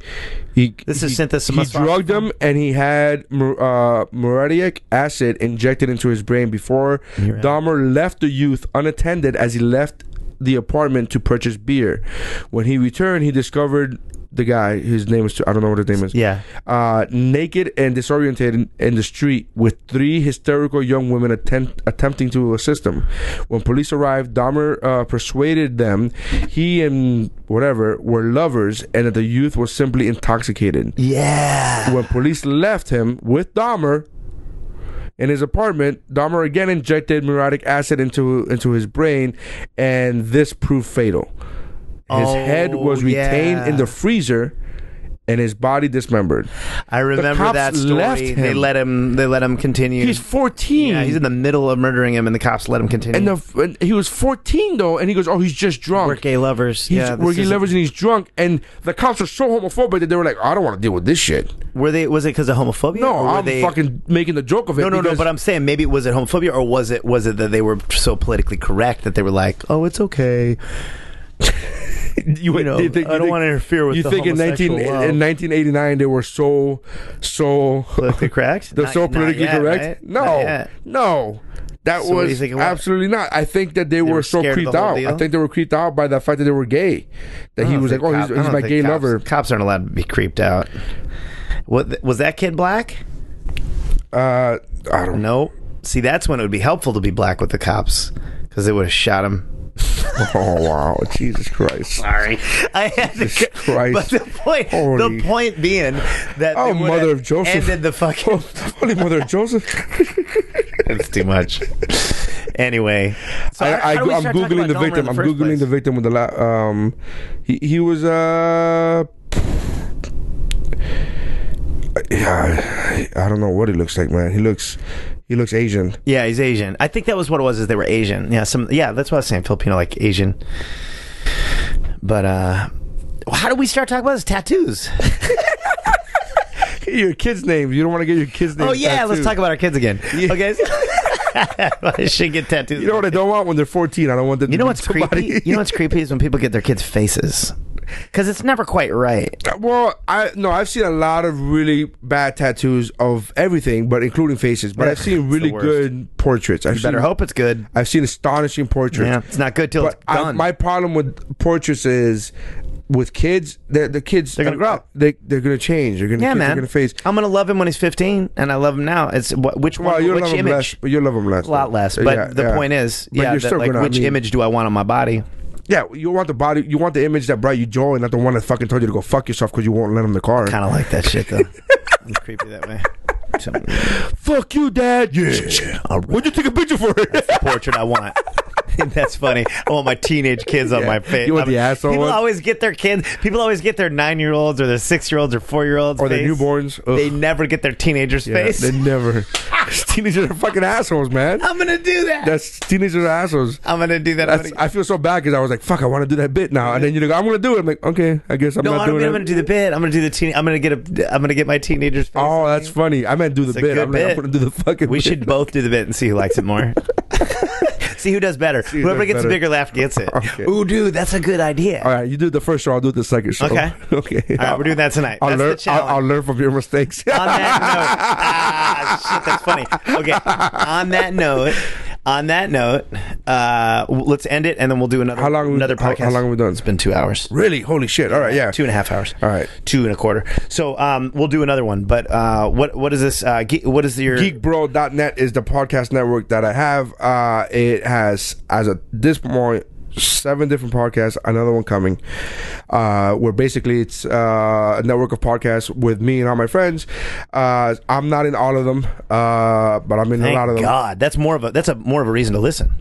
[SPEAKER 1] he
[SPEAKER 4] This is
[SPEAKER 1] he-
[SPEAKER 4] synthesis
[SPEAKER 1] He
[SPEAKER 4] must-
[SPEAKER 1] drugged him and he had mur- uh, muriatic acid injected into his brain before Dahmer left the youth unattended as he left the apartment to purchase beer. When he returned, he discovered the guy. His name is I don't know what his name is.
[SPEAKER 9] Yeah.
[SPEAKER 1] Uh, naked and disoriented in the street with three hysterical young women attempt, attempting to assist him. When police arrived, Dahmer uh, persuaded them he and whatever were lovers and that the youth was simply intoxicated.
[SPEAKER 9] Yeah.
[SPEAKER 1] When police left him with Dahmer in his apartment, Dahmer again injected muriatic acid into into his brain, and this proved fatal. His
[SPEAKER 9] Oh,
[SPEAKER 1] head was retained
[SPEAKER 9] yeah.
[SPEAKER 1] in the freezer, and his body dismembered.
[SPEAKER 9] I remember
[SPEAKER 1] cops
[SPEAKER 9] that story.
[SPEAKER 1] left
[SPEAKER 9] They
[SPEAKER 1] him.
[SPEAKER 9] let him. They let him continue.
[SPEAKER 1] He's fourteen.
[SPEAKER 9] Yeah, he's in the middle of murdering him, and the cops let him continue.
[SPEAKER 1] and, the, and he was 14 though, and he goes, "Oh, he's just drunk."
[SPEAKER 9] we're gay lovers.
[SPEAKER 1] He's,
[SPEAKER 9] yeah,
[SPEAKER 1] we're
[SPEAKER 9] this
[SPEAKER 1] gay
[SPEAKER 9] is-
[SPEAKER 1] lovers, and he's drunk. And the cops are so homophobic that they were like, "I don't want to deal with this shit."
[SPEAKER 9] Were they? Was it because of homophobia?
[SPEAKER 1] No,
[SPEAKER 9] or were
[SPEAKER 1] I'm
[SPEAKER 9] they,
[SPEAKER 1] fucking making the joke of it.
[SPEAKER 9] No, no, no.
[SPEAKER 1] because-
[SPEAKER 9] But I'm saying maybe was it homophobia or was it was it that they were so politically correct that they were like, oh, it's okay.
[SPEAKER 1] you,
[SPEAKER 9] know, I don't wanna interfere with
[SPEAKER 1] You
[SPEAKER 9] the
[SPEAKER 1] think in
[SPEAKER 9] homosexual
[SPEAKER 1] in
[SPEAKER 9] world.
[SPEAKER 1] 1989 they were so so <laughs>
[SPEAKER 9] Politically correct?
[SPEAKER 1] they're so
[SPEAKER 9] Not- not
[SPEAKER 1] politically
[SPEAKER 9] yet,
[SPEAKER 1] correct?
[SPEAKER 9] right? Not
[SPEAKER 1] No,
[SPEAKER 9] yet.
[SPEAKER 1] no. That
[SPEAKER 9] So what do you
[SPEAKER 1] was
[SPEAKER 9] think it was?
[SPEAKER 1] absolutely not. I think that they,
[SPEAKER 9] were
[SPEAKER 1] were, so
[SPEAKER 9] scared of the
[SPEAKER 1] creeped
[SPEAKER 9] whole
[SPEAKER 1] out.
[SPEAKER 9] deal?
[SPEAKER 1] I think they were creeped out by the fact that they were gay. That
[SPEAKER 9] I
[SPEAKER 1] he
[SPEAKER 9] don't
[SPEAKER 1] was like,
[SPEAKER 9] think
[SPEAKER 1] "Oh,
[SPEAKER 9] cop-
[SPEAKER 1] he's,
[SPEAKER 9] I don't
[SPEAKER 1] he's my
[SPEAKER 9] think
[SPEAKER 1] gay
[SPEAKER 9] cops-
[SPEAKER 1] lover."
[SPEAKER 9] Cops aren't allowed to be creeped out. What was that kid black?
[SPEAKER 1] Uh, I don't know.
[SPEAKER 9] No. See, that's when it would be helpful to be black with the cops because they would have shot him.
[SPEAKER 1] Oh wow, Jesus Christ!
[SPEAKER 9] Sorry, <laughs> I had to.
[SPEAKER 1] Christ.
[SPEAKER 9] But <laughs> the point,
[SPEAKER 1] Holy-
[SPEAKER 9] the point being that
[SPEAKER 1] Oh,
[SPEAKER 9] they would
[SPEAKER 1] mother
[SPEAKER 9] have
[SPEAKER 1] of Joseph.
[SPEAKER 9] ended the fucking.
[SPEAKER 1] <laughs> Holy Mother of Joseph!
[SPEAKER 9] That's too much. Anyway, so
[SPEAKER 1] <laughs>
[SPEAKER 9] how-
[SPEAKER 1] I, I,
[SPEAKER 9] how do we
[SPEAKER 1] I'm
[SPEAKER 9] start talking
[SPEAKER 1] googling
[SPEAKER 9] about
[SPEAKER 1] the
[SPEAKER 9] Dahmer in
[SPEAKER 1] victim. I'm
[SPEAKER 9] first
[SPEAKER 1] googling
[SPEAKER 9] place?
[SPEAKER 1] the victim with the la- um, he he was uh. Yeah, I I don't know what he looks like, man. He looks, he looks Asian.
[SPEAKER 9] Yeah, he's Asian. I think that was what it was. Is they were Asian. Yeah, some. Yeah, that's what I was saying. Filipino, like Asian. But uh, how do we start talking about his tattoos?
[SPEAKER 1] Your kids' names. You don't want to get your kids' names.
[SPEAKER 9] Oh yeah, let's
[SPEAKER 1] tattooed.
[SPEAKER 9] talk about our kids again.
[SPEAKER 1] <laughs> Yeah.
[SPEAKER 9] Okay, so- <laughs> I should get tattoos.
[SPEAKER 1] You know what I don't want when they're 14. I don't want them.
[SPEAKER 9] <laughs>
[SPEAKER 1] to
[SPEAKER 9] You know
[SPEAKER 1] be
[SPEAKER 9] what's
[SPEAKER 1] somebody.
[SPEAKER 9] creepy?
[SPEAKER 1] <laughs>
[SPEAKER 9] You know what's creepy is when people get their kids' faces, because it's never quite right.
[SPEAKER 1] <laughs> Well, I no, I've seen a lot of really bad tattoos of everything, but including faces. But I've seen really
[SPEAKER 9] worst.
[SPEAKER 1] good portraits. I've
[SPEAKER 9] You better
[SPEAKER 1] seen,
[SPEAKER 9] hope it's good.
[SPEAKER 1] I've seen astonishing portraits.
[SPEAKER 9] Yeah, it's not good till
[SPEAKER 1] but
[SPEAKER 9] it's
[SPEAKER 1] I-
[SPEAKER 9] done.
[SPEAKER 1] my problem with portraits is with kids, the the kids
[SPEAKER 9] They're gonna grow up.
[SPEAKER 1] They they're gonna change. They're gonna
[SPEAKER 9] yeah,
[SPEAKER 1] kids are
[SPEAKER 9] man.
[SPEAKER 1] gonna face.
[SPEAKER 9] I'm gonna love him when he's 15, and I love him now. It's wh- which
[SPEAKER 1] Well,
[SPEAKER 9] one?
[SPEAKER 1] you'll
[SPEAKER 9] which
[SPEAKER 1] love them
[SPEAKER 9] image?
[SPEAKER 1] less, but you'll love them less.
[SPEAKER 9] a lot less.
[SPEAKER 1] Uh,
[SPEAKER 9] But
[SPEAKER 1] yeah,
[SPEAKER 9] the
[SPEAKER 1] yeah.
[SPEAKER 9] point is,
[SPEAKER 1] But
[SPEAKER 9] yeah,
[SPEAKER 1] you're
[SPEAKER 9] that,
[SPEAKER 1] still
[SPEAKER 9] like
[SPEAKER 1] gonna- I
[SPEAKER 9] which
[SPEAKER 1] mean-
[SPEAKER 9] image do I want on
[SPEAKER 1] <laughs>
[SPEAKER 9] my body?
[SPEAKER 1] Yeah, you want the body, you want the image that brought you joy, not the one that fucking told you to go fuck yourself because you won't let him in the car.
[SPEAKER 9] Kind of like that shit
[SPEAKER 1] <laughs>
[SPEAKER 9] though. I'm creepy that way. So,
[SPEAKER 1] Fuck you, dad. Yeah.
[SPEAKER 9] all right.
[SPEAKER 1] What'd you take a picture for? <laughs>
[SPEAKER 9] portrait I want. <laughs> That's funny. I want my teenage kids on
[SPEAKER 1] Yeah.
[SPEAKER 9] my face.
[SPEAKER 1] You want the
[SPEAKER 9] I'm-
[SPEAKER 1] asshole
[SPEAKER 9] People
[SPEAKER 1] one?
[SPEAKER 9] always get their kids. People always get their nine-year-olds or their six-year-olds or four-year-olds
[SPEAKER 1] Or the
[SPEAKER 9] face.
[SPEAKER 1] newborns. Ugh.
[SPEAKER 9] They never get their teenagers'
[SPEAKER 1] Yeah,
[SPEAKER 9] face.
[SPEAKER 1] They
[SPEAKER 9] <laughs>
[SPEAKER 1] never. teenagers are fucking assholes, man.
[SPEAKER 9] I'm gonna do that.
[SPEAKER 1] That's teenagers are assholes.
[SPEAKER 9] I'm gonna do that. I'm
[SPEAKER 1] That's,
[SPEAKER 9] gonna-
[SPEAKER 1] I feel so bad because I was like, "Fuck, I want to do that bit now," and then you're like, "I'm gonna do it." I'm like, "Okay, I guess I'm
[SPEAKER 9] no,
[SPEAKER 1] not
[SPEAKER 9] I don't
[SPEAKER 1] doing
[SPEAKER 9] mean
[SPEAKER 1] it."
[SPEAKER 9] I'm gonna do the bit. I'm gonna do the teen. I'm gonna get <laughs> a. I'm gonna get my teenagers' face.
[SPEAKER 1] Oh, that's funny. I meant do the
[SPEAKER 9] It's a
[SPEAKER 1] bit.
[SPEAKER 9] good
[SPEAKER 1] I'm like, I'm
[SPEAKER 9] bit.
[SPEAKER 1] gonna do the fucking.
[SPEAKER 9] We
[SPEAKER 1] bit.
[SPEAKER 9] should both do the bit and see who likes
[SPEAKER 1] <laughs>
[SPEAKER 9] it more. see who does better.
[SPEAKER 1] who
[SPEAKER 9] Whoever
[SPEAKER 1] does
[SPEAKER 9] gets a
[SPEAKER 1] better.
[SPEAKER 9] bigger laugh gets it.
[SPEAKER 1] Okay.
[SPEAKER 9] Ooh, dude, that's a good idea.
[SPEAKER 1] <laughs> All right, you do the first show. I'll do the second show.
[SPEAKER 9] Okay.
[SPEAKER 1] <laughs> okay.
[SPEAKER 9] All right, we're doing that tonight.
[SPEAKER 1] I'll
[SPEAKER 9] That's the
[SPEAKER 1] learn. I'll,
[SPEAKER 9] challenge.
[SPEAKER 1] I'll learn from your mistakes. <laughs>
[SPEAKER 9] on that note, ah, shit, that's funny. Okay, on that note, on that note, uh, w- let's end it and then we'll do another.
[SPEAKER 1] How long we-
[SPEAKER 9] Another
[SPEAKER 1] how-
[SPEAKER 9] podcast.
[SPEAKER 1] how long we done?
[SPEAKER 9] It's been two hours.
[SPEAKER 1] really? Holy shit! All right, yeah.
[SPEAKER 9] Two and a half hours.
[SPEAKER 1] All right.
[SPEAKER 9] Two and a quarter. So um, we'll do another one. But uh, what what is this? Uh, ge- what is your
[SPEAKER 1] Geekbro.net is the podcast network that I have. Uh, it has, as of this point, seven different podcasts, another one coming, uh, where basically it's uh, a network of podcasts with me and all my friends. Uh, I'm not in all of them, uh, but I'm in
[SPEAKER 9] Thank
[SPEAKER 1] a lot of them.
[SPEAKER 9] God, that's more of a that's a more of a reason to listen.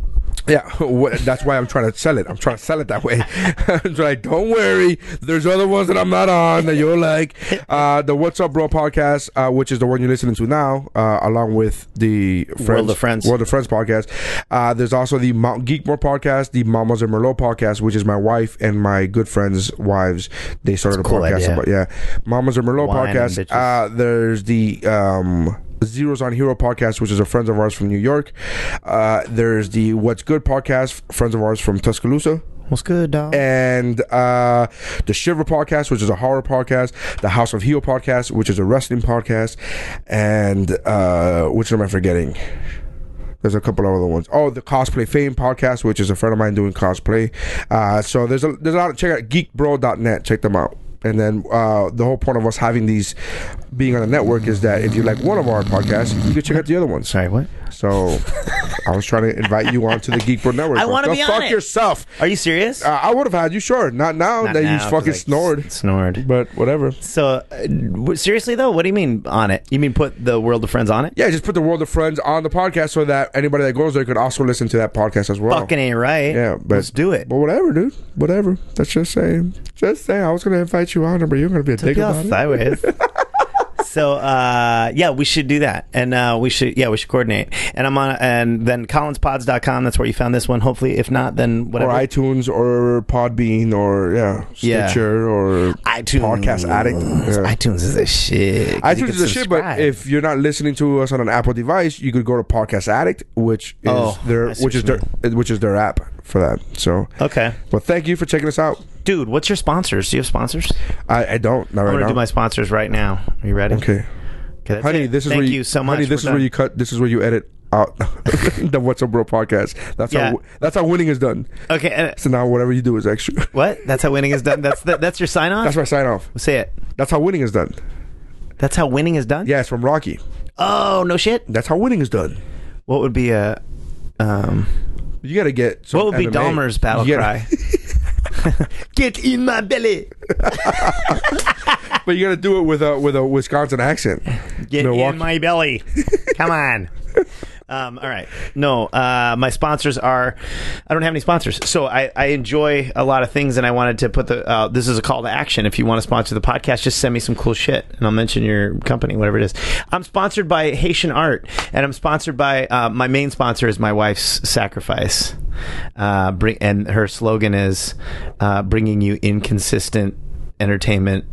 [SPEAKER 1] Yeah, <laughs> wh- that's why I'm trying to sell it. I'm trying to sell it that way. <laughs> I'm like, don't worry, there's other ones that I'm not on that you'll
[SPEAKER 9] <laughs>
[SPEAKER 1] like. Uh, the What's Up Bro podcast, uh, which is the one you're listening to now, uh, along with the Friends,
[SPEAKER 9] of Friends.
[SPEAKER 1] World of Friends podcast. Uh, there's also the Mount Geekmore podcast, the Mamas and Merlot podcast, which is my wife and my good friends' wives. They started a
[SPEAKER 9] cool
[SPEAKER 1] podcast
[SPEAKER 9] idea.
[SPEAKER 1] about yeah, Mamas and Merlot
[SPEAKER 9] Wine and
[SPEAKER 1] podcast.
[SPEAKER 9] bitches.
[SPEAKER 1] Uh, there's the um, Zeros on Hero podcast, which is a friends of ours from New York. Uh, there's the What's Good podcast, friends of ours from Tuscaloosa.
[SPEAKER 9] What's good,
[SPEAKER 4] Eh,
[SPEAKER 9] dog?
[SPEAKER 1] And uh, the Shiver podcast, which is a horror podcast, the House of Heel podcast, which is a wrestling podcast, and uh, which am I forgetting? There's a couple of other ones. Oh, the Cosplay Fame podcast, which is a friend of mine doing cosplay. Uh, so there's a there's a lot. Of, check out geekbro.net. Check them out. And then uh, the whole point of us having these being on the network is that if you like one of our podcasts, you can check out the other ones.
[SPEAKER 4] Sorry, what?
[SPEAKER 1] So I was trying to invite you onto the Geek Bro Network.
[SPEAKER 4] I wanna
[SPEAKER 1] Go
[SPEAKER 4] be on
[SPEAKER 1] fuck
[SPEAKER 4] it.
[SPEAKER 1] yourself.
[SPEAKER 4] Are you serious?
[SPEAKER 1] Uh, I would have had you, sure. Not now
[SPEAKER 4] Not
[SPEAKER 1] that
[SPEAKER 4] now,
[SPEAKER 1] you
[SPEAKER 4] 'cause
[SPEAKER 1] fucking
[SPEAKER 4] I s-
[SPEAKER 1] snored.
[SPEAKER 4] Snored.
[SPEAKER 1] But whatever.
[SPEAKER 4] So, uh, w- seriously though, what do you mean on it? You mean put the world of friends on it?
[SPEAKER 1] Yeah, just put the World of Friends on the podcast so that anybody that goes there could also listen to that podcast as well.
[SPEAKER 4] Fucking ain't right.
[SPEAKER 1] yeah, but
[SPEAKER 4] let's do it.
[SPEAKER 1] But whatever, dude. Whatever. That's just saying. Just saying. I was gonna invite you on, but you're gonna be a dick
[SPEAKER 4] Yeah,
[SPEAKER 1] about it.
[SPEAKER 4] sideways. <laughs> so uh, yeah, we should do that, and uh, we should yeah we should coordinate. And I'm on and then collinspods.com. That's where you found this one. Hopefully, if not, then
[SPEAKER 1] Or
[SPEAKER 4] whatever.
[SPEAKER 1] iTunes, or Podbean, or yeah,
[SPEAKER 4] Yeah.
[SPEAKER 1] Stitcher, or
[SPEAKER 4] iTunes
[SPEAKER 1] Podcast Addict. Yeah.
[SPEAKER 4] iTunes is a shit. 'cause you
[SPEAKER 1] iTunes
[SPEAKER 4] can
[SPEAKER 1] is a shit,
[SPEAKER 4] subscribe.
[SPEAKER 1] but if you're not listening to us on an Apple device, you could go to Podcast Addict, which is
[SPEAKER 4] Oh,
[SPEAKER 1] their
[SPEAKER 4] I see
[SPEAKER 1] which is
[SPEAKER 4] what you
[SPEAKER 1] their which is their app for that. So
[SPEAKER 4] okay,
[SPEAKER 1] But thank you for checking us out.
[SPEAKER 4] dude, what's your sponsors? Do you have sponsors?
[SPEAKER 1] I, I don't not
[SPEAKER 4] I'm
[SPEAKER 1] right
[SPEAKER 4] gonna
[SPEAKER 1] now.
[SPEAKER 4] do my sponsors right now. Are you ready?
[SPEAKER 1] okay,
[SPEAKER 4] Okay, that's
[SPEAKER 1] honey,
[SPEAKER 4] it.
[SPEAKER 1] this is
[SPEAKER 4] thank
[SPEAKER 1] where
[SPEAKER 4] you so much.
[SPEAKER 1] Honey, this is
[SPEAKER 4] We're
[SPEAKER 1] where you
[SPEAKER 4] done.
[SPEAKER 1] cut. This is where you edit out <laughs> the What's Up Bro podcast. That's
[SPEAKER 4] Yeah.
[SPEAKER 1] how that's how winning is done.
[SPEAKER 4] Okay, uh,
[SPEAKER 1] So now whatever you do is extra. <laughs>
[SPEAKER 4] what? That's how winning is done. That's the, that's your sign off.
[SPEAKER 1] That's my sign off.
[SPEAKER 4] Say it.
[SPEAKER 1] That's how winning is done.
[SPEAKER 4] That's how winning is done.
[SPEAKER 1] Yeah, it's from Rocky.
[SPEAKER 4] Oh no shit.
[SPEAKER 1] That's how winning is done.
[SPEAKER 4] What would be a um?
[SPEAKER 1] You gotta get. Some
[SPEAKER 4] What would be
[SPEAKER 1] MMA.
[SPEAKER 4] Dahmer's battle
[SPEAKER 1] You gotta-
[SPEAKER 4] cry? Get in my belly.
[SPEAKER 1] <laughs> but you gotta do it with a with a Wisconsin accent.
[SPEAKER 4] Get
[SPEAKER 1] Milwaukee.
[SPEAKER 4] in my belly. Come on. Um, all right. No, uh, my sponsors are. I don't have any sponsors, so I, I enjoy a lot of things, and I wanted to put the. Uh, this is a call to action. If you want to sponsor the podcast, just send me some cool shit, and I'll mention your company, whatever it is. I'm sponsored by Haitian Art, and I'm sponsored by. Uh, my main sponsor is my wife's sacrifice. Uh, bring and her slogan is, uh, bringing you inconsistent entertainment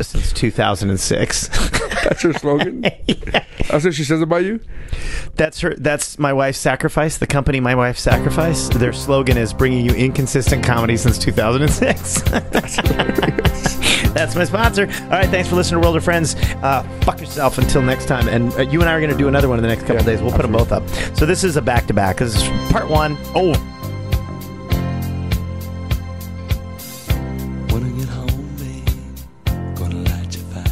[SPEAKER 4] since 2006.
[SPEAKER 1] <laughs>
[SPEAKER 4] <laughs>
[SPEAKER 1] That's her slogan. That's what she says about you.
[SPEAKER 4] That's her. That's my wife's sacrifice. The company, my wife's sacrifice. Their slogan is bringing you inconsistent comedy since 2006. <laughs> that's my sponsor. All right, thanks for listening to World of Friends. Uh, fuck yourself until next time. And uh, you and I are going to do another one in the next couple
[SPEAKER 1] Yeah,
[SPEAKER 4] days. We'll put them both up. So this is a back to back. This is part one. Oh.
[SPEAKER 12] When I get home, babe, gonna light your fire.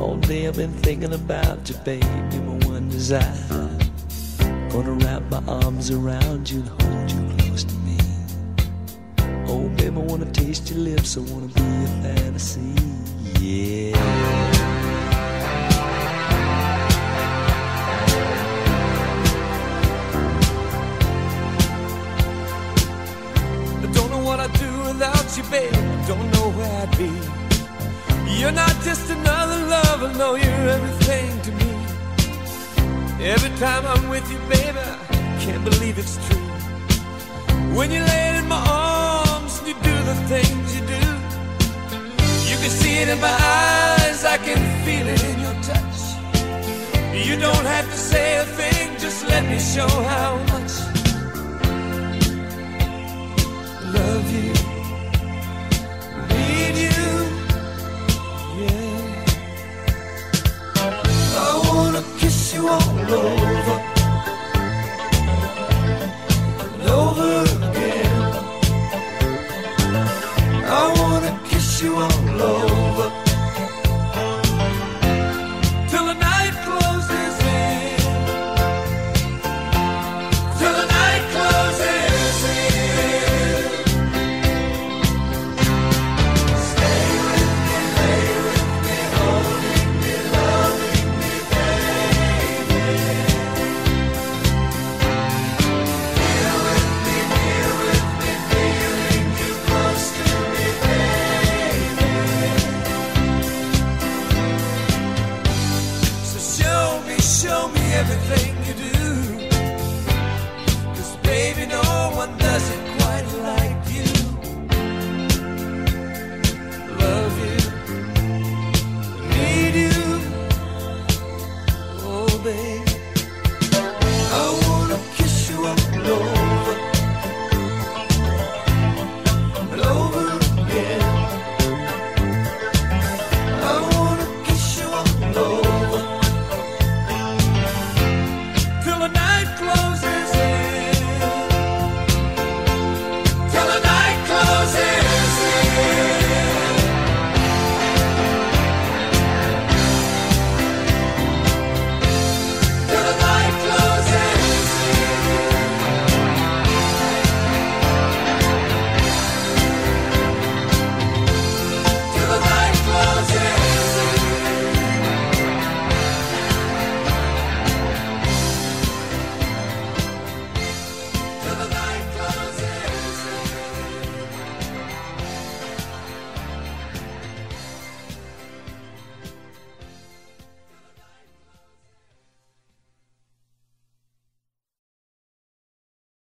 [SPEAKER 12] All day I've been thinking about you, baby, my one desire. Gonna wrap my arms around you and hold you close to me. Oh, babe, I wanna taste your lips, I wanna be a fantasy. Yeah. I don't know what I'd do without you, babe. I don't know where I'd be. You're not just another lover, no, you're everything to me. Every time I'm with you, baby, I can't believe it's true. When you lay in my arms and you do the things you do, you can see it in my eyes, I can feel it in your touch. You don't have to say a thing, just let me show how much love you, need you, yeah. I wanna kiss you all over, all over again. I wanna kiss you all over till the night closes in. Till the night closes in. Till Oh, night closes.